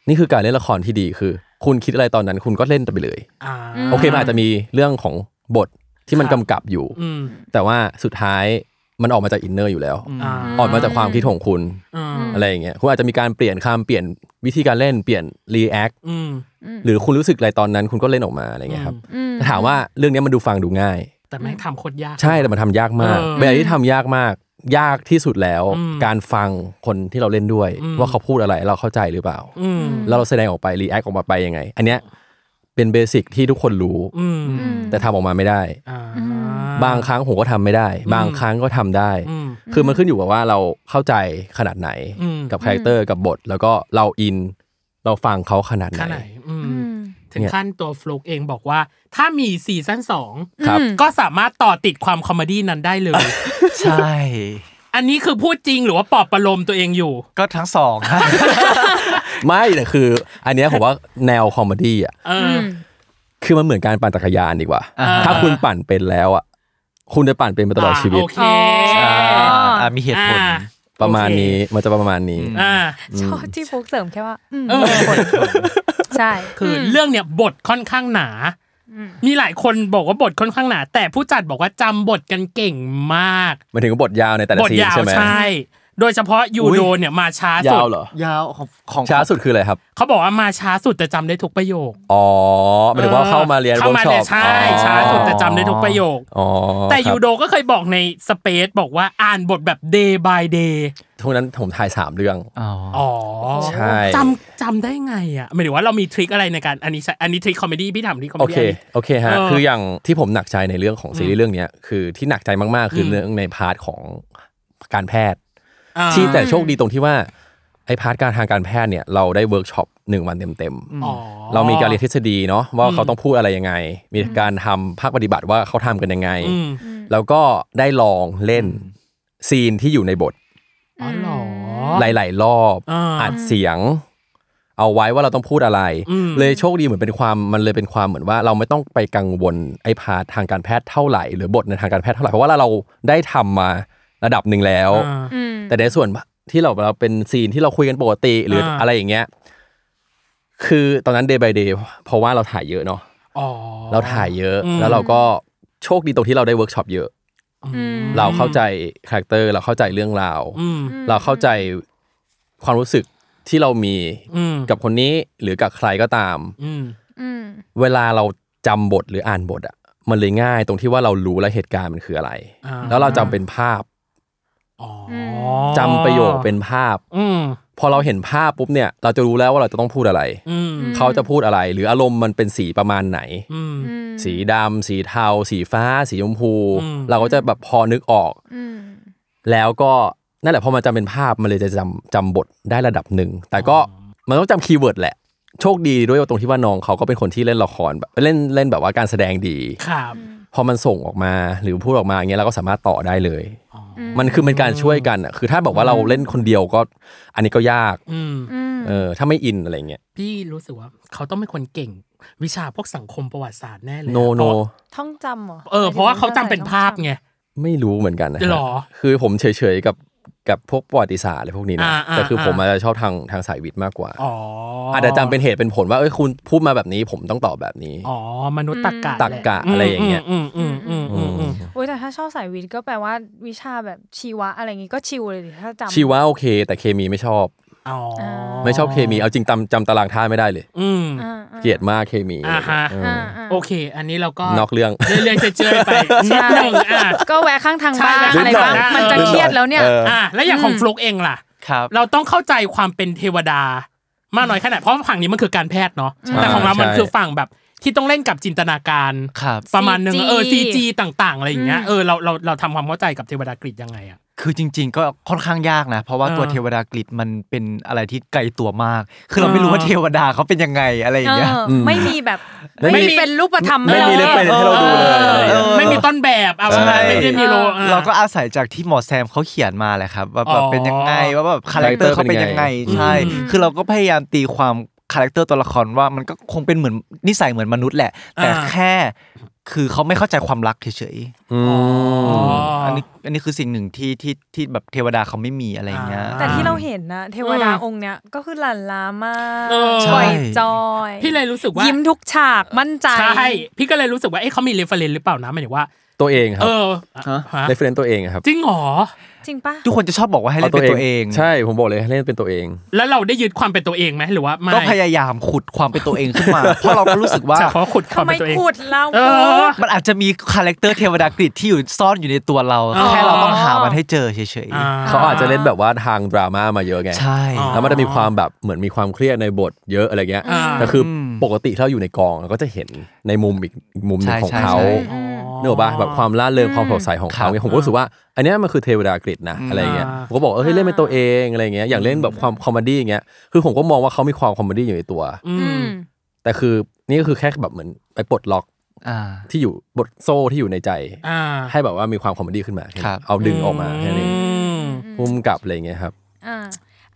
[SPEAKER 4] นี่คือการเล่นละครที่ดีคือ คุณคิดอะไรตอนนั้นคุณก็เล่นไปเลย
[SPEAKER 3] อ่า
[SPEAKER 4] โอเคมันอาจจะมีเรื่องของบทที่มัน
[SPEAKER 3] ครับ
[SPEAKER 4] กำกับอยู่
[SPEAKER 3] อืม
[SPEAKER 4] แต่ว่าสุดท้ายมันออกมาจากอินเนอร์อยู่แล้ว
[SPEAKER 3] อ่า
[SPEAKER 4] ออกมาจากความคิดของคุณ
[SPEAKER 3] อืม
[SPEAKER 4] อะไรอย่างเงี้ยคุณอาจจะมีการเปลี่ยนคำเปลี่ยนวิธีการเล่นเปลี่ยนรีแอค
[SPEAKER 3] อืม
[SPEAKER 4] หรือคุณรู้สึกอะไรตอนนั้นคุณก็เล่นออกมาอะไรเงี้ยครับแต่ถามว่าเรื่องเนี้ยมันดูฟังดูง่าย
[SPEAKER 3] แต่แม่งทำโคตรยาก
[SPEAKER 4] ใช่แต่มันทำยากมาก
[SPEAKER 3] เออ
[SPEAKER 4] เป็นอะไรที่ทำยากมาก ยากที่สุดแล้ว
[SPEAKER 3] อืม
[SPEAKER 4] การฟังคนที่เราเล่นด้วย
[SPEAKER 3] อืม
[SPEAKER 4] ว่าเขาพูดอะไรเราเข้าใจหรือเปล่า
[SPEAKER 3] อืม
[SPEAKER 4] แล้วเราแสดงออกไปรีแอคออกมาไปยังไง อันเนี้ยเป็นเบสิกที่ทุกคนรู้
[SPEAKER 3] อืม
[SPEAKER 4] แต่ทำออกมาไม่ได้
[SPEAKER 3] อ่า
[SPEAKER 4] บางครั้งผมก็ทำไม่ได้ บางครั้งก็ทำได้
[SPEAKER 3] อืม
[SPEAKER 4] คือมันขึ้นอยู่กับว่าเราเข้าใจขนาดไหน
[SPEAKER 3] อืม
[SPEAKER 4] กับคาแรคเตอร์กับบท แล้วก็เราอิน เราฟังเขาขนาดไหน
[SPEAKER 3] ขั้นไหนอืม
[SPEAKER 2] อืม
[SPEAKER 3] ถึงขั้นตัวฟลุกเองบอกว่า ถ้ามีซีซั่นสอง
[SPEAKER 4] ครับ
[SPEAKER 3] ก็สามารถต่อติดความคอมเมดี้นั้นได้เลย
[SPEAKER 5] ใช่
[SPEAKER 3] อันนี้คือพูดจริงหรือว่าปลอบประโลมตัวเองอยู่
[SPEAKER 5] ก็ทั้งสอง
[SPEAKER 4] ไม่แต่คือ อันเนี้ยผมว่าแนวคอมเมดี้อ่ะ
[SPEAKER 3] เอออ
[SPEAKER 4] คือมันเหมือนการปั่นจักรยานดีกว่า
[SPEAKER 5] อ่า
[SPEAKER 4] ถ้าคุณปั่นเป็นแล้วอ่ะ คุณจะปั่นเป็นมาตลอดชีวิต
[SPEAKER 3] อ่าโอเค
[SPEAKER 5] อ่าอ่ามีเหตุผล
[SPEAKER 3] อ่า
[SPEAKER 4] ประมาณนี้
[SPEAKER 3] โอเค
[SPEAKER 4] มันจะประมาณนี้
[SPEAKER 3] อ่า
[SPEAKER 2] ชอบที่ฟุกเสริมแค่ว่า อืม
[SPEAKER 3] เออ
[SPEAKER 2] ใช่
[SPEAKER 3] คือเรื่องเนี่ยบทค่อนข้างหนา มีหลายคนบอกว่าบทค่อนข้างหนา แต่ผู้จัดบอกว่าจำบทกันเก่งมาก
[SPEAKER 4] มันถึงกับบทยาวในแต่ละ
[SPEAKER 3] บท
[SPEAKER 4] ซีน
[SPEAKER 3] ยาว
[SPEAKER 4] ใช่ไหม
[SPEAKER 3] ใช่ โดยเฉพาะยูโดเนี่ยมาช้าสุ
[SPEAKER 4] ยาว
[SPEAKER 3] ด
[SPEAKER 4] เหรอ
[SPEAKER 5] ยาวของของ
[SPEAKER 4] ช้าสุดคืออะไรครับ
[SPEAKER 3] เขาบอกว่ามาช้าสุดแต่จำได้ทุกประโยค
[SPEAKER 4] อ๋อหมายถึงว่าเข้ามาเรียน
[SPEAKER 3] เข้า
[SPEAKER 4] เวิร์ก
[SPEAKER 3] มา
[SPEAKER 4] ช็อ
[SPEAKER 3] เรีย
[SPEAKER 4] ป
[SPEAKER 3] นใช่ช้าสุดแต่จำได้ทุกประโยค
[SPEAKER 4] อ๋อ
[SPEAKER 3] แต่ยู
[SPEAKER 4] ครับ
[SPEAKER 3] โดก็เคยบอกในสเปซบอกว่าอ่านบทแบบ day by day
[SPEAKER 4] ทุกนั้นผมถ่ายสามเรื่อง
[SPEAKER 3] อ๋อ
[SPEAKER 4] ใช่
[SPEAKER 3] จำจำได้ไงอ่ะหมายถึงว่าเรามีทริคอะไรในการอันนี้ใช่อันนี้ทริคคอมเมดี้พี่ถามทริคคอม
[SPEAKER 4] โอ
[SPEAKER 3] เม
[SPEAKER 4] เค
[SPEAKER 3] ดี้
[SPEAKER 4] โอเคฮะ
[SPEAKER 3] เออ
[SPEAKER 4] คืออย่างที่ผมหนักใจในเรื่องของซีรีส์เรื่องเนี้ยคือที่หนักใจมากๆ คือเรื่องในพาร์ทของการแพทย์
[SPEAKER 3] อ่า
[SPEAKER 4] ที่แต่โชคดีตรงที่ว่า ไอ้พาร์ทการทางการแพทย์เนี่ยเราได้เวิร์กช็อปหนึ่งวันเต็ม
[SPEAKER 5] อืม
[SPEAKER 4] ๆ
[SPEAKER 3] อ๋อ
[SPEAKER 4] เรามีการเรียนทฤษฎีเนาะว่า
[SPEAKER 3] อืม
[SPEAKER 4] เขาต้องพูดอะไรยังไง มีการทำภาคปฏิบัติว่าเขาทำกันยังไง
[SPEAKER 3] อืม
[SPEAKER 4] แล้วก็ได้ลองเล่นซีนที่อยู่ในบท
[SPEAKER 3] อ๋อเหรอ
[SPEAKER 4] หลาย ๆ รอบ
[SPEAKER 3] อ่า
[SPEAKER 4] อัดเสียง เอาไว้ว่าเราต้องพูดอะไร
[SPEAKER 3] อืม
[SPEAKER 4] เลยโชคดีเหมือนเป็นความมันเลยเป็นความเหมือนว่า เราไม่ต้องไปกังวลไอ้พาร์ททางการแพทย์เท่าไหร่หรือบทในทางการแพทย์เท่าไหร่เพราะว่าเราได้ทำมาระดับหนึ่งแล้ว
[SPEAKER 3] อ่า
[SPEAKER 2] อืม
[SPEAKER 4] แต่ในส่วนที่เราเราเป็นซีนที่เราคุยกันปกติหรืออา อะไรอย่างเงี้ยคือตอนนั้น day by day เพราะว่าเราถ่ายเยอะเนาะ
[SPEAKER 3] อ๋อ
[SPEAKER 4] เราถ่ายเยอะ
[SPEAKER 3] อืม
[SPEAKER 4] แล้วเราก็โชคดีตรงที่เราได้เวิร์กช็อปเยอะ
[SPEAKER 3] อืม
[SPEAKER 4] เราเข้าใจคาแรคเตอร์เราเข้าใจเรื่องราว
[SPEAKER 3] อืม
[SPEAKER 4] เราเข้าใจความรู้สึกที่เรามี
[SPEAKER 3] อืม
[SPEAKER 4] กับคนนี้หรือกับใครก็ตาม
[SPEAKER 3] อืม
[SPEAKER 2] อืม
[SPEAKER 4] เวลาเราจำบทหรืออ่านบทอ่ะมันเลยง่ายตรงที่ว่าเรารู้และเหตุการณ์มันคืออะไร
[SPEAKER 3] อ่า
[SPEAKER 4] แล้วเราจำเป็นภาพ
[SPEAKER 3] อ๋ออ
[SPEAKER 2] ม
[SPEAKER 4] จำประโยคเป็นภาพ
[SPEAKER 3] อืม
[SPEAKER 4] พอเราเห็นภาพปุ๊บเนี่ย เราจะรู้แล้วว่าเราจะต้องพูดอะไร
[SPEAKER 3] อืม
[SPEAKER 4] เขาจะพูดอะไร หรืออารมณ์มันเป็นสีประมาณไหน
[SPEAKER 3] อืม
[SPEAKER 2] อืม
[SPEAKER 4] สีดำสีเทา สีฟ้า สีชมพู
[SPEAKER 3] อืม
[SPEAKER 4] เราก็จะแบบพอนึกออก
[SPEAKER 2] อืม
[SPEAKER 4] แล้วก็นั่นแหละพอมันจำเป็นภาพมันเลยจะจำจำบทได้ระดับหนึ่ง แต่ก็มันต้องจำคีย์เวิร์ดแหละ โชคดีด้วยตรงที่ว่าน้องเขาก็เป็นคนที่เล่นละครแบบเล่นเล่นแบบว่าการแสดง ดี
[SPEAKER 3] ครับ
[SPEAKER 4] พอมันส่งออกมาหรือพูดออกมาอย่างเงี้ยเราก็สามารถต่อได้เลย มันคือเป็นการช่วยกันอะคือถ้าบอกว่าเราเล่นคนเดียวก็ อันนี้ก็ยาก
[SPEAKER 3] อืม
[SPEAKER 2] อืม
[SPEAKER 4] เออถ้าไม่อินอะไรเงี้ย
[SPEAKER 3] พี่รู้สึกว่าเขาต้องเป็นคนเก่ง วิชาพวกสังคมประวัติศาสตร์แน่เลย
[SPEAKER 4] โน
[SPEAKER 3] อะ
[SPEAKER 4] โน
[SPEAKER 3] เพราะ
[SPEAKER 2] ท่องจำเหรอ
[SPEAKER 3] เออเพราะว่าเขาจำเป็นภาพไง
[SPEAKER 4] ไม่รู้เหมือนกันนะฮะ
[SPEAKER 3] หรอ
[SPEAKER 4] คือผมเฉยๆกับกับพวกประวัติศาสตร์อะไรพวกนี้นะ
[SPEAKER 3] อ่าอ่า
[SPEAKER 4] แต่คือผม
[SPEAKER 3] อ่า
[SPEAKER 4] อาจจะชอบทางทางสายวิทย์มากกว่า
[SPEAKER 3] อ๋อ
[SPEAKER 4] อาจจะจำเป็นเหตุเป็นผลว่าเอ้ยคุณพูดมาแบบนี้ผมต้องตอบแบบนี้
[SPEAKER 3] อ๋อมนุษย์ตรรกะ
[SPEAKER 4] ตรรกะ
[SPEAKER 3] แห
[SPEAKER 4] อะไรอย่างเงี้ย
[SPEAKER 3] อืมอืมอืมอืมอืม
[SPEAKER 2] โอ้ยแต่ถ้าชอบสายวิทย์ก็แปลว่าวิชาแบบชีวะอะไรอย่างงี้ก็ชิวเลยดิถ้าจำ
[SPEAKER 4] ชีวะโอเค แต่เคมีไม่ชอบ
[SPEAKER 3] อ๋อ
[SPEAKER 4] ไม่ชอบเคมีเอาจริงจำจำตารางธาตุไม่ได้เลย
[SPEAKER 3] อืม
[SPEAKER 2] อ่าอ่า
[SPEAKER 4] เกลียดมากเคมี
[SPEAKER 3] อ่าฮะ
[SPEAKER 4] เออ
[SPEAKER 2] อ่าอ่า
[SPEAKER 3] โอเค อันนี้เราก็
[SPEAKER 4] นอกเรื่อง
[SPEAKER 3] เรื่อยๆเจือยๆไปนิดหนึ่งอ่ะ
[SPEAKER 2] ก็แวะข้างทางบ้าง
[SPEAKER 3] ใช่
[SPEAKER 2] อะไรบ้าง
[SPEAKER 3] นิดหน่อย
[SPEAKER 2] มันจะเครียดแล้วเนี่ย
[SPEAKER 4] เออ
[SPEAKER 3] อ่ะแล้วอย่างของฟลุกเองล่ะ
[SPEAKER 5] ครับ
[SPEAKER 3] เราต้องเข้าใจความเป็นเทวดามากน้อยแค่ไหนเพราะฝั่งนี้มันคือการแพทย์เนาะ
[SPEAKER 4] ใช่
[SPEAKER 3] แต่ของเรามัน
[SPEAKER 4] ใช่
[SPEAKER 3] คือฝั่งแบบที่ต้องเล่นกับจินตนาการ
[SPEAKER 5] ครับ
[SPEAKER 3] ประมาณหนึง
[SPEAKER 2] CG
[SPEAKER 3] เออซีจีต่าง ๆ อะไรอย่างเงี้ย
[SPEAKER 2] อืม
[SPEAKER 3] เออเราเราเราทำความเข้าใจกับเทวดากรีกยังไงอ่ะ
[SPEAKER 5] คือจริง ๆ ก็ค่อนข้างยากนะ เพราะว่าตัว
[SPEAKER 3] อ่า
[SPEAKER 5] เทวดากริดมันเป็นอะไรที่ไกลตัวมาก คือเราไม่รู้ว่า
[SPEAKER 3] อ่า
[SPEAKER 5] เทวดาเขาเป็นยังไงอะไรอย่างเงี้ย
[SPEAKER 2] เออไม่มีแบบ
[SPEAKER 4] ไม่มี
[SPEAKER 2] ไม่มีเป็นรูปธรรม
[SPEAKER 4] ไม่มี
[SPEAKER 2] ให้
[SPEAKER 4] เลย
[SPEAKER 2] รา
[SPEAKER 4] เป็นให้เราดูเลยอะไรเงี้ย
[SPEAKER 5] เออ
[SPEAKER 3] ไม่มีต้นแบบเอา
[SPEAKER 4] ใช่
[SPEAKER 3] ไม่ได้มีโลอ่ะ
[SPEAKER 5] เราก็อาศัยจากที่หมอแซมเขาเขียนมาแหละครับว่าแบบ
[SPEAKER 3] อ๋อ
[SPEAKER 5] เป็นยังไงว่าแบบคาแรคเตอร์เขาเป็นยังไงใช่
[SPEAKER 3] อืม
[SPEAKER 5] คือเราก็พยายามตีความคาแรคเตอร์ตัวละครว่ามันก็คงเป็นเหมือนนิสัยเหมือนมนุษย์แหละ แต่
[SPEAKER 3] อ่า
[SPEAKER 5] แค่ คือเขาไม่เข้าใจความรักเฉย
[SPEAKER 4] อื
[SPEAKER 3] อ๋ออั
[SPEAKER 4] ม
[SPEAKER 5] ๆอันนี้อันนี้คือสิ่งหนึ่งที่ที่ที่แบบเทวดาเขาไม่มีอะไรอย่างเงี้ย
[SPEAKER 3] อ่า
[SPEAKER 2] แต่ที่เราเห็นนะเทวดา
[SPEAKER 3] อืม
[SPEAKER 2] องค์เนี้ยก็คือหลั่นล้ามาก
[SPEAKER 3] เออ
[SPEAKER 2] ปล่อย
[SPEAKER 5] ใช่
[SPEAKER 2] จอย
[SPEAKER 3] พี่เลยรู้สึกว่า
[SPEAKER 2] ยิ้มทุกฉากมั่นใจ
[SPEAKER 3] ใช่พี่ก็เลยรู้สึกว่าเอ้เขามีเรฟเฟรนหรือเปล่านะหมายถึงว่า
[SPEAKER 4] ตัวเองครั
[SPEAKER 3] เอบ อ
[SPEAKER 5] ฮะ
[SPEAKER 3] ฮะ
[SPEAKER 4] ได้เฟรนตัวเองครับ
[SPEAKER 3] จริงเหรอ
[SPEAKER 2] จริงปะ
[SPEAKER 5] ทุกคนจะชอบบอกว่าให้เล่นเป็นตัวเอง
[SPEAKER 4] ใช่ผมบอกเลยให้เล่นเป็นตัวเอง
[SPEAKER 3] แล้วเราได้ยึดความเป็นตัวเองไหมหรือว่าไม่
[SPEAKER 5] ก็พยายามขุดความเป็นตัวเองขึ้นมา เพราะเราก็รู้สึกว่า
[SPEAKER 3] เฉพาะขุดความ
[SPEAKER 2] ทำไม
[SPEAKER 3] เป็นตัวเอง
[SPEAKER 2] ขุดเรา
[SPEAKER 3] เออ
[SPEAKER 5] มันอาจจะมีคาแรคเตอร์เทวดากรีกที่อยู่ซ่อนอยู่ในตัวเรา
[SPEAKER 3] อ๋อ
[SPEAKER 5] แค่เราต้องหามันให้เจอเฉย
[SPEAKER 3] อ่
[SPEAKER 4] เขาอาจจะเล่นแบบว่าทางดราม่ามาเยอะไง
[SPEAKER 5] ๆ ใช่
[SPEAKER 3] อ๋อ
[SPEAKER 4] แล้วมันจะมีความแบบเหมือนมีความเครียดในบทเยอะอะไรเงี้ย
[SPEAKER 3] อ่า
[SPEAKER 4] แต่คือปกติถ้าเราอยู่ในกองเราก็จะเห็นในมุมอีกอีกมุมหนึงของเขา
[SPEAKER 5] ใช่
[SPEAKER 2] อืม
[SPEAKER 4] เนกอะปะแบบความล่าเริงความสดใสของเขา
[SPEAKER 5] ครับ
[SPEAKER 4] เนี่ยผมก็รู้สึกว่า อันเนี้ยมันคือเทวดากฤษนะ
[SPEAKER 5] อืม
[SPEAKER 4] อะไรเงี้ย
[SPEAKER 3] อ่า
[SPEAKER 4] ผมก็บอกเออให้เล่นเป็นตัวเองอะไรเงี้ยอย่างเล่นแบบความคอมเมดี้อย่างเงี้ยคือผมก็มองว่าเขามีความคอมเมดี้อยู่ในตัว
[SPEAKER 3] อื
[SPEAKER 2] อื
[SPEAKER 3] ม
[SPEAKER 2] ม
[SPEAKER 4] แต่คือนี่ก็คือแค่แบบเหมือนไปปลดล็อก
[SPEAKER 5] อ่า
[SPEAKER 4] ที่อยู่บทโซ่ที่อยู่ในใจ
[SPEAKER 3] อ่า
[SPEAKER 4] ให้แบบว่ามีความคอมเมดี้ขึ้นมาแค่นั้น
[SPEAKER 5] ครับ
[SPEAKER 4] เอาดึงออกมาแค่นี้น
[SPEAKER 3] อืม
[SPEAKER 4] พุ่มกับอะไรเงี้ยครับ
[SPEAKER 2] อ่า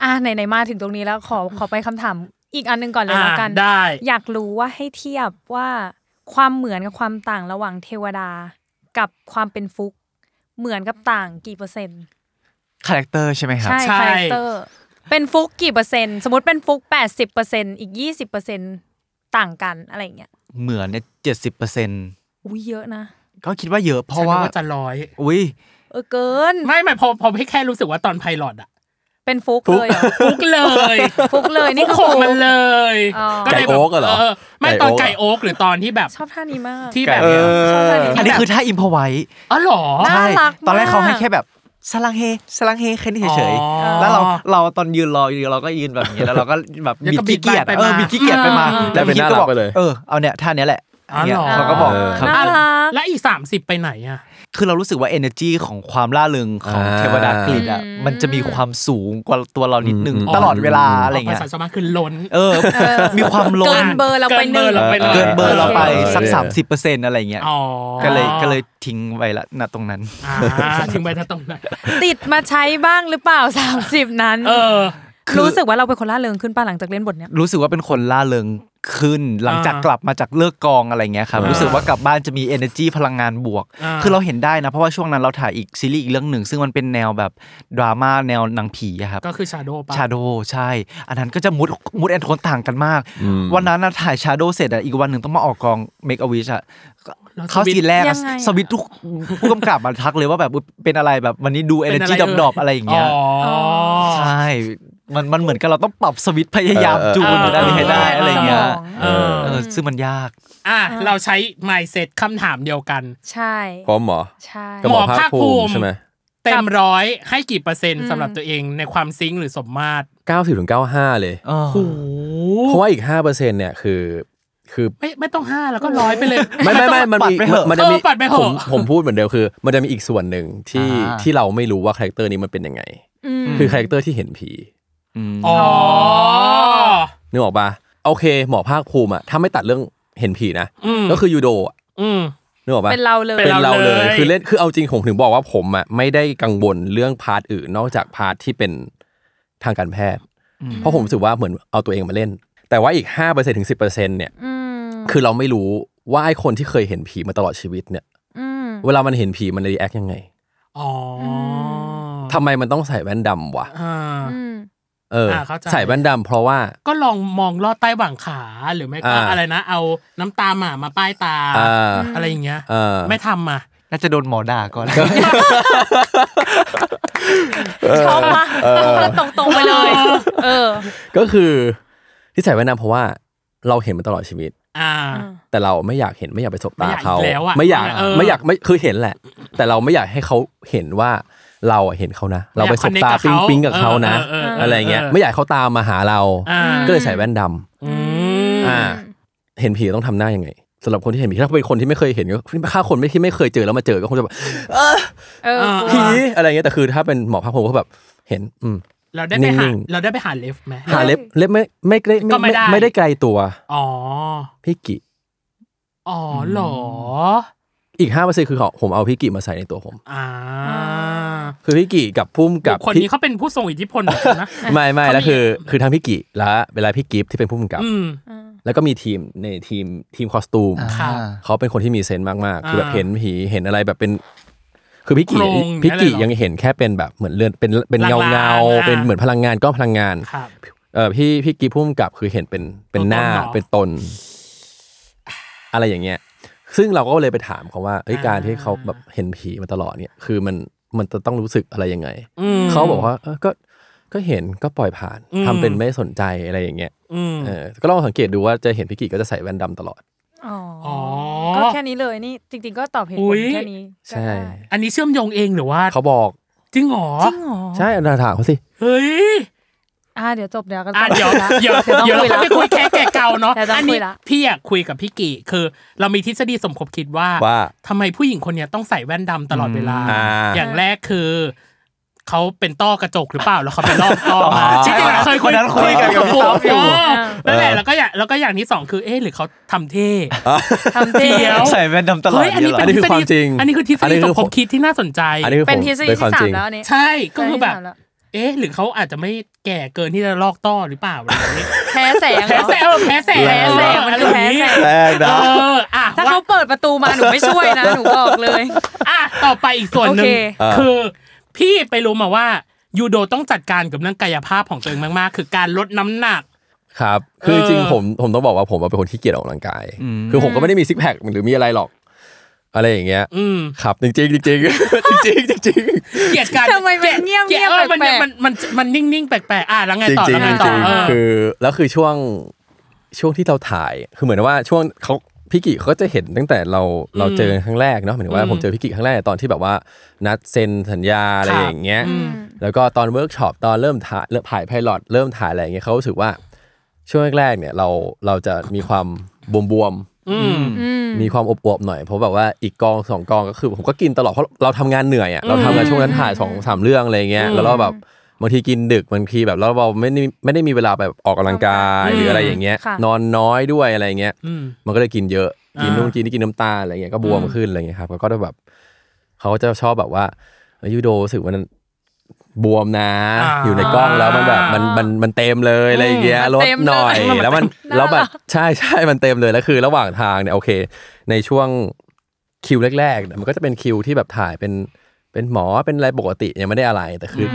[SPEAKER 2] อ่าไหนๆมาถึงตรงนี้แล้วขอขอไปคำถามอีกอันหนึ่งก่อนเลย
[SPEAKER 3] อ่า
[SPEAKER 2] แล้วกัน
[SPEAKER 3] ได้
[SPEAKER 2] อยากรู้ว่าให้เทียบว่าความเหมือนกับความต่างระหว่างเทวดา กับความเป็นฟุก เหมือนกับต่างกี่เปอร์เซ็นต์
[SPEAKER 5] คาแรคเตอร์ใช่ไหมครับ
[SPEAKER 2] ใช่
[SPEAKER 3] ใช่
[SPEAKER 2] คาแรคเตอร์เป็นฟุกกี่เปอร์เซ็นต์ สมมติเป็นฟุก 80%อีก 20%ต่างกันอะไรอย่างเงี้ย
[SPEAKER 5] เหมือนเนี่ยเจ็ดสิบเปอร์เซ็น
[SPEAKER 2] อุ้ยเยอะนะ
[SPEAKER 5] ก็คิดว่าเยอะเพ
[SPEAKER 3] เพ
[SPEAKER 5] ราะ
[SPEAKER 3] ราะ
[SPEAKER 5] ว่า
[SPEAKER 3] ว่าจะร้อย
[SPEAKER 5] อุ้ย
[SPEAKER 2] เออเกิน
[SPEAKER 3] ไม่ไม่พอพอพี่แค่รู้สึกว่าตอนไพลอตอะ
[SPEAKER 2] เป็นฟุกเลยเหรอ
[SPEAKER 3] ฟุกเลย
[SPEAKER 2] ฟุกเลยนี่
[SPEAKER 3] ฟุก
[SPEAKER 2] คือฟุก
[SPEAKER 3] โขมันเลย
[SPEAKER 2] อ๋อ
[SPEAKER 3] เลยแบบ
[SPEAKER 4] ไก่โอ๊กอะเหรอ
[SPEAKER 3] ไม่
[SPEAKER 4] ไก่
[SPEAKER 3] ตอ
[SPEAKER 4] โอ๊
[SPEAKER 3] น
[SPEAKER 4] ก
[SPEAKER 3] ไก่โอ๊กห รือตอนที่แบบ
[SPEAKER 2] ชอบท่านี้มาก
[SPEAKER 3] ที่แบบ
[SPEAKER 5] ไก่
[SPEAKER 3] เนี่ย
[SPEAKER 2] ชอบท่านี้
[SPEAKER 5] อันนี้
[SPEAKER 2] แบบ
[SPEAKER 5] คือถ้าอิมพอไว้
[SPEAKER 3] อ๋อเหรอ
[SPEAKER 2] น่า
[SPEAKER 5] ใช่
[SPEAKER 2] รักมาก
[SPEAKER 5] ตอนแรกเขาให้แค่แบบสลังเฮสลังเฮแค่นี้เฉย
[SPEAKER 3] อ๋อ
[SPEAKER 5] ๆแล้วเราเราตอนยืนรออยู่เราก็ยืนแบบนี้แล้วเราก็แบบ
[SPEAKER 3] แล้วก็
[SPEAKER 5] บิดขี้เกีย
[SPEAKER 3] บิ
[SPEAKER 5] จ
[SPEAKER 3] ดไปมา
[SPEAKER 5] เออบิดขี้เกียจไปมา
[SPEAKER 3] อ่า
[SPEAKER 5] แล้วพี่ก็บอก
[SPEAKER 4] ได้เป็นหน้าหลังไปเลย
[SPEAKER 5] เออเอาเนี่ยท่าเนี้ยแหละ
[SPEAKER 3] อ๋อเหรอ
[SPEAKER 5] เขาก็บอกครับ
[SPEAKER 2] น่ารัก
[SPEAKER 3] และอีก 30 ไปไหนอ่ะ
[SPEAKER 5] คือเรารู้สึกว่า energy ของความล่าเริงของ
[SPEAKER 4] อ่า
[SPEAKER 5] เทวดากรีกอ่ะ
[SPEAKER 2] อืม
[SPEAKER 5] มันจะมีความสูงกว่าตัวเรานิดนึง
[SPEAKER 4] อืม
[SPEAKER 5] ตลอดเวลาอะไรเงี้
[SPEAKER 3] ภาย ษาชาวบ้านคือล้น
[SPEAKER 5] เออ มีความล้
[SPEAKER 6] เกิ
[SPEAKER 5] น
[SPEAKER 6] นเบอร์เราไปหนึ่ง
[SPEAKER 3] เกินเบอร์เราไปหนึ่ง
[SPEAKER 5] เกินเบอร์เราไปสัก
[SPEAKER 4] เออ
[SPEAKER 5] 30%อะไรเงี้ย
[SPEAKER 3] อ๋อ
[SPEAKER 5] ก็เลยก็เลยทิ้งไว้ละณตรงนั้น
[SPEAKER 3] อ่าถึงไปนะตรงนั้น
[SPEAKER 2] ติดมาใช้บ้างหรือเปล่า 30 นั้น
[SPEAKER 3] เออ
[SPEAKER 2] รู้สึกว่าเราเป็นคนล่าเริงขึ้นป่ะหลังจากเล่นบทเนี้ย
[SPEAKER 5] รู้สึกว่าเป็นคนล่าเริงขึ้น หลังจาก
[SPEAKER 3] อ่าก ก
[SPEAKER 5] ลับมาจากเลิกกองอะไรเงี้ยครับ
[SPEAKER 3] อ่ารู้
[SPEAKER 5] รู้สึกว่ากลับบ้านจะมี energy พลังงานบวก
[SPEAKER 3] อ่า
[SPEAKER 5] คือเราเห็นได้นะ เพราะว่าช่วงนั้นเราถ่ายอีกซีรีส์อีกเรื่องหนึ่ง ซึ่งมันเป็นแนวแบบดราม่าแนวหนังผีอะครับ
[SPEAKER 3] ก็คือชาโดปะ
[SPEAKER 5] ชาโดใช่ อันนั้นก็จะมุดมุดแอนโทนต่างกันมาก
[SPEAKER 4] อืม
[SPEAKER 5] วันนั้นน่ะถ่ายชาโดเสร็จอ่ะอีกวันหนึ่งต้องมาออกกองเมกอวิชอ่ะ
[SPEAKER 3] แล้ว
[SPEAKER 5] เข้า
[SPEAKER 3] สวิตช์
[SPEAKER 5] ซีนแรก
[SPEAKER 2] ยั
[SPEAKER 5] อะ
[SPEAKER 2] งไงอะ
[SPEAKER 5] สวิตช์ทุกผู้กำกับมาทักเลยว่าแบบเป็นอะไรแบบวันนี้ดูเอเนจี
[SPEAKER 3] เป็นอะไรเอ่ย
[SPEAKER 5] ดอบๆอะไรอย่าง
[SPEAKER 3] อ๋
[SPEAKER 5] เงี้ย
[SPEAKER 3] อ
[SPEAKER 5] ใช่มันมันเหมือนกับเราต้องปรับสวิตช์พยายามจูน
[SPEAKER 3] เออเออ
[SPEAKER 5] อะไรให้ได้อะไรอย่างเงี้ย
[SPEAKER 3] เออ
[SPEAKER 5] เออซึ่งมันยาก
[SPEAKER 3] อ่ะเราใช้ mindset คำถามเดียวกัน
[SPEAKER 2] ใช่
[SPEAKER 4] พร้อมหมอ
[SPEAKER 2] ใช่
[SPEAKER 4] กับหมอภาคภูมิใช่ไหม
[SPEAKER 3] เต็มร้อยให้กี่เปอร์เซ็นต์สำหรับตัวเองในความซิงค์หรือสมมาตร
[SPEAKER 4] เก้าสิบถึงเก้าห้าเลย
[SPEAKER 5] เออ
[SPEAKER 3] โอ้โห
[SPEAKER 4] เพราะว่าอีกห้าเปอร์เซ็นเนี่ยคือคือ
[SPEAKER 3] ไม่ไม่ต้องห้าแล้วก็ร้อยไปเลย
[SPEAKER 4] ไม่ไม่ไม่มัน
[SPEAKER 5] ปัด
[SPEAKER 4] มี
[SPEAKER 5] ไปเถอะ
[SPEAKER 4] มันจะมี
[SPEAKER 3] เออปัดไปเถ
[SPEAKER 4] ผ
[SPEAKER 3] อะ
[SPEAKER 4] มผมพูดเหมือนเดิมคือ มันจะมีอีกส่วนหนึ่งที่
[SPEAKER 5] อ่า
[SPEAKER 4] ที่เราไม่รู้ว่าคาแรคเตอร์นี้มันเป็นยังไง
[SPEAKER 5] อืม
[SPEAKER 4] คือคาแรคเตอร์ที่เห็นผี
[SPEAKER 5] อืม
[SPEAKER 3] อ๋อ
[SPEAKER 4] นึกออกปะโอเค หมอภาคภูมิอะถ้าไม่ตัดเรื่องเห็นผีนะ
[SPEAKER 3] อืม
[SPEAKER 4] ก็คือยูโดอะ
[SPEAKER 3] อืม
[SPEAKER 4] นึกออกปะ
[SPEAKER 2] เป็นเราเลย
[SPEAKER 3] ป็ นเราเลย
[SPEAKER 4] คือเล่นคือเอาจริงผมถึงบอกว่าผมอะไม่ได้กังวลเรื่องพาร์ทอื่นนอกจากพาร์ทที่เป็นทางการแพทย์ เพราะผมรู้สึกว่าเหมือนเอาตัวเองมาเล่น แต่ว่าอีก5%ถึง10%เนี่ย
[SPEAKER 2] อืม
[SPEAKER 4] คือเราไม่รู้ว่าไอคนที่เคยเห็นผีมาตลอดชีวิตเนี่ย
[SPEAKER 2] อืม
[SPEAKER 4] เวลามันเห็นผีมันรีแอคยังไง
[SPEAKER 3] อ๋อ
[SPEAKER 4] ทำไมมันต้องใส่แว่นดำวะ
[SPEAKER 3] อ่า
[SPEAKER 2] อืม
[SPEAKER 4] เออ
[SPEAKER 3] อ่าเข้าใจ
[SPEAKER 4] ใส่แว่นดำเพราะว่า
[SPEAKER 3] ก็ลองมองลอดใต้บ่างขาหรือไม่ก็
[SPEAKER 4] อ่า
[SPEAKER 3] อะไรนะ เอาน้ำตาหมามาป้ายตา
[SPEAKER 4] อ่า
[SPEAKER 3] อะไรอย่างเงี้ย
[SPEAKER 4] อ่า
[SPEAKER 3] ไม่ทำอ่ะ
[SPEAKER 5] น่าจะโดนหมอด่าก่อน
[SPEAKER 2] ชอบปะตรงตรงๆไปเลย เออ
[SPEAKER 4] ก็คือที่ใส่แว่นดำเพราะว่าเราเห็นมันตลอดชีวิต
[SPEAKER 3] อ่า
[SPEAKER 4] แต่เราไม่อยากเห็นไม่อยากไปสบตาเขา
[SPEAKER 3] ไม่อยากอีกแล้วอะ
[SPEAKER 4] ไม่อยาก
[SPEAKER 3] เออ
[SPEAKER 4] ไม่อยากไม่คือเห็นแหละ แต่เราไม่อยากให้เขาเห็นว่าเราอะเห็นเขานะ เราไปสบตา
[SPEAKER 3] ไม่อยาก connect กับ
[SPEAKER 4] ปิ๊ง
[SPEAKER 3] เขา
[SPEAKER 4] ปิ๊งๆกับเขานะ
[SPEAKER 3] เออเออเอออ
[SPEAKER 4] อะไรเงี้ย
[SPEAKER 3] เออ
[SPEAKER 4] ไม่อยากให้เขาตามมาหาเรา
[SPEAKER 3] อ่า
[SPEAKER 4] ก็เลยใส่แว่นดำ
[SPEAKER 3] อืม
[SPEAKER 4] อ่า เห็นผีต้องทำหน้ายังไงสำหรับคนที่เห็นผีถ้าเป็นคนที่ไม่เคยเห็นก็ค่าคนไม่ที่ไม่เคยเจอแล้วมาเจอก็คงจะแบบ
[SPEAKER 2] เออ
[SPEAKER 4] ผีอะไรเงี้ยแต่คือถ้าเป็นหมอภาคภูมิก็แบบเห็นอืม
[SPEAKER 3] เราได้ไปหา
[SPEAKER 4] นิ่งๆ
[SPEAKER 3] เราได้ไปหาเลฟไหม
[SPEAKER 4] หาเล็บเล็บไม่ไม่ได้
[SPEAKER 3] ก็ไม่ได้
[SPEAKER 4] ไม่ได้ไกลตัว
[SPEAKER 3] อ๋อ
[SPEAKER 4] พี่กิ
[SPEAKER 3] อ๋อเหรอ
[SPEAKER 4] อีกห้าเปอร์เซ็นต์คือเขาผมเอาพี่กิมาใส่ในตัวผม
[SPEAKER 3] อ่า
[SPEAKER 4] คือพี่กิกับพุ่มกับ
[SPEAKER 3] คนนี้
[SPEAKER 4] พี่
[SPEAKER 3] เขาเป็นผู้ทรงอิทธิพลเหมือนกันนะ
[SPEAKER 4] ไม่ไม่
[SPEAKER 3] เขามี
[SPEAKER 4] แล้วคือ คือทั้งพี่กิและเวลาพี่กิฟที่เป็นผู้กำกับ
[SPEAKER 3] อืม
[SPEAKER 4] แล้วก็มีทีมในทีมทีมคอสตูม
[SPEAKER 3] ค่ะ
[SPEAKER 4] เขาเป็นคนที่มีเซนส์มากๆ คือแบบ
[SPEAKER 3] อ่า
[SPEAKER 4] เห็นผีเห็นอะไรแบบเป็น คือพี่กิ
[SPEAKER 3] โครง
[SPEAKER 4] พี่กิ
[SPEAKER 3] อย่างเงี้ยเลยเหรอ
[SPEAKER 4] ยังเห็นแค่เป็นแบบเหมือนเลือนเป็นเป็นเงา
[SPEAKER 3] ลางๆ
[SPEAKER 4] เงา
[SPEAKER 3] อ่ะ
[SPEAKER 4] เป็นเหมือนพลังงานก็พลังงาน
[SPEAKER 3] ครับ
[SPEAKER 4] เออพี่พี่กิฟพุ่มกับคือเห็นเป็นเป็น
[SPEAKER 3] ตัวตน
[SPEAKER 4] หน้า
[SPEAKER 3] เหรอ
[SPEAKER 4] เป็นตน อะไรอย่างเงี้ย ซึ่งเราก็เลยไปถามเขาว่าเอ้ย
[SPEAKER 3] อ่า
[SPEAKER 4] การที่เขาแบบเห็นผีมาตลอดเนี่ย คือมันมันจะต้องรู้สึกอะไรยังไง
[SPEAKER 3] อืม
[SPEAKER 4] เขาบอกว่าเออก็ก็เห็นก็ปล่อยผ่าน
[SPEAKER 3] อืม
[SPEAKER 4] ทำเป็นไม่สนใจอะไรอย่างเงี้ย
[SPEAKER 3] อืม
[SPEAKER 4] เออก็ลองสังเกตดูว่าจะเห็นพี่กิก็จะใส่แว่นดำตลอด
[SPEAKER 2] อ๋ออ
[SPEAKER 3] อ๋อ
[SPEAKER 2] ก็แค่นี้เลยนี่ จริง ๆ ก็ตอบเหตุ
[SPEAKER 3] อุ๊
[SPEAKER 2] ผล
[SPEAKER 3] ย
[SPEAKER 2] แค่นี้ก็
[SPEAKER 4] ใช่
[SPEAKER 2] ได้
[SPEAKER 3] อันนี้เชื่อมโยงเองหรือว่า
[SPEAKER 4] เขาบอก
[SPEAKER 3] จริงเหรอ
[SPEAKER 2] จริงเหรอ
[SPEAKER 4] ใช่เราถามเขาสิ
[SPEAKER 3] เฮ้ย
[SPEAKER 2] อ่าเดี๋ยวจบเดี๋ยวกัน
[SPEAKER 3] อ่ะ
[SPEAKER 2] ต่
[SPEAKER 3] เดี๋ยว
[SPEAKER 2] ละ
[SPEAKER 3] เดี๋ยว
[SPEAKER 2] ต้อง
[SPEAKER 3] เดี๋ยวเรา
[SPEAKER 2] คุยละ
[SPEAKER 3] ค่อยไปคุยแค่แก่เก่าเนาะ
[SPEAKER 2] เดี๋ยวต้อง
[SPEAKER 3] อัน
[SPEAKER 2] คุ
[SPEAKER 3] นี้
[SPEAKER 2] ยละ
[SPEAKER 3] พี่อยากคุยกับพี่กิคือ เรามีทฤษฎีสมคบคิดว่า
[SPEAKER 4] ว่า
[SPEAKER 3] ทำไมผู้หญิงคนเนี้ยต้องใส่แว่นดำตลอดเวลา
[SPEAKER 4] อ่า
[SPEAKER 3] อย่างแรกคือ เขาเป็นต้อกระจกหรือเปล่าแล้วเขาเป็นลอกต้อมาจริงๆอะเคย
[SPEAKER 5] คนนั้นคุยกันกับพี่ต๊อกอยู่
[SPEAKER 3] เนั่นแหละแล้วก็อย่างแล้วก็อย่างที่สองคือเอ๊ะหรือเขาทำเท่
[SPEAKER 2] ทำเตี
[SPEAKER 3] เดี๋
[SPEAKER 2] ย
[SPEAKER 3] ยว ว
[SPEAKER 5] ใส่แว่นดำตลอด
[SPEAKER 3] เฮ้ยอันนี้เป็น
[SPEAKER 4] อันนี้
[SPEAKER 3] ทฤ
[SPEAKER 4] คือ
[SPEAKER 3] ษ
[SPEAKER 4] ควา
[SPEAKER 3] ฎี
[SPEAKER 4] มจริง
[SPEAKER 3] อันนี้คือทฤษ
[SPEAKER 4] อันนี้
[SPEAKER 3] ฎี
[SPEAKER 4] คื
[SPEAKER 3] ส
[SPEAKER 4] อ
[SPEAKER 3] มคบคิดที่น่าสนใจ
[SPEAKER 4] อันนี้คือผม
[SPEAKER 2] เป็นทฤษฎี
[SPEAKER 4] เป็นควา
[SPEAKER 2] ที่สา
[SPEAKER 4] มจ
[SPEAKER 2] ม
[SPEAKER 4] ริง
[SPEAKER 2] แล้วอันนี้
[SPEAKER 3] ใช่ก็คือแบบ
[SPEAKER 2] ใช่แล้ว
[SPEAKER 3] เอ๊ะ หรือเขาอาจจะไม่แก่เกินที่จะลอกต้อหรือเปล่าอะไรอย่างนี้
[SPEAKER 2] แพ้แสงเหรอ
[SPEAKER 3] แพ้แสง เออแพ้แสง
[SPEAKER 2] แพ้แสงมันคือแพ้แสง
[SPEAKER 3] เออเอ
[SPEAKER 4] แป้งนะ
[SPEAKER 3] ออ่ะ
[SPEAKER 2] ถ้า
[SPEAKER 3] ว่า
[SPEAKER 2] เขาเปิดประตูมาหนูไม่ช่วยนะหนูบอกเลย
[SPEAKER 3] อ่ะต่อไปอีกส่วนหนึ่ง
[SPEAKER 2] โอเค
[SPEAKER 4] อ่า
[SPEAKER 3] คือ พี่ไปรู้มาว่ายูโดต้องจัดการกับเรื่องกายภาพของตัวเองมากๆ คือการลดน้ำหนัก
[SPEAKER 4] ครับ คือ
[SPEAKER 3] เออ
[SPEAKER 4] จริงๆผมผมต้องบอกว่าผมเป็นคนที่เกียจออกกำลังกาย คือผมก็ไม่ได้มีซิกแพคหรือมีอะไรหรอก อะไรอย่างเงี้ย
[SPEAKER 3] อืม
[SPEAKER 4] ครับจริงๆจริงๆจริงๆจ ริงๆจริง
[SPEAKER 3] เกลียดการ
[SPEAKER 2] ทำไมมันเงียบๆ
[SPEAKER 3] กลีดออมัน
[SPEAKER 2] แปลกๆ
[SPEAKER 3] มันมันมันนิ่งๆแปลกๆอ่ะแล้วไง
[SPEAKER 4] ๆจริง
[SPEAKER 3] ต่อ
[SPEAKER 4] ๆจริ
[SPEAKER 3] แล้ว
[SPEAKER 4] ง
[SPEAKER 3] ไงต่อเออ
[SPEAKER 4] ๆคือแล้วคือช่วงช่วงที่เราถ่ายคือเหมือนว่าช่วงเขาพี่กิเขาก็จะเห็นตั้งแต่เราเราเจอครั้งแรกเนาะหมายถึงว่า
[SPEAKER 3] อืม
[SPEAKER 4] ผมเจอพี่กิครั้งแรกตอนที่แบบว่านัดเซ็นสัญญาอะไร
[SPEAKER 3] ครับ
[SPEAKER 4] อย่างเงี้ยแล้วก็ตอนเวิร์กช็อปตอนเริ่มถ่ายเริ่มถ่ายไพลอตเริ่มถ่ายอะไรอย่างเงี้ยเขารู้สึกว่าช่วงแรกๆเนี่ยเราเราจะมีความบวมๆ
[SPEAKER 3] อืม
[SPEAKER 2] อืม ม
[SPEAKER 4] มีความอบอวบหน่อยเพราะแบบว่าอีกกองสองกองก็คือ ผมก็กินตลอดเพราะเราทำงานเหนื่อยอ่ะเราทำงานช่วงนั้นถ่ายสองสามเรื่องอะไรเงี้ย
[SPEAKER 3] อืม
[SPEAKER 4] แล้วเราแบบบางทีกินดึกบางทีแบบแล้วเราไม่ได้ไม่ได้มีเวลาแบบออกกำลังกาย
[SPEAKER 3] อืม
[SPEAKER 4] หรืออะไรอย่างเงี้ย
[SPEAKER 2] ค่ะ
[SPEAKER 4] นอนน้อยด้วยอะไรเงี้ย
[SPEAKER 3] อืม
[SPEAKER 4] มันก็เลยกินเยอะ
[SPEAKER 3] อ่ากิ
[SPEAKER 4] กินนู่นกินนี่กินน้ำตาลอะไรเงี้ยก็บวม
[SPEAKER 3] อืม
[SPEAKER 4] ขึ้นอะไรเงี้ยครับแล้วก็จะแบบเขาก็จะชอบแบบว่าเอ้ยยูโดรู้สึกว่ามันบวมนะ อยู่ในกล้องแล้วมันแบบมันมันมันเต็มเลยอะไรอย่างเงี้ยลด
[SPEAKER 2] เต็ มเลย
[SPEAKER 4] หน่อยแล้วมัน
[SPEAKER 2] น่ารัก
[SPEAKER 4] แล้วแบบใช่ใช่มันเต็มเลยแล้วคือ ระหว่างทางเนี่ยโอเค ในช่วงคิวแรกๆเนี่ยมันก็จะเป็นคิวที่แบบถ่ายเป็นเป็นหมอเป็นอะไรปกติยังไม่ได้อะไรแต่คืออ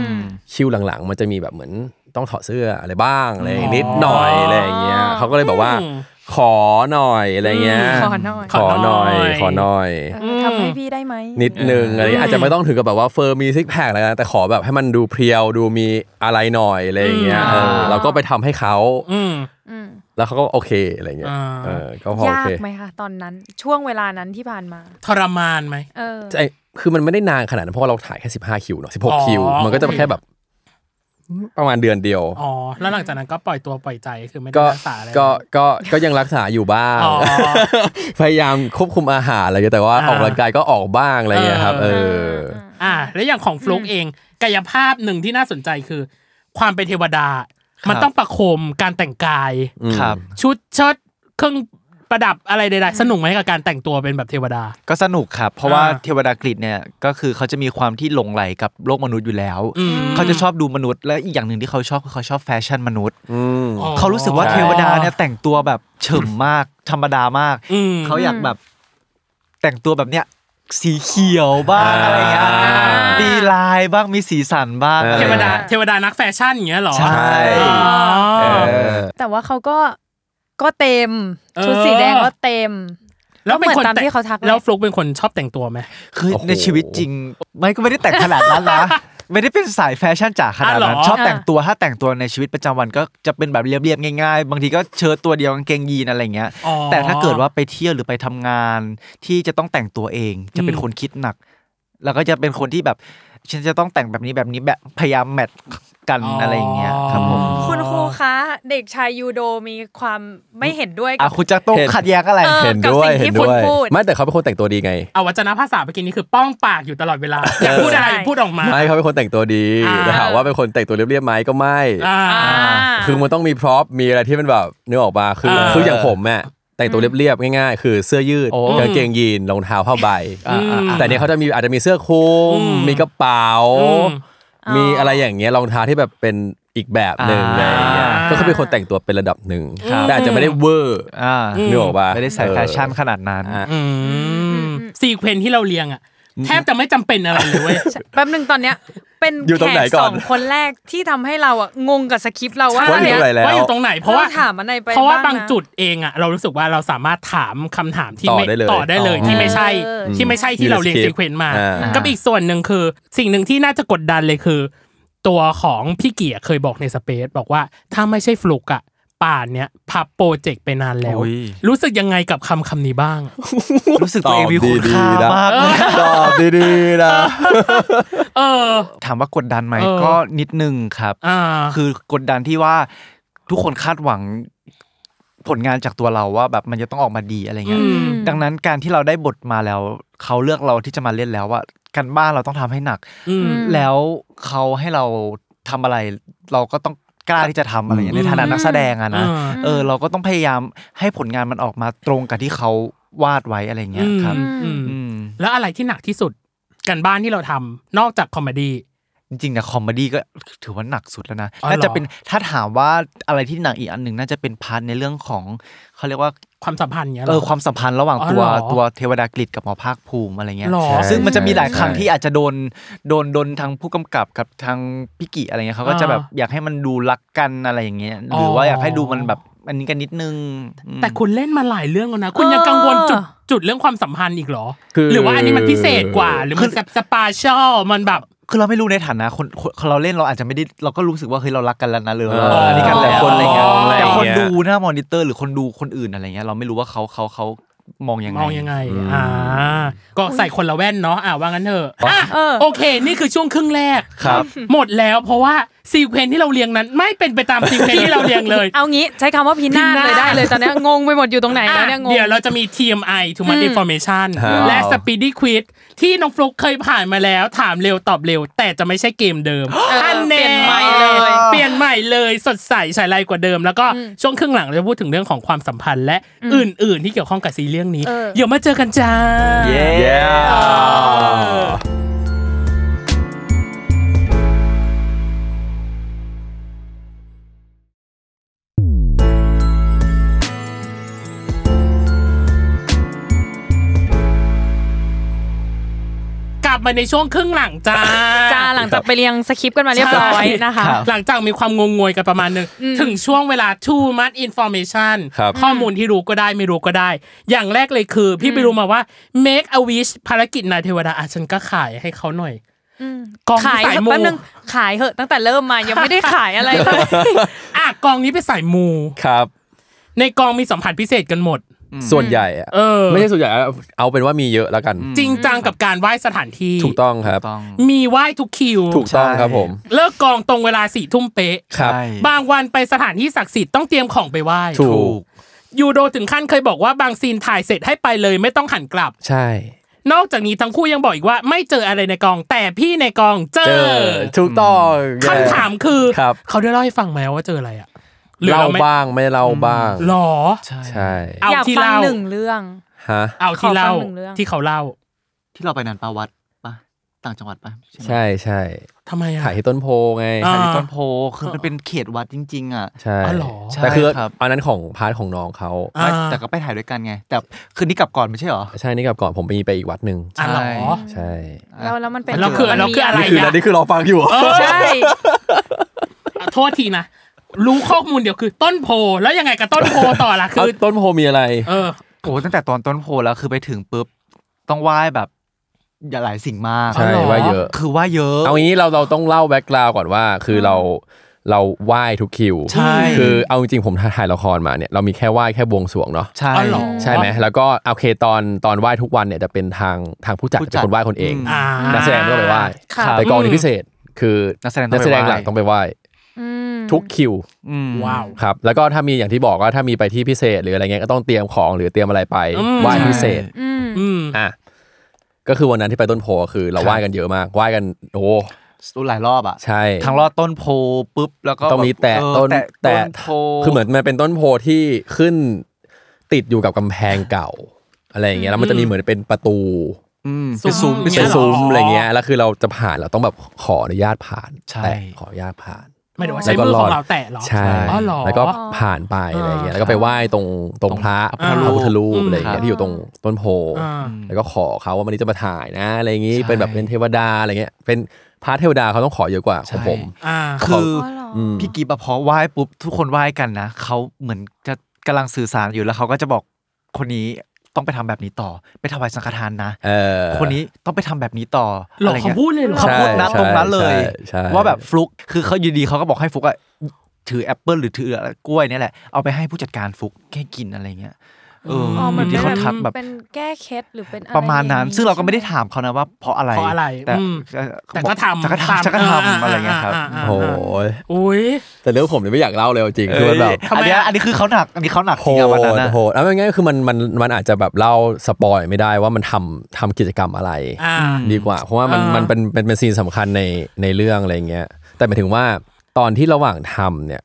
[SPEAKER 4] คิวหลังๆ มันจะมีแบบเหมือนต้องถอดเสื้ออะไรบ้างอะไรนิดหน่อยอะไรอย่างเงี้ยเขาก็เลยบอกว่า
[SPEAKER 3] อืม
[SPEAKER 4] ขอหน่อยอะไรเงี้ย
[SPEAKER 2] ขอหน่อย
[SPEAKER 4] ขอหน่อย
[SPEAKER 3] ข
[SPEAKER 4] ข
[SPEAKER 3] อ
[SPEAKER 4] อ
[SPEAKER 3] ห
[SPEAKER 4] ห
[SPEAKER 3] น่
[SPEAKER 4] น่
[SPEAKER 3] อ
[SPEAKER 4] อย ย
[SPEAKER 2] เออทำให้พี่ได้ไหม
[SPEAKER 4] นิดนึงอะไรเงี้ยอาจจะไม่ต้องถึงกับแบบว่าเฟอร์มีซิกแพคอะไรนะแต่ขอแบบให้มันดูเพรียวดูมีอะไรหน่อยอะไรอย่างเงี้ย
[SPEAKER 3] อืม
[SPEAKER 4] เออเราก็ไปทำให้เขา
[SPEAKER 3] อืม
[SPEAKER 2] อืม
[SPEAKER 4] แล้วเขาก็โอเคอะไรเงี้ย
[SPEAKER 3] อ่า
[SPEAKER 4] เออก็พอโอย
[SPEAKER 2] าก
[SPEAKER 4] เค
[SPEAKER 2] ไหมคะตอนนั้นช่วงเวลานั้นที่ผ่านมา
[SPEAKER 3] ทรมานไหม
[SPEAKER 2] เออ
[SPEAKER 4] ใช่คือมันไม่ได้นานขนาดนั้นเพราะว่าเราถ่ายแค่ 15 คิวเนาะ
[SPEAKER 3] อ๋อ
[SPEAKER 4] 16 คิว มันก็จะแค่แบบประมาณเดือนเดียว
[SPEAKER 3] อ๋อ แล้วหลังจากนั้นก็ปล่อยตัวปล่อยใจคือไม่ได้
[SPEAKER 4] ก็
[SPEAKER 3] รักษาอะไร
[SPEAKER 4] ก็ก็ก็ยังรักษาอยู่บ้าง
[SPEAKER 3] อ๋อ
[SPEAKER 4] พยายามควบคุมอาหารอะไรเงี้ยแต่ว่า
[SPEAKER 3] อ่า
[SPEAKER 4] ออกกำลังกายก็ออกบ้างอะไรเงี้ยครับ เออ
[SPEAKER 3] อ่า แล้วอย่างของฟลุกเอง กายภาพหนึ่งที่น่าสนใจคือ ความเป็นเทวดา มันต้องประโคมการแต่งกาย
[SPEAKER 5] ครับ
[SPEAKER 3] ชุดเชิดเครื่องประดับอะไรใดๆสนุกไหมกับการแต่งตัวเป็นแบบเทวดา
[SPEAKER 5] ก็สนุกครับ เพราะว่า
[SPEAKER 3] อ่า
[SPEAKER 5] เทวดากรีกเนี่ยก็คือเขาจะมีความที่หลงไหลกับโลกมนุษย์อยู่แล้ว
[SPEAKER 3] อืม
[SPEAKER 5] เขาจะชอบดูมนุษย์และอีกอย่างหนึ่งที่เขาชอบคือเขาชอบแฟชั่นมนุษย์
[SPEAKER 4] อืม
[SPEAKER 5] เขารู้สึกว่าเทวดาเนี่ยแต่งตัวแบบเฉ่มมาก ธรรมดามาก
[SPEAKER 3] อืม
[SPEAKER 5] เขาอยากแบบ แต่งตัวแบบเนี้ยสีเขียวบ้าง
[SPEAKER 4] อ่า
[SPEAKER 5] อะไรเงี้ยมีลายบ้างมีสีสันบ้าง
[SPEAKER 4] เออ
[SPEAKER 3] เทวดา
[SPEAKER 5] อะไร
[SPEAKER 3] เทวดานักแฟชั่นอย่างเงี้ยเหรอ
[SPEAKER 5] ใช่
[SPEAKER 3] อ๋อ
[SPEAKER 4] เออ
[SPEAKER 2] แต่ว่าเขาก็ก็เต็ม ชุด
[SPEAKER 3] เออ
[SPEAKER 2] สีแดงก็เต็ม
[SPEAKER 3] แล้วเป็นค
[SPEAKER 2] ก็เหมือ
[SPEAKER 3] น
[SPEAKER 2] นตาม
[SPEAKER 3] แต่ง
[SPEAKER 2] ที่เขาทักเลย
[SPEAKER 3] แล้วฟลุกเป็นคนชอบแต่งตัวไหม
[SPEAKER 5] คือ
[SPEAKER 4] โอ้โห
[SPEAKER 5] ในชีวิตจริง ไม่ก็ไม่ได้แต่งขนาดนั้นนะ ไม่ได้เป็นสายแฟชั่นจ๋าขนาดนั้น ชอบแต่งตัวถ้าแต่งตัวในชีวิตประจำวันก็จะเป็นแบบเรียบๆง่ายๆ บางทีก็เชิ้ตตัวเดียวกางเกงยีนอะไรเงี้ย
[SPEAKER 3] อ๋อ
[SPEAKER 5] แต่ถ้าเกิดว่าไปเที่ยวหรือไปทำงาน ที่จะต้องแต่งตัวเองจะเป็น
[SPEAKER 3] อืม
[SPEAKER 5] คนคิดหนัก แล้วก็จะเป็นคนที่แบบ ฉันจะต้องแต่งแบบนี้แบบนี้แบบพยายามแมทกันอะไรอย่างเงี้ยครับผม
[SPEAKER 2] คุณครูคะ เด็กชายยูโดมีความไม่เห็นด้วย
[SPEAKER 5] อ่ะ
[SPEAKER 2] กับ
[SPEAKER 5] คุณจะโต้
[SPEAKER 4] เห็น
[SPEAKER 5] ขัดแย้งอะไร
[SPEAKER 2] เออ
[SPEAKER 4] เห็นด้ว
[SPEAKER 2] กับ
[SPEAKER 4] ย
[SPEAKER 2] สิ่งที่
[SPEAKER 4] เห็นด้วย
[SPEAKER 2] พูด
[SPEAKER 4] ไม่แต่เขาเป็นคนแต่งตัวดีไง
[SPEAKER 3] เอาวัจนภาษาเมื่อกี้นี้คือป้องปากอยู่ตลอดเวลาอยากพูดอะไรพูดออกมา
[SPEAKER 4] ไม่เขาเป็นคนแต่งตัวดี
[SPEAKER 3] อ่า
[SPEAKER 4] แต่ถามว่าเป็นคนแต่งตัวเรียบๆไหมก็ไม่
[SPEAKER 3] อ่า
[SPEAKER 2] อ่า
[SPEAKER 4] คือมันต้องมีพร็อพมีอะไรที่มันแบบนึกออกมาคือ
[SPEAKER 3] เออ
[SPEAKER 4] คืออย่างผมอะแต่งตัวเรียบๆง่ายๆ คือเสื้อยืดกางเกงยีนรองเท้าผ้าใบ
[SPEAKER 5] อ่ะอ่ะอ่ะ
[SPEAKER 4] แต่เนี่ยเขาจะมีอาจจะมีเสื้อคลุม
[SPEAKER 3] อืม
[SPEAKER 4] มีกระเป๋า
[SPEAKER 3] อืม
[SPEAKER 4] มีอะไรอย่างเงี้ยรองเท้าที่แบบเป็นอีกแบบหนึ่ง
[SPEAKER 5] อ่า
[SPEAKER 4] อะไรอย่างเงี้ยก็คือเป็นคนแต่งตัวเป็นระดับหนึ่ง
[SPEAKER 3] ครับ
[SPEAKER 4] แต่อาจจะไม่ได้เวอร์
[SPEAKER 5] อ่า
[SPEAKER 4] นึกออกปะ
[SPEAKER 5] ไม่ได้ใส่แฟชั่นขนาดนั้น
[SPEAKER 4] เอออ่ะ
[SPEAKER 3] อืมซีเควนซ์ที่เราเรียงอ่ะ แทบจะไม่จำเป็นอะไรเลยเว้ย
[SPEAKER 2] แป๊บหนึ่งตอนเนี้ย เป็น
[SPEAKER 4] อยู่ตรง
[SPEAKER 2] แข
[SPEAKER 4] ไหน
[SPEAKER 2] ก
[SPEAKER 4] ก่
[SPEAKER 2] ส
[SPEAKER 4] อ
[SPEAKER 2] อ
[SPEAKER 4] น
[SPEAKER 2] งคนแรกที่ทำให้เราอะงงกับสคริปต์เราว่า
[SPEAKER 4] ว่าอยู่ตรงไหน แล้ว
[SPEAKER 3] ว่าอยู่ตรงไหน เพราะว่า
[SPEAKER 2] ถามอะไรไป
[SPEAKER 3] เพราะว่าบาง
[SPEAKER 2] นะ
[SPEAKER 3] จุดเองอ่ะเรารู้สึกว่าเราสามารถถามคำถามที่
[SPEAKER 4] ต่อ
[SPEAKER 3] ไม่
[SPEAKER 4] ได้เลย
[SPEAKER 3] ต่อได้เลย
[SPEAKER 4] อ๋อ
[SPEAKER 3] ที่ไม่ใช่
[SPEAKER 2] เออ
[SPEAKER 3] ที่ไม่ใช่
[SPEAKER 4] อยู่
[SPEAKER 3] ที่
[SPEAKER 4] ใน
[SPEAKER 3] เราเรียน
[SPEAKER 4] สคริ
[SPEAKER 3] ซี
[SPEAKER 4] ปต์
[SPEAKER 3] เควนต์มา
[SPEAKER 4] อ่า
[SPEAKER 3] กับอีกส่วนหนึ่งคือสิ่งหนึ่งที่น่าจะกดดันเลยคือ ตัวของพี่เกียร์เคยบอกในสเปซบอกว่าถ้าไม่ใช่ฟลุกอ่ะป่านเนี้ยพับโปรเจกต์ไปนานแล้ว
[SPEAKER 5] อุ๊ย
[SPEAKER 3] รู้สึกยังไงกับคำคำนี้บ้าง
[SPEAKER 5] รู้สึกตัวเองมีคุณ
[SPEAKER 4] ตอบดีๆ
[SPEAKER 5] ค่า
[SPEAKER 4] นะ
[SPEAKER 5] มาก
[SPEAKER 4] ตอบดีๆนะ
[SPEAKER 3] เออ
[SPEAKER 5] ถามว่ากดดันไหม
[SPEAKER 3] เออ
[SPEAKER 5] ก็นิดนึงครับ
[SPEAKER 3] อ่า
[SPEAKER 5] คือกดดันที่ว่าทุกคนคาดหวังผลงานจากตัวเราว่าแบบมันจะต้องออกมาดีอะไรเงี้ย
[SPEAKER 3] อืม
[SPEAKER 5] ดังนั้นการที่เราได้บทมาแล้วเขาเลือกเราที่จะมาเล่นแล้วว่าการบ้านเราต้องทำให้หนัก
[SPEAKER 3] อืม
[SPEAKER 5] แล้วเขาให้เราทำอะไร เราก็ต้องกล้าที่จะทำอะไรอย่างเงี้ยในฐานะนักแสดงอะนะ
[SPEAKER 3] อืม
[SPEAKER 5] เออ เราก็ต้องพยายามให้ผลงานมันออกมาตรงกับที่เขาวาดไว้อะไรเงี้ยครับ
[SPEAKER 3] อืมอืม
[SPEAKER 5] อืม
[SPEAKER 3] แล้วอะไรที่หนักที่สุดกันบ้านที่เราทำนอกจากคอมเมดี้
[SPEAKER 5] จริงๆนะคอมเมดี้ก็ถือว่าหนักสุดแล้วนะ
[SPEAKER 3] อ๋อเหรอ
[SPEAKER 5] น่าจะเป็นถ้าถามว่าอะไรที่หนักอีกอันหนึ่งน่าจะเป็นพาร์ทในเรื่องของเขาเรียกว่า
[SPEAKER 3] ความสัมพันธ์เงี้ยหร
[SPEAKER 5] เออความสัมพันธ์ระหว่าง
[SPEAKER 3] อ๋อ
[SPEAKER 5] ตัว
[SPEAKER 3] เหรอ
[SPEAKER 5] ตัวเทวดากฤษกับหมอภาคภูมิอะไรเงี้ย
[SPEAKER 3] หรอ
[SPEAKER 5] ซึ่งมันจะมีหลายครั้ง
[SPEAKER 4] ใช่
[SPEAKER 5] ที่อาจจะโดนโดนโดนทางผู้กำกับกับทางพิกิอะไรเงี้ยเขาก็จะแบบ
[SPEAKER 3] อ่า
[SPEAKER 5] อยากให้มันดูรักกันอะไรอย่างเงี้ย
[SPEAKER 3] อ๋อ
[SPEAKER 5] หรือว่าอยากให้ดูมันแบบอันนี้กันนิดนึงอืม
[SPEAKER 3] แต่คุณเล่นมาหลายเรื่องแล้วนะ คุณยังกังวลจุดจุดเรื่องความสัมพันธ์อีกเหรอ
[SPEAKER 4] คือ
[SPEAKER 3] หรือว่าอันนี้มันพิเศษกว่า หรือมันแบบสปาเชียลมันแบบ
[SPEAKER 5] คือเราไม่รู้ในฐานะคนคนเราเล่นเราอาจจะไม่ได้เราก็รู้สึกว่าเฮ้ยเรารักกันแล้วนะหรือ
[SPEAKER 4] เอออั
[SPEAKER 5] อันนี้กันแล้ว
[SPEAKER 4] แต่คน
[SPEAKER 5] อะไรเงี้ย
[SPEAKER 4] มองอะไร
[SPEAKER 5] แต่คน
[SPEAKER 4] เงี้ย
[SPEAKER 5] ดูหน้ามอนิเตอร์หรือคนดูคนอื่นอะไรเงี้ยเราไม่รู้ว่าเขาเขาเขา มองยังไง
[SPEAKER 3] มองยังไง อ่า ก็ใส่คนละแว่นเนาะ อ่าว่างั้นเถอะอ่ะ
[SPEAKER 2] เออ
[SPEAKER 3] โอเค นี่คือช่วงครึ่งแรก
[SPEAKER 4] ครับ
[SPEAKER 3] หมดแล้วเพราะว่าซีเควนซ์ที่เราเรียงนั้น ไม่เป็นไปตามซีเควนซ์ที่เราเรียงเลย
[SPEAKER 2] เอางี้ใช้คำว่าพินาศเลยได้เลยตอนเนี้ยงงไปหมดอยู่ตรงไหนแล้ว
[SPEAKER 3] อ่ะ
[SPEAKER 2] เนี่ยงง
[SPEAKER 3] เดี๋ยวเราจะมี TMI Too
[SPEAKER 2] อื
[SPEAKER 3] Much
[SPEAKER 2] ม
[SPEAKER 3] Information
[SPEAKER 4] ฮะ
[SPEAKER 3] และ
[SPEAKER 4] ว้าว
[SPEAKER 3] Speedy Quiz ที่น้องฟลุกเคยผ่านมาแล้ว ถามเร็วตอบเร็ว แต่จะไม่ใช่เกมเดิมอันแ
[SPEAKER 2] เปลี่ยนใหม่เลย
[SPEAKER 3] เปลี่ยนใหม่เลยสดใสใช้ไรกว่าเดิม แล้วก็ช่วงครึ่งหลังเราจะพูดถึงเรื่องของความสัมพันธ์และอื่น ๆ ที่เกี่ยวข้องกับซีรีส์เรื่องนี้
[SPEAKER 2] เออ
[SPEAKER 3] เดี๋ยวมาเจอกันจ้า
[SPEAKER 5] เย้
[SPEAKER 3] กลับมาในช่วงครึ่งหลังจ้า
[SPEAKER 2] จ้าหลังจากไปเรียงสคริปต์กันมาเรียบร้อยนะคะ
[SPEAKER 5] ครับ
[SPEAKER 3] หลังจากมีความงงงวยกันประมาณหนึ่งถึงช่วงเวลา too much information
[SPEAKER 4] ครับ
[SPEAKER 3] ข้อมูลที่รู้ก็ได้ไม่รู้ก็ได้ อย่างแรกเลยคือ พี่ไปรู้มาว่า make a wish ภารกิจนายเทวดาอาฉันก็ขายให้เขาหน่อยกอง
[SPEAKER 2] ขา
[SPEAKER 3] ที่
[SPEAKER 2] ย
[SPEAKER 3] สาย
[SPEAKER 2] เถอะ
[SPEAKER 3] มู
[SPEAKER 2] แป๊บนึงขายเหอะตั้งแต่เริ่มมายังไม่ได้ขายอะไรเลย
[SPEAKER 3] อ่ะกองนี้ไปนสายมู
[SPEAKER 4] ครับ
[SPEAKER 3] ในกองมีสัมผัสพิเศษกันหมด
[SPEAKER 4] ส่วนใหญ่อะ
[SPEAKER 3] เออ
[SPEAKER 4] ไม่ใช่ส่วนใหญ่อะเอาเป็นว่ามีเยอะแล้วกัน
[SPEAKER 3] จริงจังกับการไหว้สถานที่
[SPEAKER 4] ถูกต้องครับ
[SPEAKER 5] ต้อง
[SPEAKER 3] มีไหว้ทุกคิว
[SPEAKER 4] ถูกต้องครับผม
[SPEAKER 3] เลิกกองตรงเวลาสี่ทุ่มเป๊ะ
[SPEAKER 4] ครับ
[SPEAKER 5] ใช่
[SPEAKER 3] บางวันไปสถานที่ศักดิ์สิทธิ์ต้องเตรียมของไปไหว้
[SPEAKER 4] ถู
[SPEAKER 5] ถู
[SPEAKER 4] ก
[SPEAKER 5] ก
[SPEAKER 3] ยูโดถึงขั้นเคยบอกว่าบางซีนถ่ายเสร็จให้ไปเลยไม่ต้องหันกลับ
[SPEAKER 4] ใช่
[SPEAKER 3] นอกจากนี้ทั้งคู่ยังบอกอีกว่าไม่เจออะไรในกอง แต่พี่ในกองเจ
[SPEAKER 4] เจ
[SPEAKER 3] อ
[SPEAKER 4] อถูกต้อง
[SPEAKER 3] คำถามคือ
[SPEAKER 4] ครับ
[SPEAKER 3] เขาได้เล่าให้ฟังไหมว่าเจออะไรอะหรือ
[SPEAKER 4] เล่า
[SPEAKER 3] เราไม่
[SPEAKER 4] บ้างไม่เล่าบ้าง
[SPEAKER 3] หรอ
[SPEAKER 4] ใช่
[SPEAKER 3] เอา
[SPEAKER 2] อยาก
[SPEAKER 3] ที่
[SPEAKER 2] ฟัง
[SPEAKER 3] เล่า
[SPEAKER 2] หนึ่งเรื่อง
[SPEAKER 4] ฮะ
[SPEAKER 3] เอาที่เล่า
[SPEAKER 2] ขอฟังหนึ่งเรื่อง
[SPEAKER 3] ที่เขาเล่า
[SPEAKER 6] ที่เราไปนันปาวัดปะต่างจังหวัดปะไหม
[SPEAKER 4] ใช่ใช่
[SPEAKER 3] ทำไมอะ
[SPEAKER 4] ถ่ายที่ต้นโพไง
[SPEAKER 3] อ่า
[SPEAKER 5] ต้นโพคือมันเป็นเขตวัดจริง ๆ อ่ะ
[SPEAKER 4] ใช่
[SPEAKER 3] อ๋อเหรอ
[SPEAKER 4] แต่คือ
[SPEAKER 5] ใช่ครับ
[SPEAKER 4] อันนั้นของพาร์ทของน้องเขา
[SPEAKER 3] อ่า
[SPEAKER 5] ไม่แต่ก็ไปถ่ายด้วยกันไง แต่คืนนี้กลับก่อนไม่ใช่เหรอ
[SPEAKER 4] ใช่นี่กับก่อนผมไปไปอีกวัดหนึ่ง
[SPEAKER 3] อ่ะหรอ
[SPEAKER 4] ใช่
[SPEAKER 2] แล้วแล้วมันเป็น
[SPEAKER 3] แล้วคือ
[SPEAKER 2] มั
[SPEAKER 3] แล้ว
[SPEAKER 2] มี
[SPEAKER 3] คืออะไร
[SPEAKER 4] นี่คือ
[SPEAKER 3] นะ
[SPEAKER 4] นี่คือเราฟังอยู่
[SPEAKER 2] ใช่
[SPEAKER 3] อ่ะโทษทีนะ รู้ข้อมูลเดียวคือต้นโพแล้วยังไงกับต้นโพต่อล่ะคื
[SPEAKER 4] เอา
[SPEAKER 3] อ
[SPEAKER 4] ต้นโพมีอะไร
[SPEAKER 3] เออ
[SPEAKER 5] โอ้ตั้งแต่ตอนต้นโพแล้วคือไปถึงปุ๊บต้องไหว้แบบอย่าหลายสิ่งมาก
[SPEAKER 4] ใช่
[SPEAKER 3] อ๋อเหรอ
[SPEAKER 4] ไหว่าเยอะ
[SPEAKER 5] คือไหว้เยอะ
[SPEAKER 4] เอางี้เราเราต้องเล่าแบ็กกราวก่อนว่า คือเราเราไหว้ทุกคิว
[SPEAKER 5] ใช่
[SPEAKER 4] คือเอาจริงๆผมถ่ายละครมาเนี่ยเรามีแค่ไหว้แค่บวงสรวงเนาะ
[SPEAKER 5] ใช่
[SPEAKER 3] อ๋อเหรอ
[SPEAKER 4] ใช่ไหมแล้วก็โอเคตอนตอนไหว้ทุกวันเนี่ยจะเป็นทางทางผู้จัด
[SPEAKER 5] ผู้จั
[SPEAKER 4] เป็นค
[SPEAKER 5] ด
[SPEAKER 4] นไหว้คนเอง
[SPEAKER 3] อ่า
[SPEAKER 4] นักแสดงไม่ต้องไปไหว้
[SPEAKER 5] ครับ
[SPEAKER 4] แต่กองนี้พิเศษคือ
[SPEAKER 5] นักแสดงต้องไปไหว้
[SPEAKER 4] นักแสดงหลักต้องไปไหว้
[SPEAKER 2] อืม
[SPEAKER 4] ทุกคิว
[SPEAKER 5] อืม
[SPEAKER 3] ว้าว
[SPEAKER 4] ครับแล้วก็ถ้ามีอย่างที่บอกว่าถ้ามีไปที่พิเศษหรืออะไรเงี้ยก็ต้องเตรียมของหรือเตรียมอะไรไปไหว้พิเศษ
[SPEAKER 2] อืม
[SPEAKER 3] อืม
[SPEAKER 4] อ่ะก็คือวันนั้นที่ไปต้นโพคือเราไหว้กันเยอะมากไหว้กันโอ้
[SPEAKER 5] ดูหลายรอบอ่ะ
[SPEAKER 4] ใช่
[SPEAKER 5] ทั้งรอดต้นโพปุ๊บแล้วก็
[SPEAKER 4] ต้องมีแตะ
[SPEAKER 5] เออ
[SPEAKER 4] ต้น
[SPEAKER 5] แตะ
[SPEAKER 4] แตะ
[SPEAKER 5] ต้นโพ
[SPEAKER 4] คือเหมือนมันเป็นต้นโพที่ขึ้นติดอยู่กับกำแพงเก่าอะไรอย่างเงี้ยแล้วมันจะมีเหมือนเป็นประตู
[SPEAKER 5] อืม
[SPEAKER 3] เป็นซุ้ม
[SPEAKER 5] เป็น
[SPEAKER 4] เป็น
[SPEAKER 5] ซุ้ม
[SPEAKER 4] ซุ้ม
[SPEAKER 3] อ๋ออ
[SPEAKER 4] อะไรเงี้ยแล้วคือเราจะผ่านเราต้องแบบขออนุญาตผ่าน
[SPEAKER 5] ใช่
[SPEAKER 4] แตะขออนุญาตผ่าน
[SPEAKER 3] ไม่ได้ว่าใช้มือของเราแตะเหรอ
[SPEAKER 4] ใช่
[SPEAKER 3] อ๋อเหรอ
[SPEAKER 4] แล้วก็ผ่านไปอะไรอย่างเงี้ยแล้วก็ไปไหว้ตรงตรงพระพ
[SPEAKER 5] อ่า
[SPEAKER 4] ระพุทธรูป
[SPEAKER 3] อืม
[SPEAKER 4] อะไรอย่างเงี้ยที่อยู่ตรงต้นโพ
[SPEAKER 3] อ่า
[SPEAKER 4] แล้วก็ขอเขาว่าวันนี้จะมาถ่ายนะอะไรอย่างงี้
[SPEAKER 5] ใช่
[SPEAKER 4] เป็นแบบเป็นเทวดาอะไรเงี้ยเป็นพระเทวดาเขาต้องขอเยอะกว่าข
[SPEAKER 5] ใช่
[SPEAKER 4] องผม
[SPEAKER 3] อ่า
[SPEAKER 5] คือ
[SPEAKER 2] อ๋อ
[SPEAKER 5] อ
[SPEAKER 2] เหรออ
[SPEAKER 4] ม
[SPEAKER 5] พี่กีบพอไหว้ปุ๊บทุกคนไหว้กันนะเขาเหมือนจะกำลังสื่อสารอยู่แล้วเขาก็จะบอกคนนี้ต้องไปทำแบบนี้ต่อ ไปถวายสังฆทานนะ
[SPEAKER 4] เออ
[SPEAKER 5] คนนี้ต้องไปทำแบบนี้ต่อ
[SPEAKER 3] หรอ
[SPEAKER 5] อะไร
[SPEAKER 3] เขา
[SPEAKER 5] เงี้ย
[SPEAKER 3] พูดเลยเหรอ
[SPEAKER 5] เขาพูดนะ
[SPEAKER 4] ใช่
[SPEAKER 5] ตรงนั้นเลย
[SPEAKER 4] ใช่ใช่
[SPEAKER 5] ว่าแบบฟลุกคือเขาอยู่ดีเขาก็บอกให้ฟลุกอะถือแอปเปิลหรือถือกล้วยเนี่ยแหละเอาไปให้ผู้จัดการฟลุกแค่กินอะไรเงี้ยเออ
[SPEAKER 3] อ๋
[SPEAKER 5] อ
[SPEAKER 3] อเหมือน
[SPEAKER 5] ยู่ดีเขาทักแบบ
[SPEAKER 2] เป็นแก้เคล็ดหรือเป็นอไ
[SPEAKER 5] ประมาณนั้น
[SPEAKER 2] อย่
[SPEAKER 5] ซึ่งเราก็ไม่ได้ถามเขานะว่าเพราะอะไร
[SPEAKER 3] เพราะอะไร
[SPEAKER 5] แต่
[SPEAKER 3] อืมแต่ก็ทำ
[SPEAKER 5] จะก็
[SPEAKER 3] ตาม
[SPEAKER 5] ทำจะก็
[SPEAKER 3] อ่า
[SPEAKER 5] ทำอะไรเงี้ยครับ
[SPEAKER 3] อ่าอ่า
[SPEAKER 4] โอ้โห
[SPEAKER 3] อุ้ย
[SPEAKER 4] แต่เรื่องผมเนี่ยไม่อยากเล่าเลยเอาจริงคือมันแบบ
[SPEAKER 3] ทำไม
[SPEAKER 5] อันเนี้ย
[SPEAKER 3] อะ
[SPEAKER 5] อันนี้คือเขาหนัก อันนี้เขาหนักจ
[SPEAKER 4] โห
[SPEAKER 5] ริงอะวันนั้น
[SPEAKER 4] ด
[SPEAKER 5] นะ
[SPEAKER 4] โหดแล้วมันง่ายๆคือมันมันมันอาจจะแบบเล่าสปอยไม่ได้ว่ามันทำทำกิจกรรมอะไร
[SPEAKER 3] อ่า
[SPEAKER 4] ดีกว่า เพราะว่ามัน
[SPEAKER 3] อ่ามั
[SPEAKER 4] มันเป็นเป็นเป็นซีนสำคัญในในเรื่องอะไรเงี้ย แต่หมายถึงว่าตอนที่ระหว่างทำเนี่ย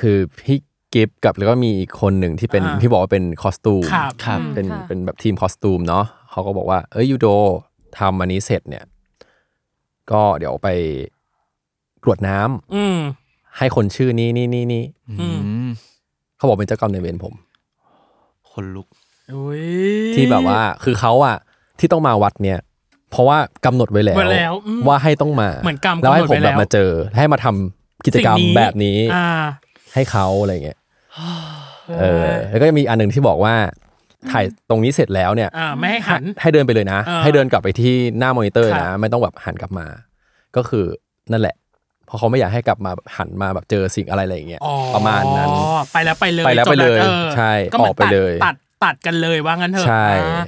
[SPEAKER 4] คือพี่กิฟต์กับแล้วก็มีอีกคนหนึ่งที่เป็น
[SPEAKER 3] อ่า
[SPEAKER 4] พี่บอกว่าเป็นคอสตูม
[SPEAKER 3] ครับ
[SPEAKER 5] ครับ
[SPEAKER 2] อืม
[SPEAKER 4] เป็น
[SPEAKER 2] ค่ะ
[SPEAKER 4] เป็นแบบทีมคอสตูมเนาะเขาก็บอกว่า เอ้ยยูโดทำอันนี้เสร็จเนี่ย ก็เดี๋ยวไปกรวดน้ำ
[SPEAKER 3] อืม
[SPEAKER 4] ให้คนชื่อนี้นี่นี่นี่
[SPEAKER 3] อืม
[SPEAKER 5] อืม
[SPEAKER 4] เขาบอกเป็นเจ้ากรรมในายเวรผม
[SPEAKER 5] คนลุก
[SPEAKER 3] อุ้ย
[SPEAKER 4] ที่แบบว่าคือเขาอะที่ต้องมาวัดเนี่ย เพราะว่ากำหนดไว้
[SPEAKER 3] มาแล้วอืม
[SPEAKER 4] ว่าให้ต้องมา
[SPEAKER 3] เหมือนกรรม
[SPEAKER 4] แล้วให้
[SPEAKER 3] กำหนด
[SPEAKER 4] ผม
[SPEAKER 3] ไว้
[SPEAKER 4] แบบ
[SPEAKER 3] แล้ว
[SPEAKER 4] มาเจอ ให้มาทำกิจกรรม
[SPEAKER 3] สิ่ง
[SPEAKER 4] แบบนี้
[SPEAKER 3] อ่า
[SPEAKER 4] ให้เขาอะไรเงี้ยเออ แล้วก็จะมีอันหนึ่งที่บอกว่า ถ่ายตรงนี้เสร็จแล้วเนี่ย
[SPEAKER 3] อ่าไม่ให้หัน
[SPEAKER 4] ให้เดินไปเลยนะ
[SPEAKER 3] อ่า
[SPEAKER 4] ให้เดินกลับไปที่หน้ามอนิเตอร์
[SPEAKER 3] ครั
[SPEAKER 4] นะ
[SPEAKER 3] บ
[SPEAKER 4] ไม่ต้องแบบหันกลับมา ก็คือนั่นแหละ เพราะเขาไม่อยากให้กลับมาแบบหันมาแบบเจอสิ่งอะไรอะไรอย่างเงี้ย
[SPEAKER 3] อ๋อ
[SPEAKER 4] ประมาณนั้น
[SPEAKER 3] ไปแล้วไปเลย
[SPEAKER 4] ไปแล้วไปเลย
[SPEAKER 3] จบแวออ
[SPEAKER 4] ใช่
[SPEAKER 3] ก็เหมืน
[SPEAKER 4] ออกไปเลย
[SPEAKER 3] ตัดตัด ตัดกันเลยว่างั้นเถอะ
[SPEAKER 4] ใช่
[SPEAKER 3] อ่า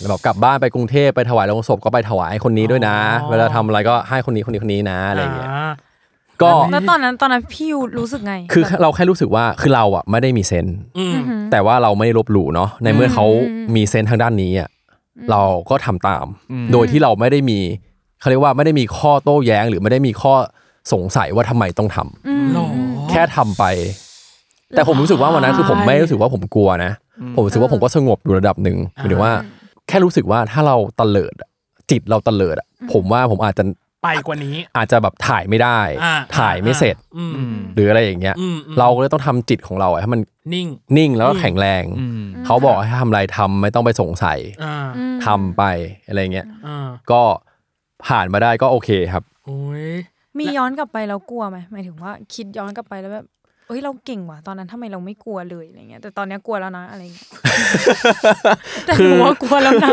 [SPEAKER 4] แล้วแบบกลับบ้านไปกรุงเทพไปถวายโรงศพก็ไปถวายคนนี้ด้วยนะ
[SPEAKER 3] อ๋อ
[SPEAKER 4] เวลาทำอะไรก็ให้คนนี้คนนี้คนนี้นะอะไรอย่างเงี้ย
[SPEAKER 3] อ่า
[SPEAKER 4] ก็
[SPEAKER 2] แล้วตอนนั้นตอนนั้นพี่ยูรู้สึกไง
[SPEAKER 4] คือ
[SPEAKER 2] แบบ
[SPEAKER 4] เราแค่รู้สึกว่าคือเราอ่ะไม่ได้มีเซนส์
[SPEAKER 3] อืม
[SPEAKER 2] อือหือ
[SPEAKER 4] แต่ว่าเราไม่ได้ลบหลู่เนาะในเมื่อเขา
[SPEAKER 2] อืม
[SPEAKER 4] มีเซนส์ทางด้านนี้อ่ะเราก็ทำตาม
[SPEAKER 5] อืม
[SPEAKER 4] โดยที่เราไม่ได้มีเขาเรียกว่าไม่ได้มีข้อโต้แย้ง หรือไม่ได้มีข้อสงสัยว่าทำไมต้องทำ
[SPEAKER 2] อืม
[SPEAKER 3] หรอ
[SPEAKER 4] แค่ทำไป แต่ผมรู้สึกว่าวันนั้นคือผมไม่รู้สึกว่าผมกลัวนะ ผมรู้สึกว่าผมก็สงบอยู่ระดับหนึ่งหมายถึงว่า แค่รู้สึกว่าถ้าเราตะเลิดอะจิตเราตะเลิดอะผมว่าผมอาจจะ
[SPEAKER 3] ไปกว่านี้
[SPEAKER 4] อาจจะแบบถ่ายไม่ได้
[SPEAKER 3] อ่
[SPEAKER 4] ถ่ายไม่เสร็จ
[SPEAKER 3] อืม
[SPEAKER 5] อืม
[SPEAKER 4] หรืออะไรอย่างเงี้ย
[SPEAKER 3] อืมอืม
[SPEAKER 4] เราก็เลยต้องทำจิตของเราอะให้มัน
[SPEAKER 3] นิ่ง
[SPEAKER 4] นิ่งแล้วก็
[SPEAKER 3] อืม
[SPEAKER 4] แข็งแรง
[SPEAKER 5] อืม
[SPEAKER 4] เขาบอกให้ทำอะไรทำไม่ต้องไปสงสัย
[SPEAKER 3] อ่า
[SPEAKER 2] อืม
[SPEAKER 4] ทำไปอะไรเงี้ย
[SPEAKER 3] อ่า
[SPEAKER 4] ก็ผ่านมาได้ก็โอเคครับ
[SPEAKER 3] โอ้ย
[SPEAKER 2] มีย้อนกลับไปแล้วกลัวไหมหมายถึงว่าคิดย้อนกลับไปแล้วแบบเอ้ยเราเก่งว่ะตอนนั้นทำไมเราไม่กลัวเลยอะไรเงี้ยแต่ตอนเนี้ยกลัวแล้วนะอะไรเงี้ยแต่หนูว่ากลัวแล้วนะ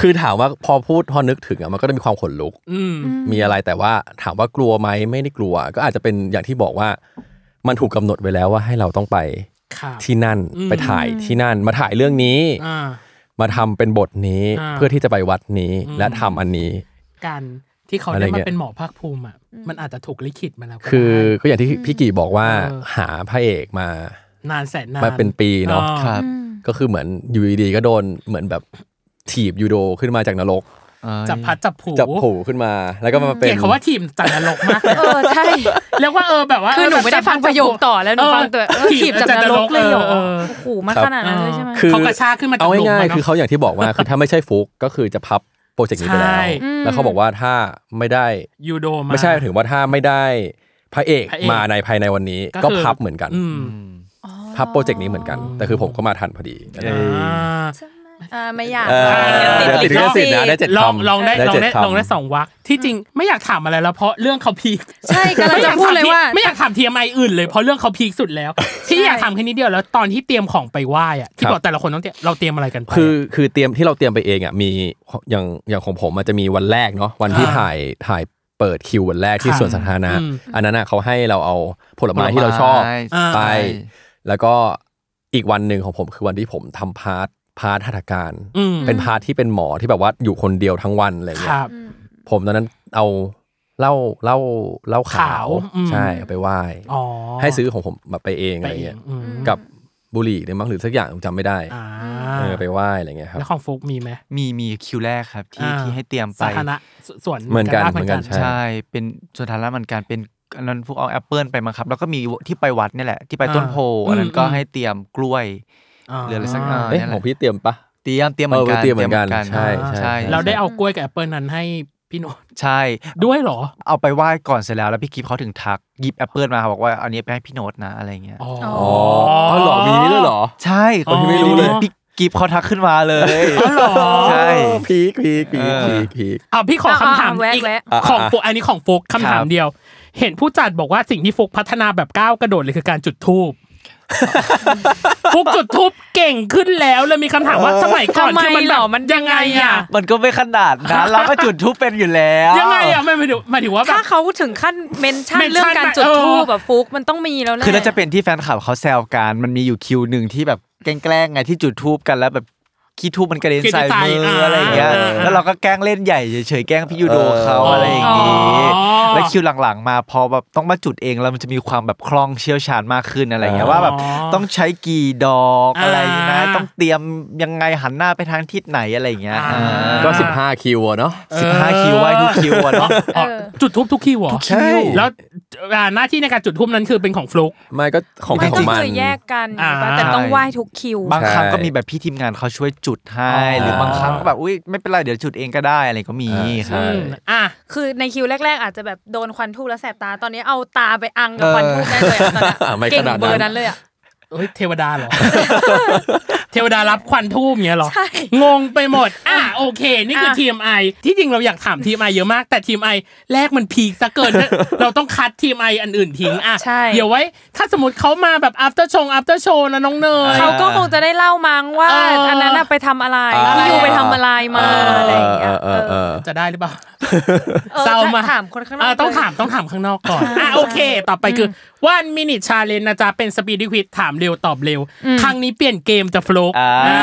[SPEAKER 4] คือถามว่าพอพูดพอนึกถึงอะมันก็จะมีความขนลุก
[SPEAKER 3] อืม
[SPEAKER 4] มีอะไรแต่ว่าถามว่ากลัวไหมไม่ได้กลัว ก็อาจจะเป็นอย่างที่บอกว่า มันถูกกำหนดไว้แล้วว่าให้เราต้องไป
[SPEAKER 3] ครับ
[SPEAKER 4] ที่นั่น
[SPEAKER 3] อืม
[SPEAKER 4] ไปถ่ายที่นั่น มาถ่ายเรื่องนี้
[SPEAKER 3] อ่า
[SPEAKER 4] มาทำเป็นบทนี้
[SPEAKER 3] อ่า
[SPEAKER 4] เพื่อที่จะไปวัดนี้
[SPEAKER 3] อืม
[SPEAKER 4] และทำอันนี้
[SPEAKER 3] การที่เขา
[SPEAKER 4] อะไร
[SPEAKER 3] ได้
[SPEAKER 4] เงี้
[SPEAKER 3] มาย เป็นหมอภาคภูมิอ่ะ มันอาจจะถูกลิขิตมาแล้วก็ได้
[SPEAKER 4] คือก็อย่างที่พี่กี่บอกว่า
[SPEAKER 3] เออ
[SPEAKER 4] หาพระเอกมา
[SPEAKER 3] นานแสนนาน
[SPEAKER 4] มาเป็นปีเนาะ
[SPEAKER 3] อ๋อ
[SPEAKER 5] ครับ
[SPEAKER 2] อืม
[SPEAKER 4] ก็คือเหมือนอยู่ดีๆก็โดนเหมือนแบบถีบยูโดขึ้นมาจากนรก
[SPEAKER 3] จับพัดจับผู
[SPEAKER 4] จับผูขึ้นมา แล้วก็มา
[SPEAKER 3] เก
[SPEAKER 4] เป็
[SPEAKER 3] ลีย
[SPEAKER 4] น
[SPEAKER 3] ดคำว่าทีมจัดนรกมากเลย
[SPEAKER 2] เออใช่
[SPEAKER 3] เรียกว่าเออแบบว่า
[SPEAKER 2] คือหนู
[SPEAKER 3] เแบบ
[SPEAKER 2] ไม่ได้ฟังประโยคต่อแล้วหนูฟังแต่เออถีบจากนรกเลยเหรอ
[SPEAKER 3] ออ
[SPEAKER 2] โอ้โหมาขนาดนั้นเลยใช่ไหม
[SPEAKER 3] เขากระชากขึ้นมาจาก
[SPEAKER 4] เอาง่า
[SPEAKER 3] ห
[SPEAKER 4] ย
[SPEAKER 3] ลุมอะเน
[SPEAKER 4] ๆ
[SPEAKER 3] อะ
[SPEAKER 4] คือเขาอย่างที่บอก ว่า คือถ้าไม่ใช่ฟุกก็คือจะพับโปรเจกต์นี้ไปแล้ว
[SPEAKER 3] ใช่
[SPEAKER 4] แล้วเขาบอกว่าถ้าไม่ได้
[SPEAKER 3] ยูโดมา
[SPEAKER 4] ไม่ใช่ถึงว่าถ้าไม่ได้พระเอก
[SPEAKER 3] พระเอก
[SPEAKER 4] มาในภายในวันนี้ก็พับเหมือนกัน
[SPEAKER 3] อืม
[SPEAKER 4] พับโปรเจกต์นี้เหมือนกัน แต่คือผมก็มาทันพอดีอะไรอย่างเงี้ย
[SPEAKER 3] อ่า
[SPEAKER 2] อ่าไม่อยาก
[SPEAKER 4] เออ
[SPEAKER 2] เดี๋ยวติด
[SPEAKER 4] เดี๋ยว
[SPEAKER 2] ลิข
[SPEAKER 4] ติด
[SPEAKER 2] สิทธิ์
[SPEAKER 4] ลิขสิทธิ์นะได้เจ็ด
[SPEAKER 3] ลอง
[SPEAKER 4] คำ
[SPEAKER 3] ลองได้
[SPEAKER 4] ได้
[SPEAKER 3] ลองได้
[SPEAKER 4] เจ็ดคำ
[SPEAKER 3] ลองได้สองวักที่จริงไม่อยากถามอะไรแล้วเพราะเรื่องเขาพีค
[SPEAKER 2] ใช่กำลังจะพูดเลยว่า
[SPEAKER 3] ไม่อยากถามทีมไออื่นเลยเพราะเรื่องเขาพีคสุดแล้ว ที่อยากถามแค่นี้เดียวแล้วตอนที่เตรียมของไปไหว้อะที่
[SPEAKER 4] ครับ
[SPEAKER 3] บอกแต่ละคนต้องเตรียมเราเตรียมอะไรกันไป
[SPEAKER 4] คือคือเตรียมที่เราเตรียมไปเองอ่ะมีอย่างอย่างของผมมันจะมีวันแรกเนาะวันที่
[SPEAKER 3] อ่า
[SPEAKER 4] ถ่ายถ่ายเปิดคิววันแรกที่
[SPEAKER 3] ค่ะ
[SPEAKER 4] สวนสาธารณะ
[SPEAKER 3] อืม
[SPEAKER 4] อันนั้นอ่ะเขาให้เราเอาผลไม้ที่เราชอบ
[SPEAKER 3] อ่า
[SPEAKER 4] ไป
[SPEAKER 5] ใช่
[SPEAKER 4] แล้วก็อีกวันหนึ่งของผมคือวันที่ผมทำพาร์ทพาร์ทหัตถการ
[SPEAKER 3] ม
[SPEAKER 4] เป็นพาร์ทที่เป็นหมอที่แบบว่าอยู่คนเดียวทั้งวันอะไร
[SPEAKER 3] ค
[SPEAKER 4] เงี้ย
[SPEAKER 3] รับ
[SPEAKER 4] ผมตอนนั้นเอาเหล้าเหล้าเหล้าขา
[SPEAKER 3] ขาว
[SPEAKER 4] ว
[SPEAKER 3] อืม
[SPEAKER 4] ใช่เอาไปไหว้
[SPEAKER 3] อ๋อ
[SPEAKER 4] ให้ซื้อของผมแบบไปเอง
[SPEAKER 3] ไป
[SPEAKER 4] อะไร
[SPEAKER 3] เอ
[SPEAKER 4] เงี้
[SPEAKER 3] ง
[SPEAKER 4] ย
[SPEAKER 3] อืม
[SPEAKER 4] กับบุหรี่หรือมั้งหรือสักอย่างผมจำไม่ได้
[SPEAKER 3] อ่า
[SPEAKER 4] เออไปไหว้อะไรเงี้ยครับ
[SPEAKER 3] แล้วของฟุกมีไหม
[SPEAKER 5] มีมีคิวแรกครับที่
[SPEAKER 3] อ่า
[SPEAKER 5] ที่ให้เตรียมไป
[SPEAKER 3] สาธารณะสส่วน
[SPEAKER 4] เหมือนกัน
[SPEAKER 3] ลาด
[SPEAKER 4] เหมือนกัน ใช่
[SPEAKER 5] ใช่ เป็นส่วนฐานะเหมือนกันเป็นอันนั้นพวกเอาแอปเปิลไปมาครับ แล้วก็มีที่ไปวัดเนี่ยแหละ ที่ไปต้นโพ
[SPEAKER 3] อ่า
[SPEAKER 5] อันนั้นก็
[SPEAKER 3] อืม
[SPEAKER 5] ให้เตรียมกล้วย เหลืออะไรสักอัน
[SPEAKER 4] เอ๊ะ
[SPEAKER 5] นั่นแห
[SPEAKER 4] ขอ
[SPEAKER 5] ละ
[SPEAKER 4] งพี่เตรียมปะ
[SPEAKER 5] เตรียมเตรียมเหมือนกัน
[SPEAKER 4] เออเตรียมเหมือนกันใช่ใช่
[SPEAKER 3] เราได้เอากล้วยกับแอปเปิลนั้นให้พี่โนน
[SPEAKER 5] ใช่
[SPEAKER 3] ด้วยเหรอ
[SPEAKER 5] เอาไปไหว้ก่อนเสร็จแล้วแล้วพี่กิฟเขาถึงทักหยิบแอปเปิลมาบอกว่าอันนี้ไปให้พี่โน้ตนะอะไรเงี้ย
[SPEAKER 3] อ๋อ
[SPEAKER 4] อ๋ออ๋อเหรอมีนี่ด้วยเหรอ
[SPEAKER 5] ใช่
[SPEAKER 3] คนที่ไม่รู้เลย
[SPEAKER 5] พี่กิฟเขาทักขึ้นมาเลย
[SPEAKER 3] เหรอ
[SPEAKER 5] ใช่
[SPEAKER 4] พีคพีคพีค
[SPEAKER 5] เออ
[SPEAKER 4] พีคพีค
[SPEAKER 3] เอาพี่ขอ
[SPEAKER 2] เอา
[SPEAKER 3] คำถาม
[SPEAKER 2] เอาแวะ
[SPEAKER 3] อีก
[SPEAKER 2] แวะ
[SPEAKER 3] ของโฟกอันนี้ของโฟกคำถาม
[SPEAKER 5] ครับ
[SPEAKER 3] เดียว เห็นผู้จัดบอกว่าสิ่งที่โฟกพัฒนาแบบก้าวกระโดดเลยคือการจุดทู บโฟกจุดทูบเก่งขึ้นแล้วเลยมีคำถามว่าสมัยก่อน
[SPEAKER 2] ทำไม
[SPEAKER 3] คือมัน
[SPEAKER 2] ห
[SPEAKER 3] แบ
[SPEAKER 2] รอบ มัน
[SPEAKER 3] ยังไง
[SPEAKER 2] ยังไง
[SPEAKER 3] อะ
[SPEAKER 2] อะ
[SPEAKER 5] มันก็ไม่ขนาดนะ เราก็จุดทุบเป็นอยู่แล้ว
[SPEAKER 3] ยังไงอะไม่ไม่ถึงหมายถึงว่าแบ
[SPEAKER 2] ถ้า
[SPEAKER 3] บ
[SPEAKER 2] เขาถึงขั้นเมนชั่น
[SPEAKER 3] mention
[SPEAKER 2] เรื่องการจุด
[SPEAKER 3] เออ
[SPEAKER 2] ทูบแบบฟุกมันต้องมีแล้วแหละ
[SPEAKER 5] คือน่าจะเป็นที่แฟนคลับเขาแซวกันมันมีอยู่คิวหนึ่งที่แบบแกล้งๆไงที่จุดทูบกันแล้วแบบขี้ทูบมันกระเด็นใส่มืออะไรอย่างเงี้ย
[SPEAKER 3] อ่าอ่า
[SPEAKER 5] แล้วเราก็แกล้งเล่นใหญ่เฉยๆแกล้งพี่ยูโดเขา
[SPEAKER 3] เอออ
[SPEAKER 5] อะไรอย่างงี้
[SPEAKER 3] อ๋อ
[SPEAKER 5] แล้วคิวหลังๆ มาพอแบบต้องมาจุดเองแล้วมันจะมีความแบบคล่องเชี่ยวชาญมากขึ้นอะไรอย่างเงี้ยว่าแบบ
[SPEAKER 3] อ๋อ
[SPEAKER 5] ต้องใช้กี่ดอกอะไรนะ
[SPEAKER 3] อ่า
[SPEAKER 5] ต้องเตรียมยังไงหันหน้าไปทางทิศไหนอะไรอย่างเงี้ย
[SPEAKER 3] อ่า
[SPEAKER 5] อ่า
[SPEAKER 4] ก็ 15 คิวอะเนาะ
[SPEAKER 5] สิบห้าคิวไหวทุกคิวอะเนาะ
[SPEAKER 3] อ๋อจุดทูบทุกคิวเหรอ
[SPEAKER 4] ใช่
[SPEAKER 3] แล้วอ่าหน้าที่ในการจุดทูบนั้นคือเป็นของฟลุก
[SPEAKER 4] ไม่ก็ของ
[SPEAKER 2] ไม่
[SPEAKER 4] ข
[SPEAKER 2] ก็
[SPEAKER 4] องมัน
[SPEAKER 2] คือแยกกัน
[SPEAKER 3] อ่า
[SPEAKER 2] แต่ต้องไหว้ทุกคิว
[SPEAKER 5] บางครั้ง
[SPEAKER 4] ใช่
[SPEAKER 5] ก็มีแบบพี่ทีมงานเขาช่วยจุดให้
[SPEAKER 3] อ๋อ
[SPEAKER 5] หรือบางครั้งก็แบบอุ้ยไม่เป็นไรเดี๋ยวจุดเองก็ได้อะไรก็มี
[SPEAKER 4] อ่า
[SPEAKER 5] ครับ
[SPEAKER 3] อืมอ่ะ
[SPEAKER 2] คือในคิวแรก ๆ อาจจะแบบโดนควันทูบแล้วแสบตา ตอนนี้เอาตาไปอังกับควันทูบได้เลยอะตอน
[SPEAKER 4] เออไม่
[SPEAKER 2] นี้นเก่ง
[SPEAKER 4] ขนาดนั้น
[SPEAKER 2] เบอร์นั้นเลยอ่ะ
[SPEAKER 3] เอ้ยเทวดา เหรอ เทวดารับควันทูบเงี้ยเหรอ
[SPEAKER 2] ใช่
[SPEAKER 3] งงไปหมด อ่ะโอเค นี่คืออะ ทีมไอที่จริงเราอยากถามทีมไอเยอะมาก แต่ทีมไอแรกมันพีคซะเกิน เราต้องคัดทีมไออันอื่นทิ้งอ่ะ
[SPEAKER 2] ใช่
[SPEAKER 3] เดี๋ยวไว้ ถ้าสมมติเขามาแบบ after ชง after show นะน้องเนย
[SPEAKER 2] เขาก็คงจะได้เล่ามั้งว่า
[SPEAKER 3] เอออั
[SPEAKER 2] อันนั้นน่ะไปทำอะไร
[SPEAKER 4] อ่า
[SPEAKER 2] พี่ยูไปทำอะไรมาอะไรอย่างเงี้ย
[SPEAKER 4] เออเออเออ
[SPEAKER 3] จะได้หรือเปล่า
[SPEAKER 2] เออ
[SPEAKER 3] เศร้ามาก
[SPEAKER 2] ถามคนข้างนอก
[SPEAKER 3] อ่ะต้อง
[SPEAKER 2] เลย
[SPEAKER 3] ถามต้องถามข้างนอกก่อน อ่ะโอเค ต่อไปคือวันมินิชาเลนนะจ๊ะเป็นสปีด q วิ z ถามเร็วตอบเร็ว
[SPEAKER 2] อืม
[SPEAKER 3] ครั้งนี้เปลี่ยนเกมจะฟลุก ลุก
[SPEAKER 5] อ่า
[SPEAKER 3] อ่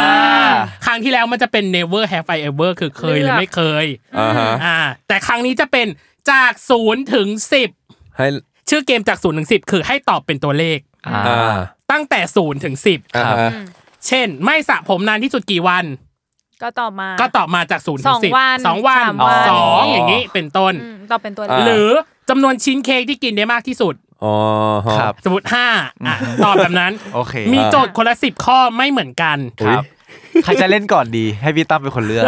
[SPEAKER 3] าครั้งที่แล้วมันจะเป็น never have I ever คือเคยหรือไม่เคย
[SPEAKER 4] อ่าฮะ
[SPEAKER 3] อ่า แต่ครั้งนี้จะเป็นจากศูนย์ถึงสิบ
[SPEAKER 4] ให้
[SPEAKER 3] ชื่อเกมจากศูนย์ถึงสิบคือให้ตอบเป็นตัวเลข
[SPEAKER 5] อ่า
[SPEAKER 4] อ่า
[SPEAKER 3] ตั้งแต่ศูนย์ถึงสิบ
[SPEAKER 4] อ่าฮะ
[SPEAKER 3] เช่น ไม่สระผมนานที่สุดกี่วัน
[SPEAKER 2] ก็ต่อมา
[SPEAKER 3] ก็ตอบมาจากศูนย์ถึ
[SPEAKER 2] ส
[SPEAKER 3] ง
[SPEAKER 2] อง
[SPEAKER 3] สิบ
[SPEAKER 2] วัน
[SPEAKER 3] สองวัน
[SPEAKER 2] สามวัน
[SPEAKER 3] สอง
[SPEAKER 5] อ๋อ
[SPEAKER 3] อ
[SPEAKER 5] อ
[SPEAKER 3] ย่างนี้เป็นต้น
[SPEAKER 2] อืมต่อบเป็นตัวเลข
[SPEAKER 4] อ่า
[SPEAKER 3] หรือจำนวนชิ้นเค้กที่กินได้มากที่สุด
[SPEAKER 4] อ๋อฮะ
[SPEAKER 5] ครับ
[SPEAKER 3] สมมติห้าอ่ะ
[SPEAKER 5] อืม
[SPEAKER 3] ตอบแบบนั้น
[SPEAKER 5] โอเค
[SPEAKER 3] มีโจทย์คนละสิบข้อไม่เหมือนกัน
[SPEAKER 5] ครับ ใครจะเล่นก่อนดี ให้พี่ตั้มเป็นคนเลือก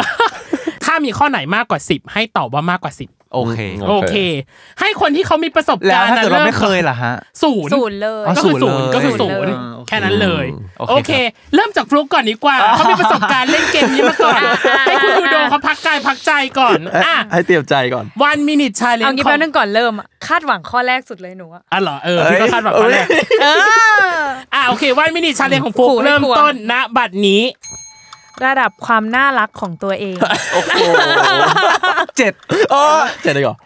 [SPEAKER 3] ถ้ามีข้อไหนมากกว่าสิบให้ตอบว่ามากกว่าสิบ
[SPEAKER 5] โอ
[SPEAKER 4] โอ
[SPEAKER 5] เค
[SPEAKER 4] เค
[SPEAKER 3] โอเค ให้คนที่เขามีประสบ
[SPEAKER 5] แล้ว
[SPEAKER 3] การณ์
[SPEAKER 5] ถ้าเกิดเรา
[SPEAKER 3] นะ
[SPEAKER 5] ไม่เคยล่ะฮะ
[SPEAKER 3] ศูนย์
[SPEAKER 2] ศูนย์เลย
[SPEAKER 5] อ๋อ
[SPEAKER 3] ก็คือศูนย์
[SPEAKER 5] ศูนย์เลย
[SPEAKER 3] ก็คือศูนย์
[SPEAKER 5] อ่าโอเค
[SPEAKER 3] แค่นั้นเลย
[SPEAKER 5] อืม
[SPEAKER 3] โอ
[SPEAKER 5] โอ
[SPEAKER 3] เค
[SPEAKER 5] เค
[SPEAKER 3] เริ่มจากฟลุกก่อนดีกว่าเขามีประสบการณ์เล่นเกมนี้มาก่อน
[SPEAKER 2] อ่า
[SPEAKER 3] ให้คุณดูโดงเขาพักกายพักใจก่อนอ่ะ
[SPEAKER 4] ให้เตรียมใจก่อน
[SPEAKER 3] วันมินิชาเล
[SPEAKER 2] เอา
[SPEAKER 3] นจ์
[SPEAKER 2] งี้
[SPEAKER 3] ขอ
[SPEAKER 2] แป๊บ
[SPEAKER 3] ง
[SPEAKER 2] นึงก่อนเริ่มอะคาดหวังข้อแรกสุดเลยหนูอะ
[SPEAKER 3] อ่ะเหรอเออพี่ก็คาดหวังว่าแหละ
[SPEAKER 2] เออ
[SPEAKER 3] อ่ะโอเควันมินิชาเลนจ์ของฟลุก
[SPEAKER 2] ขู่ไม่กลัว
[SPEAKER 3] เริ่มต้นณบัดนี้
[SPEAKER 2] ระดับความน่ารักของตัวเอง
[SPEAKER 4] โอ้โห
[SPEAKER 5] เจ็ด
[SPEAKER 4] เจ็ดเลยเหรอ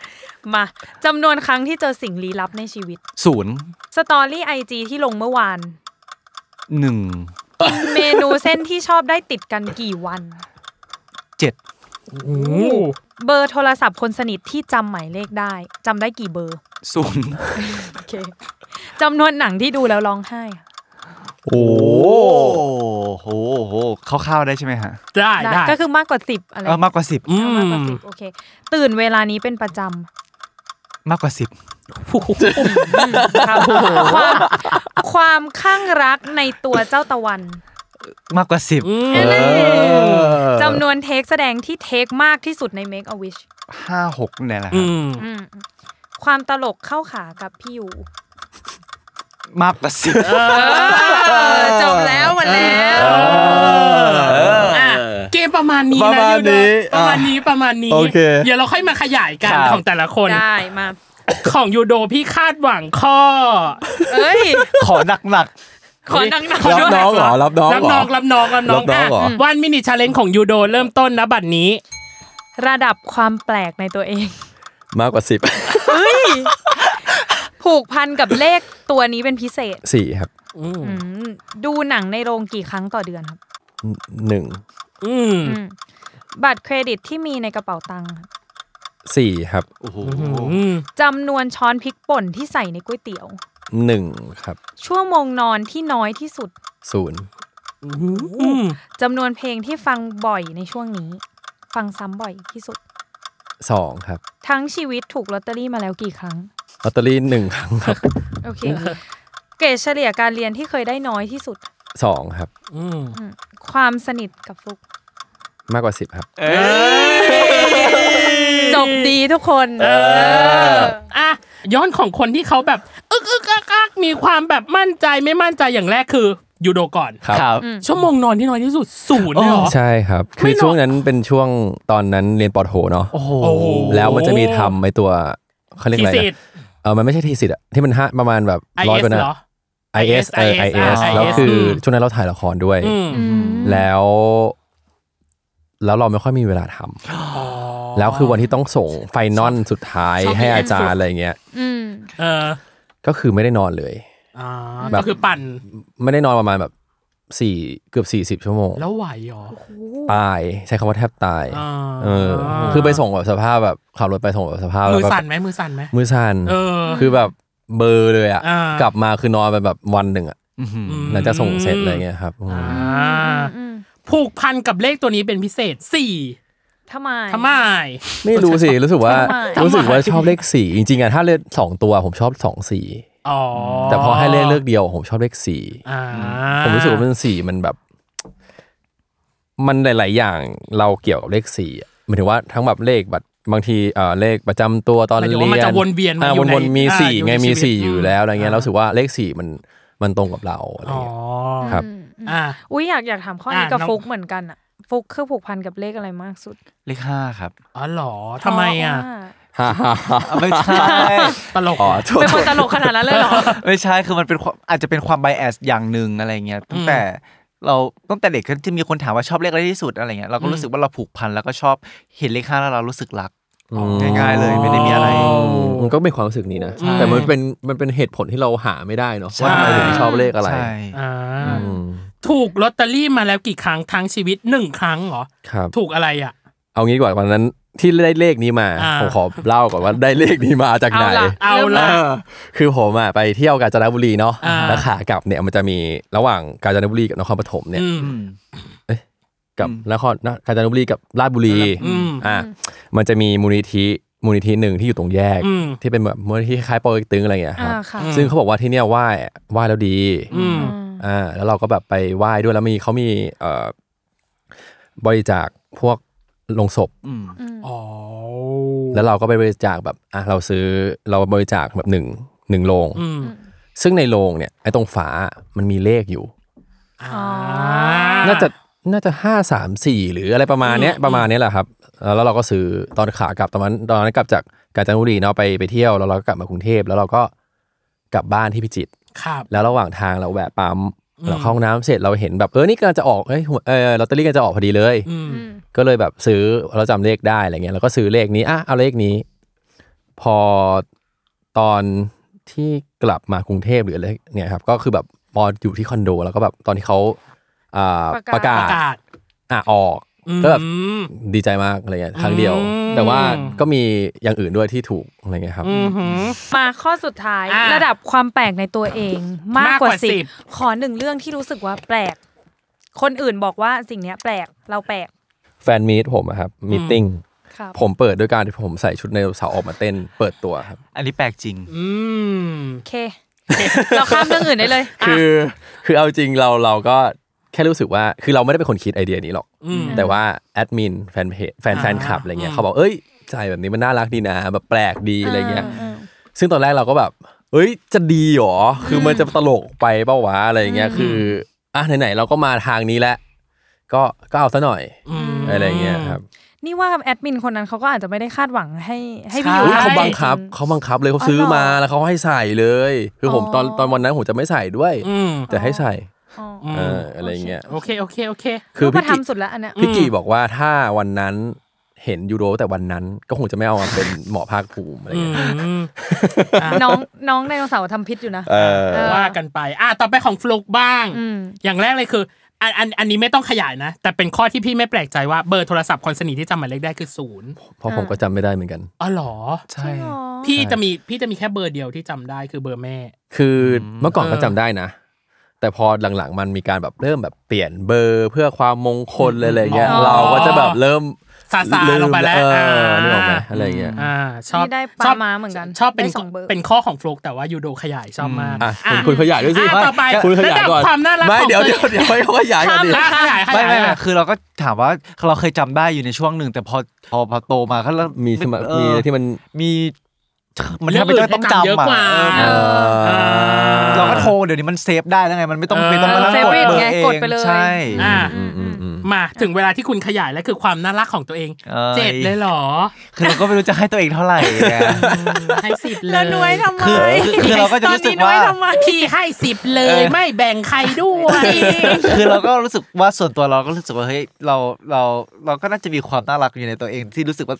[SPEAKER 2] มาจำนวนครั้งที่เจอสิ่งลี้ลับในชีวิต
[SPEAKER 5] ศูนย์
[SPEAKER 2] สตอรี่ไอจีที่ลงเมื่อวาน
[SPEAKER 5] หนึ่ง
[SPEAKER 2] เมนูเส้นที่ชอบได้ติดกันกี่วัน
[SPEAKER 5] เจ็ด
[SPEAKER 2] เบอร์โทรศัพท์คนสนิทที่จำหมายเลขได้จำได้กี่เบอร์
[SPEAKER 5] ศูนย์
[SPEAKER 2] โอเคจำนวนหนังที่ดูแล้วร้องไห้อะ
[SPEAKER 4] โอ้โห
[SPEAKER 5] โหโหเข้าวๆได้ใช่ไหมฮะ
[SPEAKER 3] ได้ได้
[SPEAKER 2] ก็คือมากกว่าสิบอะไร
[SPEAKER 5] เออมากกว่าสิบ
[SPEAKER 3] อื
[SPEAKER 2] มากกว่าม สิบโอเค ตื่นเวลานี้เป็นประจ
[SPEAKER 5] มากกว่าสิบ
[SPEAKER 2] ำครับความความข้างรักในตัวเจ้าตะวัน
[SPEAKER 5] มากกว่าสิบ
[SPEAKER 3] อืม
[SPEAKER 2] จำนวนเทคแสดงที่เทคมากที่สุดใน Make a Wish
[SPEAKER 5] ห้าหกเนี่ยแหละฮะ
[SPEAKER 3] อืม
[SPEAKER 2] อืมความตลกเข้าขากับพี่อยู่
[SPEAKER 5] มากกว่าสิบ
[SPEAKER 2] จบแล้วหมดแล้ว
[SPEAKER 3] อ่ะเกมประมาณนี้
[SPEAKER 4] ประ
[SPEAKER 3] นะ
[SPEAKER 4] มาณ
[SPEAKER 3] ยูโด
[SPEAKER 4] นี้
[SPEAKER 3] ประมาณ
[SPEAKER 4] อ่ะ
[SPEAKER 3] นี้ประมาณนี้
[SPEAKER 4] โอเค
[SPEAKER 3] เดี๋ยวเราค่อยมาขยายกัน
[SPEAKER 5] ครับ
[SPEAKER 3] ของแต่ละคน
[SPEAKER 2] ได้มา
[SPEAKER 3] ของยูโดพี่คาดหวังข้อ
[SPEAKER 2] เอ้ย
[SPEAKER 5] ขอหนัก
[SPEAKER 2] ขอดัง
[SPEAKER 3] ขอ
[SPEAKER 4] รับ
[SPEAKER 3] ดู
[SPEAKER 4] น้องเหร
[SPEAKER 3] ห
[SPEAKER 4] อ
[SPEAKER 3] น่ย
[SPEAKER 4] รับน้อง
[SPEAKER 3] รับ
[SPEAKER 4] เหร
[SPEAKER 3] น้
[SPEAKER 4] อ
[SPEAKER 3] องรับน้องรับน้อง
[SPEAKER 4] รับน้องเหรอ
[SPEAKER 3] วันมินิชาเลนของยูโดเริ่มต้นนะบัดนี้
[SPEAKER 2] ๆระดับความแปลกในตัวเอง
[SPEAKER 4] มากกว่าสิบ
[SPEAKER 2] ผูกพันกับเลขตัวนี้เป็นพิเศษ
[SPEAKER 4] สี่ครับ
[SPEAKER 2] อืมดูหนังในโรงกี่ครั้งต่อเดือนครับ
[SPEAKER 4] หนึ่ง
[SPEAKER 3] อืม
[SPEAKER 2] อืมบัตรเครดิตที่มีในกระเป๋าตังค์ครับ
[SPEAKER 4] สี่ครับ
[SPEAKER 5] ๆโอ้โห
[SPEAKER 3] อืม
[SPEAKER 2] จำนวนช้อนพริกป่นที่ใส่ในก๋วยเตี๋ยว
[SPEAKER 4] หนึ่งครับ
[SPEAKER 2] ชั่วโมงนอนที่น้อยที่สุด
[SPEAKER 4] ศูนย์
[SPEAKER 3] อืม
[SPEAKER 2] จำนวนเพลงที่ฟังบ่อยในช่วงนี้ ฟังซ้ำบ่อยที่สุด
[SPEAKER 4] สองครับ
[SPEAKER 2] ทั้งชีวิตถูกลอตเตอรี่มาแล้วกี่ครั้ง
[SPEAKER 4] ลอตเตอรี่หนึ่งครั้งครับ
[SPEAKER 2] โอ เค เกรดเฉลี่ยการเรียนที่เคยได้น้อยที่สุด
[SPEAKER 4] สองครับ
[SPEAKER 3] อืม
[SPEAKER 2] อืมความสนิทกับฟลุก
[SPEAKER 4] มากกว่าสิบครับ
[SPEAKER 5] เอ้ย
[SPEAKER 2] จบดีทุกคน
[SPEAKER 3] อ่ะย้อนของคนที่เขาแบบอึกอึกอักอักมีความแบบมั่นใจไม่มั่นใจอย่างแรกคือยูโดก่อน
[SPEAKER 4] ครับ
[SPEAKER 3] ชั่วโมงนอนที่น้อยที่สุดศูนย์เลยเหรอ
[SPEAKER 4] ใช่ครับ คือช่วงนั้นเป็นช่วงตอนนั้นเรียนปอโทเนาะ
[SPEAKER 5] โอ้โห
[SPEAKER 3] โอ้โห
[SPEAKER 4] แล้วมันจะมีทำไอตัวเขาเรียก
[SPEAKER 3] ที
[SPEAKER 4] อะไร
[SPEAKER 3] สิท
[SPEAKER 4] นะเออมันไม่ใช่ทีสิทธ์อะที่มันห้าประมาณแบบ
[SPEAKER 3] ไอ
[SPEAKER 4] ร้อย
[SPEAKER 3] เอก
[SPEAKER 4] ว่า
[SPEAKER 3] ส
[SPEAKER 4] นะ
[SPEAKER 3] เหรอ
[SPEAKER 4] IS เออ
[SPEAKER 3] IS
[SPEAKER 4] IS
[SPEAKER 3] อ่า
[SPEAKER 4] แล้วคือ
[SPEAKER 3] IS
[SPEAKER 4] ช่วงนั้นเราถ่ายละครด้วย
[SPEAKER 3] อืม
[SPEAKER 4] แล้ว แล้วเราไม่ค่อยมีเวลาทำแล้วคือวันที่ต้องส่งไฟนอลสุดท้ายให้อาจารย์อะไรเงี้ย
[SPEAKER 2] อืม
[SPEAKER 3] เออ
[SPEAKER 4] ก็คือไม่ได้นอนเลย
[SPEAKER 3] อ่า
[SPEAKER 4] แบบ
[SPEAKER 3] ก็คือปั่น
[SPEAKER 4] ไม่ได้นอนประมาณแบบสี่เกือบสี่สิบ40 ชั่วโมง
[SPEAKER 3] แล้วไหวเหรอ
[SPEAKER 4] ตายใช้คำว่าแทบตาย
[SPEAKER 3] อ่า
[SPEAKER 4] เออ คือไปส่งแบบสภาพแบบขับรถไปส่งแบบสภาพ
[SPEAKER 3] มือ
[SPEAKER 4] แบบ
[SPEAKER 3] สั่นไหมมือสั่นไหม
[SPEAKER 4] มือสั่น
[SPEAKER 3] เออ
[SPEAKER 4] คือแบบเบลอร์เลยอ่ะ
[SPEAKER 3] อ่าก
[SPEAKER 4] กลับมาคือนอนไปแบบวันหนึ่งอ่ะหลังจากส่งเสร็จอะไรเงี้ยครับอืม
[SPEAKER 3] อ่าผูกพันกับเลขตัวนี้เป็นพิเศษสี่
[SPEAKER 2] ทำไม
[SPEAKER 3] ทำไม
[SPEAKER 4] ไม่รู้สิรู้สึกว่า
[SPEAKER 2] ทำไม
[SPEAKER 4] รู้สึกว่า
[SPEAKER 3] ทำไม
[SPEAKER 4] ชอบเลขสี่จริงๆอ่ะถ้าเลือกสองตัวผมชอบสองสี่
[SPEAKER 3] อ๋อ
[SPEAKER 4] แต่พอให้เลขเลือกเดียวผมชอบเลขสี่
[SPEAKER 3] อ่า
[SPEAKER 4] ผมรู้สึกว่ามันสี่มันแบบ มันหลาย ๆ อย่างเราเกี่ยวกับเลขสี่อะหมายถึงว่าทั้งแบบเลขบัตรบางทีเอ่อเลขประจำตัวตอน
[SPEAKER 3] หมาย
[SPEAKER 4] เรี
[SPEAKER 3] ถึ
[SPEAKER 4] ย
[SPEAKER 3] ง
[SPEAKER 4] น
[SPEAKER 3] ว่ามันจะวนเวียนมา
[SPEAKER 4] อ่ะ
[SPEAKER 3] อยู่ใน
[SPEAKER 4] วนๆมี
[SPEAKER 3] อ่า
[SPEAKER 4] สี่
[SPEAKER 3] อยู่ใน
[SPEAKER 4] ไง
[SPEAKER 3] ชี
[SPEAKER 4] มี
[SPEAKER 3] วิต
[SPEAKER 4] สี่อยู่แล้วอะไรเงี้ย
[SPEAKER 3] อ่า
[SPEAKER 4] เรารู้สึกว่าเลขสี่มันมันตรงกับเราอะไร
[SPEAKER 3] อ๋อ
[SPEAKER 4] เงี้ย ครับ
[SPEAKER 3] อ่า
[SPEAKER 2] อุ้ยอยากอยากถามข้อนี้
[SPEAKER 3] อ่ะ
[SPEAKER 2] กับ
[SPEAKER 3] น้อง
[SPEAKER 2] ฟลุกเหมือนกันอ่ะฟลุกคือผูกพันกับเลขอะไรมากสุด
[SPEAKER 5] เลขห้าครับ
[SPEAKER 3] อ๋อเหรอทำไมอ่ะ
[SPEAKER 2] เพราว่า
[SPEAKER 4] ฮ่าฮ่าฮ่า
[SPEAKER 5] อ่ะไม่ใช่
[SPEAKER 3] ตลก
[SPEAKER 4] อ๋อโทษ
[SPEAKER 2] เป็นคนตลกขนาดนั้นเลยเหรอ
[SPEAKER 5] ไม่ใช่ คือมันเป็นความอาจจะเป็นความไบแอสอย่างหนึ่งอะไรเงี้ย ตั้งแต่เราตั้งแต่เด็กก็จะมีคนถามว่าชอบเลขอะไรที่สุดอะไรเงี้ย เราก็รู้สึกว่าเราผูกพันแล้วก็ชอบเห็นเลขห้าแล้วเรารู้สึกรัก
[SPEAKER 4] อ๋อ
[SPEAKER 5] ง่ายๆเลยไม่ได้มีอะไร
[SPEAKER 3] โ
[SPEAKER 4] มันก็เป็นความรู้สึกนี้นะ
[SPEAKER 3] ใช่
[SPEAKER 4] แต่มันเป็นมันเป็นเหตุผลที่เราหาไม่ได้เนาะ
[SPEAKER 5] ใช่
[SPEAKER 4] ว่าทำไมถึงชอบเลขอะไร
[SPEAKER 5] ใช่
[SPEAKER 3] อ่า
[SPEAKER 4] อืม
[SPEAKER 3] ถูกลอตเตอรี่มาแล้วกี่ครั้งทั้งชีวิตหนึ่งครั้งเหรอ
[SPEAKER 4] ครับ
[SPEAKER 3] ถูกอะไรอ่ะ
[SPEAKER 4] เอางี้ดีกว่าวันนั้นที่ได้เลขนี้มา
[SPEAKER 3] อ่า
[SPEAKER 4] ผมขอเล่าก่อนว่าได้เลขนี้มาจากไหน
[SPEAKER 3] เอาละเอาละ
[SPEAKER 4] เออคือผมอ่ะไปเที่ยวกาญจนบุรีเนาะ
[SPEAKER 3] อ่า
[SPEAKER 4] แล้วขากลับเนี่ยมันจะมีระหว่างกาญจนบุรีกับนครปฐมเนี่ย
[SPEAKER 3] อืม
[SPEAKER 5] อืม
[SPEAKER 4] กับ
[SPEAKER 5] อืม
[SPEAKER 4] นครกาญจนบุรีกับราชบุรี
[SPEAKER 3] อืม
[SPEAKER 4] อ่ะมันจะมีมูลนิธิมูลนิธิหนึ่งที่อยู่ตรงแยก
[SPEAKER 3] อืม
[SPEAKER 4] ที่เป็นแบบมูลนิธิคล้ายปอเต็กตึงอะไรอย่างเงี้ยค
[SPEAKER 2] อ่า
[SPEAKER 4] รับ
[SPEAKER 2] ค่ะ
[SPEAKER 4] ซึ่งเขาบอกว่าที่เนี่ยไหว้อะไหว้แล้วดี
[SPEAKER 3] อืม
[SPEAKER 2] อืม
[SPEAKER 4] อ่าแล้วเราก็แบบไปไหว้ด้วยแล้วมีเขามีเอ่อบริจาคพวกลงศพ
[SPEAKER 5] อืม
[SPEAKER 3] อ๋อ
[SPEAKER 4] แล้วเราก็ไปบริจาคแบบอ่ะเราซื้อเราบริจาคแบบหนึ่งหนึ่งโรง
[SPEAKER 3] อืม
[SPEAKER 4] ซึ่งในโรงเนี่ยไอ้ตรงฝามันมีเลขอยู่
[SPEAKER 3] อ่า
[SPEAKER 4] น่าจะน่าจะห้าสามสี่หรืออะไรประมาณเนี้ย
[SPEAKER 3] อืม
[SPEAKER 4] ประมาณเนี้ยแหละครับเออแล้วเราก็ซื้อตอนขากลับตอนนั้นตอนนั้นกลับจากกาญจนบุรีเนาะไปไปเที่ยวแล้วเราก็กลับมากรุงเทพแล้วเราก็กลับบ้านที่พิจิตร
[SPEAKER 3] ครับ
[SPEAKER 4] แล้วระหว่างทางเราแวะปั๊ม
[SPEAKER 3] อืม
[SPEAKER 4] เราเข้าห้องน้ำเสร็จเราเห็นแบบเออนี่กำลังจะออกเอ้ยหัวเออลอตเตอรี่กำลังจะออกพอดีเลย
[SPEAKER 3] อืม
[SPEAKER 4] ก็เลยแบบซื้อเราจำเลขได้อะไรเงี้ยแล้วก็ซื้อเลขนี้อ่ะเอาเลขนี้ พอตอนที่กลับมากรุงเทพหรืออะไรเนี่ยครับก็คือแบบพออยู่ที่คอนโด แล้วก็แบบตอนที่เขาอ่าป
[SPEAKER 2] ประ
[SPEAKER 4] กา
[SPEAKER 2] ระา
[SPEAKER 4] ก
[SPEAKER 2] ศ
[SPEAKER 4] ศ
[SPEAKER 3] ประกาศ
[SPEAKER 4] อ่ะออก
[SPEAKER 3] อืม
[SPEAKER 4] ก็แบบ ดีใจมากอะไรเงี้ยครั้งเดียว
[SPEAKER 3] อืม
[SPEAKER 4] แต่ว่าก็มีอย่างอื่นด้วยที่ถูกอะไรเงี้ยครับ
[SPEAKER 3] อืมหือ
[SPEAKER 2] มาข้อสุดท้าย
[SPEAKER 3] อ่ะ
[SPEAKER 2] ระดับความแปลกในตัวเอง มาก
[SPEAKER 3] มากก
[SPEAKER 2] ก
[SPEAKER 3] ว่า
[SPEAKER 2] ว่าสิบ
[SPEAKER 3] 10
[SPEAKER 2] ขอหนึ่งเรื่องที่รู้สึกว่าแปลก คนอื่นบอกว่าสิ่งเนี้ยแปลกเราแปลก
[SPEAKER 4] แฟนมีตผมอะครับมีติ้ง
[SPEAKER 2] ครับ
[SPEAKER 4] ผมเปิดด้วยการที่ผมใส่ชุดไดโนเสาร์ออกมาเต้นเปิดตัวครับ
[SPEAKER 5] อันนี้แปลกจริง
[SPEAKER 3] อืม
[SPEAKER 2] โอเค เราข้ามเรื่องอื่นได้เลย
[SPEAKER 4] คือคือเอาจริงเราเราก็แค่รู้สึกว่าคือเราไม่ได้เป็นคนคิดไอเดียนี้หรอก
[SPEAKER 3] อืม
[SPEAKER 4] แต่ว่าแอดมินแฟนเพจแฟน
[SPEAKER 3] อ่า
[SPEAKER 4] แฟนคลับอะไรเงี้
[SPEAKER 3] อื
[SPEAKER 4] ย
[SPEAKER 3] ม
[SPEAKER 4] เขาบอกเอ้ยใจแบบนี้มันน่ารักดีนะ แบบแปลกดีอะไรเงี้ย
[SPEAKER 2] าา
[SPEAKER 4] ซึ่งตอนแรกเราก็แบบ เอ้ยจะดีหรอ คือมันจะตลกไปเป้าวะอะไรเงี้ย
[SPEAKER 2] อืม
[SPEAKER 4] คืออ่ะไหนๆเราก็มาทางนี้แล้วก็ก็เอาซะหน่อย
[SPEAKER 3] อืม
[SPEAKER 4] อะไรเงี้ยครับ
[SPEAKER 2] นี่ว่าแอดมินคนนั้นเขาก็อาจจะไม่ได้คาดหวังให้ให้
[SPEAKER 3] ใช่
[SPEAKER 2] วิว
[SPEAKER 4] อุ๊ยเขา
[SPEAKER 2] ได้
[SPEAKER 4] บังคับเขาบังคับเลยเขา
[SPEAKER 2] อ๋อ
[SPEAKER 4] ซื้อมา
[SPEAKER 2] เหรอ
[SPEAKER 4] แล้วเขาให้ใส่เลย คือผม
[SPEAKER 2] อ๋อ
[SPEAKER 4] ตอนตอนวันนั้นผมจะไม่ใส่ด้วย
[SPEAKER 3] อืม
[SPEAKER 4] แต่ให้ใส่
[SPEAKER 2] อ๋อ
[SPEAKER 4] เอออะไรเงี้ย
[SPEAKER 3] โอเค โอเค โอเค
[SPEAKER 4] คือ
[SPEAKER 2] ก็
[SPEAKER 4] พี่กิ
[SPEAKER 2] ทำสุดแล้วอันเนี้ย
[SPEAKER 4] พี่กีบอกว่าถ้าวันนั้นเห็นยูโรแต่วันนั้นก็คงจะไม่เอามาเป็นหมอภาคภูมิอะไร
[SPEAKER 3] อื
[SPEAKER 4] เงี้ย
[SPEAKER 3] ม อ่ะ
[SPEAKER 2] น้องน้องไดโนเสาร์ทำพิษอยู่นะ
[SPEAKER 4] เออ
[SPEAKER 2] เออ
[SPEAKER 3] ว่ากันไป อ่ะต่อไปของฟลุกบ้าง
[SPEAKER 2] อืม
[SPEAKER 3] อย่างแรกเลยคืออันอันอันนี้ไม่ต้องขยายนะ แต่เป็นข้อที่พี่ไม่แปลกใจว่าเบอร์โทรศัพท์คนสนิทที่จำหมายเลขได้คือศูนย์
[SPEAKER 4] เพราะผมก็จำไม่ได้เหมือนกัน
[SPEAKER 3] อ๋อเหรอ
[SPEAKER 4] ใช่
[SPEAKER 2] อ๋อ
[SPEAKER 3] พี่จะมีพี่จะมีแค่เบอร์เดียวที่จำได้คือเบอร์แม่
[SPEAKER 4] คือเมื่อก่อน
[SPEAKER 3] เออ
[SPEAKER 4] ก็จำได้นะ แต่พอหลังๆ มันมีการแบบเริ่มแบบเปลี่ยนเบอร์เพื่อความมงคลอะไรอย่างเงี้ย
[SPEAKER 2] อ๋อ
[SPEAKER 4] เราก็จะแบบเริ่ม
[SPEAKER 3] ซาซา
[SPEAKER 4] ลืม
[SPEAKER 3] ลงไปแล้ว
[SPEAKER 4] เออา นึกออกไหมอะไรอย่างเงี้ย
[SPEAKER 3] อ่าชอบ
[SPEAKER 2] นี่ได้ปลา
[SPEAKER 3] ชอบ
[SPEAKER 2] ม้าเหมือนกัน
[SPEAKER 3] ชอบเป็น
[SPEAKER 2] ได้สองเบอร์
[SPEAKER 3] เป็นข้อของฟลุกแต่ว่ายูโดขยายชอบมาก
[SPEAKER 4] อ่ะ
[SPEAKER 3] อ่ะ
[SPEAKER 4] คุณคุณขยายด้วยสิ
[SPEAKER 3] อ่ะต่อไป
[SPEAKER 4] คุณขยายก่อ
[SPEAKER 3] ระดั
[SPEAKER 4] น
[SPEAKER 3] บความน่ารัก
[SPEAKER 4] ไม่
[SPEAKER 3] ของ
[SPEAKER 4] เดี๋ยว
[SPEAKER 3] ตัวเอง
[SPEAKER 4] เดี๋ยวเดี๋ยวให้เขาขยายก่อนดิ
[SPEAKER 3] อ่ะขยายข
[SPEAKER 5] ไม่
[SPEAKER 3] ยาย
[SPEAKER 5] ไม่ไม่
[SPEAKER 3] อ่ะ
[SPEAKER 5] คือเราก็ถามว่าเราเคยจำได้อยู่ในช่วงหนึ่ง แต่พอพอพอโตมาก็เริ่
[SPEAKER 4] มีใช่ไหม
[SPEAKER 5] เอ
[SPEAKER 4] มี
[SPEAKER 5] อ
[SPEAKER 4] ที่มัน
[SPEAKER 5] มีมัน
[SPEAKER 3] เรื่
[SPEAKER 5] แท
[SPEAKER 3] อบ งอื่
[SPEAKER 5] ไม่
[SPEAKER 3] นให้
[SPEAKER 5] ต้อง
[SPEAKER 3] จำเยอะ
[SPEAKER 5] จำ
[SPEAKER 3] ก
[SPEAKER 5] อ่ะ
[SPEAKER 3] ว่า
[SPEAKER 5] เออ
[SPEAKER 3] อ่า
[SPEAKER 5] เราก็โทรเดี๋ยวนี้มันเซฟได้แล้วไง มันไม่ต้อง
[SPEAKER 3] เออ
[SPEAKER 5] ไม่ต้องมานั่ง
[SPEAKER 2] เซฟ
[SPEAKER 5] กด
[SPEAKER 2] ไว้
[SPEAKER 5] เบอร์
[SPEAKER 2] ไง
[SPEAKER 5] เอก
[SPEAKER 2] ด
[SPEAKER 5] ง
[SPEAKER 2] ไปเลย
[SPEAKER 5] ใช่
[SPEAKER 3] อ่ะ
[SPEAKER 4] อืมอืมอืม
[SPEAKER 3] มาถึงเวลาที่คุณขยายแล้วคือความน่ารักของตัวเอง
[SPEAKER 5] อ้ย
[SPEAKER 3] เจ็ดเลยเหรอ
[SPEAKER 5] คือเราก็ไม่รู้จะให้ตัวเองเท่าไหร่ไง
[SPEAKER 3] อืมให้สิบเลย
[SPEAKER 2] แล้วนุ้ยทำไม
[SPEAKER 5] คือคือเราก็จะรู้สึก
[SPEAKER 2] ตอ
[SPEAKER 5] ว่า
[SPEAKER 2] นนี้นุ้ยทำไม
[SPEAKER 3] พี่ให้สิบเล
[SPEAKER 5] เอย อ
[SPEAKER 3] ไม่แบ่งใครด้วย
[SPEAKER 5] คือเราก็รู้สึกว่าส่วนตัวเราก็รู้สึกว่าเฮ้ยเราเราเราก็น่าจะมีความน่ารักอยู่ในตัวเองที่รู้สึกว่า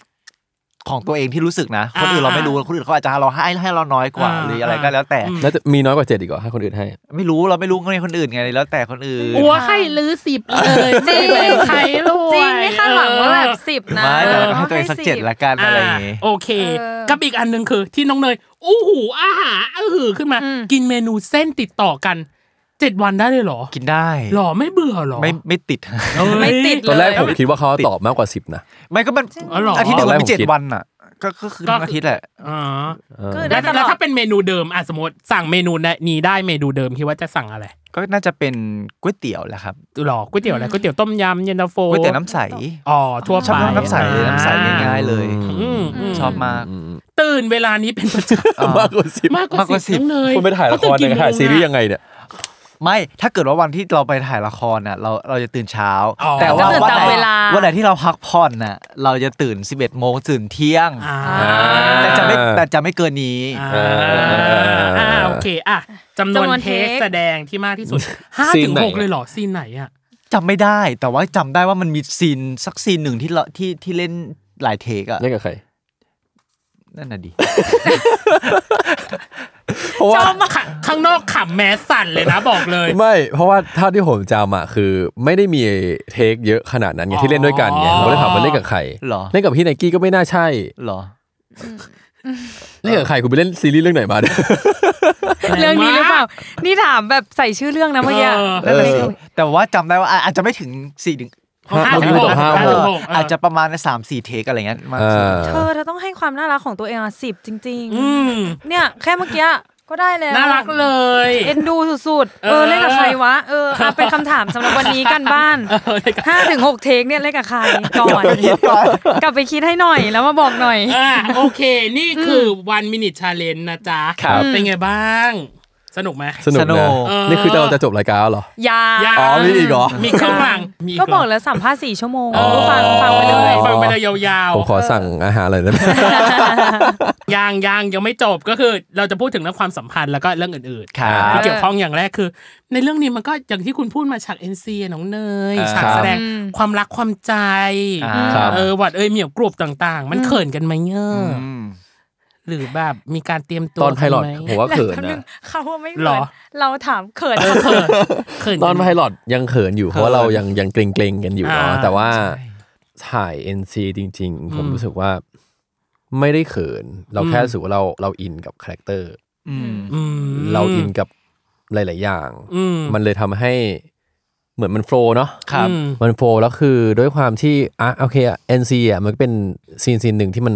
[SPEAKER 5] ของตัวเองที่รู้สึกนะ คนอื่นเราไม่รู้
[SPEAKER 3] อ่า
[SPEAKER 5] คนอื่นเขาอาจจะเราให้ให้เราน้อยกว่า
[SPEAKER 3] อ่า
[SPEAKER 5] หรืออะไร
[SPEAKER 3] อ่า
[SPEAKER 5] ก็แล้วแต่
[SPEAKER 4] แล้วจะมีน้อยกว่าเจ็ดอีกเหรอให้คนอื่นให้
[SPEAKER 5] ไม่รู้เราไม่รู้ในคนอื่นไงแล้วแต่คนอื่น
[SPEAKER 3] อัวให้ลือสิบเลยไม่แบ่งใครด้ว
[SPEAKER 2] จ
[SPEAKER 3] ย
[SPEAKER 2] ริงไม่คาดหวังว่าแบบ
[SPEAKER 3] เออ
[SPEAKER 2] สิบนะ
[SPEAKER 5] ไม่แต่
[SPEAKER 2] ออ
[SPEAKER 5] ให้ตัวเองสักเจ็ด
[SPEAKER 2] ให้
[SPEAKER 5] ละกันอะไรอย่างงี้
[SPEAKER 3] โอเค
[SPEAKER 2] เออ
[SPEAKER 3] กับอีกอันหนึ่งคือ ที่น้องเนยอู้หูอาหารอือหือขึ้นมา
[SPEAKER 2] อืม
[SPEAKER 3] กินเมนูเส้นติดต่อกันเจ็ดวันได้เลยเหรอ
[SPEAKER 5] กินได้
[SPEAKER 3] หรอไม่เบื่อหรอ
[SPEAKER 5] ไม่ไม่ติด
[SPEAKER 3] เอ้ย
[SPEAKER 2] ไม่ติดเลย
[SPEAKER 4] ตอนแรกผมคิดว่าเขาตอบมากกว่าสิบนะ
[SPEAKER 5] ไม่ก็มัน
[SPEAKER 3] อ๋อเหรออ
[SPEAKER 5] อาทิตย์หนึ่งมั
[SPEAKER 4] ตอน
[SPEAKER 5] น
[SPEAKER 4] แรกผ
[SPEAKER 5] มี
[SPEAKER 4] ม
[SPEAKER 5] เจ็ด
[SPEAKER 4] คิด
[SPEAKER 5] วันอ่ะ ก็ก็คือ
[SPEAKER 3] ก็คือ
[SPEAKER 5] อา
[SPEAKER 3] อ
[SPEAKER 5] ทิตย์แหละ
[SPEAKER 3] อ๋อ
[SPEAKER 2] คือ
[SPEAKER 3] แล้
[SPEAKER 2] ได้ต
[SPEAKER 3] ว
[SPEAKER 2] ล
[SPEAKER 3] แล้ว
[SPEAKER 2] อด
[SPEAKER 3] ถ้าเป็นเมนูเดิมอ่ะสมมติสั่งเมนูนี้ได้เมนูเดิมคิดว่าจะสั่งอะไร
[SPEAKER 5] ก็น่าจะเป็นก๋วยเตี๋ยวแหละครับ
[SPEAKER 3] หรอก๋วยเตี๋ยวอะไรก๋วยเตี๋ยวต้มยำเย็นตาโฟ
[SPEAKER 5] ก๋วยเตี๋ยวน้ำใส
[SPEAKER 3] อ๋อทั่วไป
[SPEAKER 5] ชอบน้ำใสน้ำใสง่ายๆเลย
[SPEAKER 3] อืมอืม
[SPEAKER 5] ชอบมาก
[SPEAKER 4] อืมอืม
[SPEAKER 3] ตื่นเวลานี้เป็นประจำ
[SPEAKER 5] อ่าม
[SPEAKER 4] ากกว่าสิบ
[SPEAKER 3] มากกว่าสิบน้องเนย
[SPEAKER 4] คุณไปถ่ายละครยังไงถ่ายซีรีส์ยังไงเนี่ย
[SPEAKER 5] ไม่ถ้าเกิดว่าวันที่เราไปถ่ายละครน่ะเราเราจะตื่นเช้า
[SPEAKER 3] อ๋อ
[SPEAKER 5] แต่ว่า
[SPEAKER 2] ก็ตื่น
[SPEAKER 5] วันไหน
[SPEAKER 2] ตามเวลา
[SPEAKER 5] วันไหนที่เราพักผ่อนน่ะเราจะตื่น 11โมงตื่นเที่ยง
[SPEAKER 3] อ่า
[SPEAKER 5] แต่จะไม่แต่จะไม่เกินนี้
[SPEAKER 3] อ่า
[SPEAKER 4] เออเออเออเอออ่
[SPEAKER 3] ่าโอเคอ่ะจำน
[SPEAKER 2] จำน
[SPEAKER 3] ว
[SPEAKER 2] วน น
[SPEAKER 3] เท
[SPEAKER 2] เท
[SPEAKER 3] ค
[SPEAKER 2] ค
[SPEAKER 3] แสดงที่มากที่สุดห้า
[SPEAKER 4] ซีน
[SPEAKER 3] ถึง
[SPEAKER 4] ไหน
[SPEAKER 3] หก
[SPEAKER 4] อะ
[SPEAKER 3] เลยเหรอซีนไหนอ่ะ
[SPEAKER 5] จำไม่ได้แต่ว่าจำได้ว่ามันมีซีนสักซีนหนึ่งที่เราที่ที่เล่นหลายเทกอะ
[SPEAKER 4] เล่นกับใคร
[SPEAKER 5] นั่นน่ะดิ
[SPEAKER 4] เพราะว่า
[SPEAKER 3] ชอบมาก ข้างนอกขำแมสสั่นเลยนะบอกเลย
[SPEAKER 4] ไม่เพราะว่าเท่าที่ผมจำอะคือ ไม่ได้มีเทคเยอะขนาดนั้นไงที่เล่นด้วยกันไง
[SPEAKER 3] อ๋อ
[SPEAKER 4] ผมเลยถามว่าเล่นกับใคร
[SPEAKER 5] เหรอ
[SPEAKER 4] เล่นกับพี่ไนกี้ก็ไม่น่าใช่
[SPEAKER 5] เหรอ
[SPEAKER 4] เล่นกับใครคุณไปเล่นซีรีส์เรื่องไหนมาเนี่ย
[SPEAKER 2] เรื่องนี้หรือเปล่า นี่ถามแบบใส่ชื่อเรื่องนะเมื่อกี้
[SPEAKER 3] เออ
[SPEAKER 4] เออ
[SPEAKER 5] นั่นน่ะสิแต่ว่าจำได้ว่าอาอาจจะไม่ถึงสี่ถึง
[SPEAKER 3] ห้า
[SPEAKER 4] ถึงหกห้าถึงหก
[SPEAKER 3] เอออ
[SPEAKER 5] อาจจะประมาณสามสี่เทคอะไรเงี้ยมา
[SPEAKER 4] เออ
[SPEAKER 2] เธอเธอต้องให้ความน่ารักของตัวเองอ่ะสิบจริง
[SPEAKER 3] อืม
[SPEAKER 2] ๆ เนี่ย แค่เมื่อกี้ก็ได้แล้ว
[SPEAKER 3] น่ารักเลย
[SPEAKER 2] เอ็นดูสุดๆ เอ
[SPEAKER 3] เอ
[SPEAKER 2] อ
[SPEAKER 3] อ
[SPEAKER 2] เล่นกับใครวะเอออ่ะเป็นคำถามสำหรับวันนี้กันบ้าน
[SPEAKER 3] เออเลยกับ
[SPEAKER 2] ห้าถึงหกเทคเนี่ยเล่นกับใครก่อนกลับไปคิดให้หน่อยแล้วมาบอกหน่อย
[SPEAKER 3] อ่าโอเค นี่คือวันมินิชาเลนนะจ๊ะ
[SPEAKER 4] ครับ
[SPEAKER 3] เป็นไงบ้าง สนุกไหม
[SPEAKER 4] สนุก
[SPEAKER 5] สนุ
[SPEAKER 4] นะ
[SPEAKER 5] ก
[SPEAKER 4] นี่คือเราจะจบรายการแล้วเหรอ
[SPEAKER 2] ยา
[SPEAKER 3] ยา
[SPEAKER 4] อ๋อมีอีกเหรอ
[SPEAKER 3] มีเครื่องหลังมี
[SPEAKER 2] ก็บอกแล้วสัมภาษณ์สี่ชั่วโมง
[SPEAKER 4] อ๋อ
[SPEAKER 2] ฟังฟังไปเลย
[SPEAKER 3] ฟังไปเลยยาว
[SPEAKER 4] ผมขอสั่งอาหารเลยได้ไหม
[SPEAKER 3] ๆยังยังยังไม่จบก็คือเราจะพูดถึงเรื่องความสัมพันธ์แล้วก็เรื่องอื่นๆ
[SPEAKER 5] ครับ
[SPEAKER 3] ที่เกี่ยวข้องอย่างแรกคือ ในเรื่องนี้มันก็อย่างที่คุณพูดมาฉากเอ็นซีน้องเนย
[SPEAKER 5] อ่า
[SPEAKER 3] ฉากแสดง
[SPEAKER 2] อืม
[SPEAKER 3] ความรักความใจ
[SPEAKER 5] อ่าครับ
[SPEAKER 3] เออหวัดเอ้ยเหมี่ยวกรุบต่าง ๆ มันเขินกันไหมเนอะ
[SPEAKER 5] ม
[SPEAKER 3] หรือแบบมีการเตรียมตัว
[SPEAKER 4] ตอนไพลอต
[SPEAKER 3] กันไหม
[SPEAKER 4] ผมว่าเขินนะ
[SPEAKER 2] เขาว่าไม่
[SPEAKER 3] หร
[SPEAKER 2] เขิ
[SPEAKER 3] อ
[SPEAKER 2] นเราถามเขิน
[SPEAKER 3] เออเขินเขิน
[SPEAKER 4] ตอน
[SPEAKER 3] กั
[SPEAKER 4] ไพ
[SPEAKER 3] นไหม
[SPEAKER 4] ลอตยังเขินอยู่เพราะว่าเรายังยังเกรงเกรงๆกันอยู่เนาะ
[SPEAKER 3] อ่า
[SPEAKER 4] แต่ว่าถ่าย NC จริง ๆ ผมรู้สึกว่าไม่ได้เขิน เราแค่รู้สึกว่าเราเราอินกับคาแรคเตอร์
[SPEAKER 5] อืม
[SPEAKER 3] อืม
[SPEAKER 4] เราอินกับหลาย ๆ อย่าง
[SPEAKER 3] อืม
[SPEAKER 4] มันเลยทำให้เหมือนมันโฟลว์เนาะ
[SPEAKER 5] ครับ
[SPEAKER 3] อืม
[SPEAKER 4] มันโฟลว์แล้วคือด้วยความที่อ่ะโอเคอ่ะ NC อ่ะมันก็เป็นซีนซีนหนึ่งที่มัน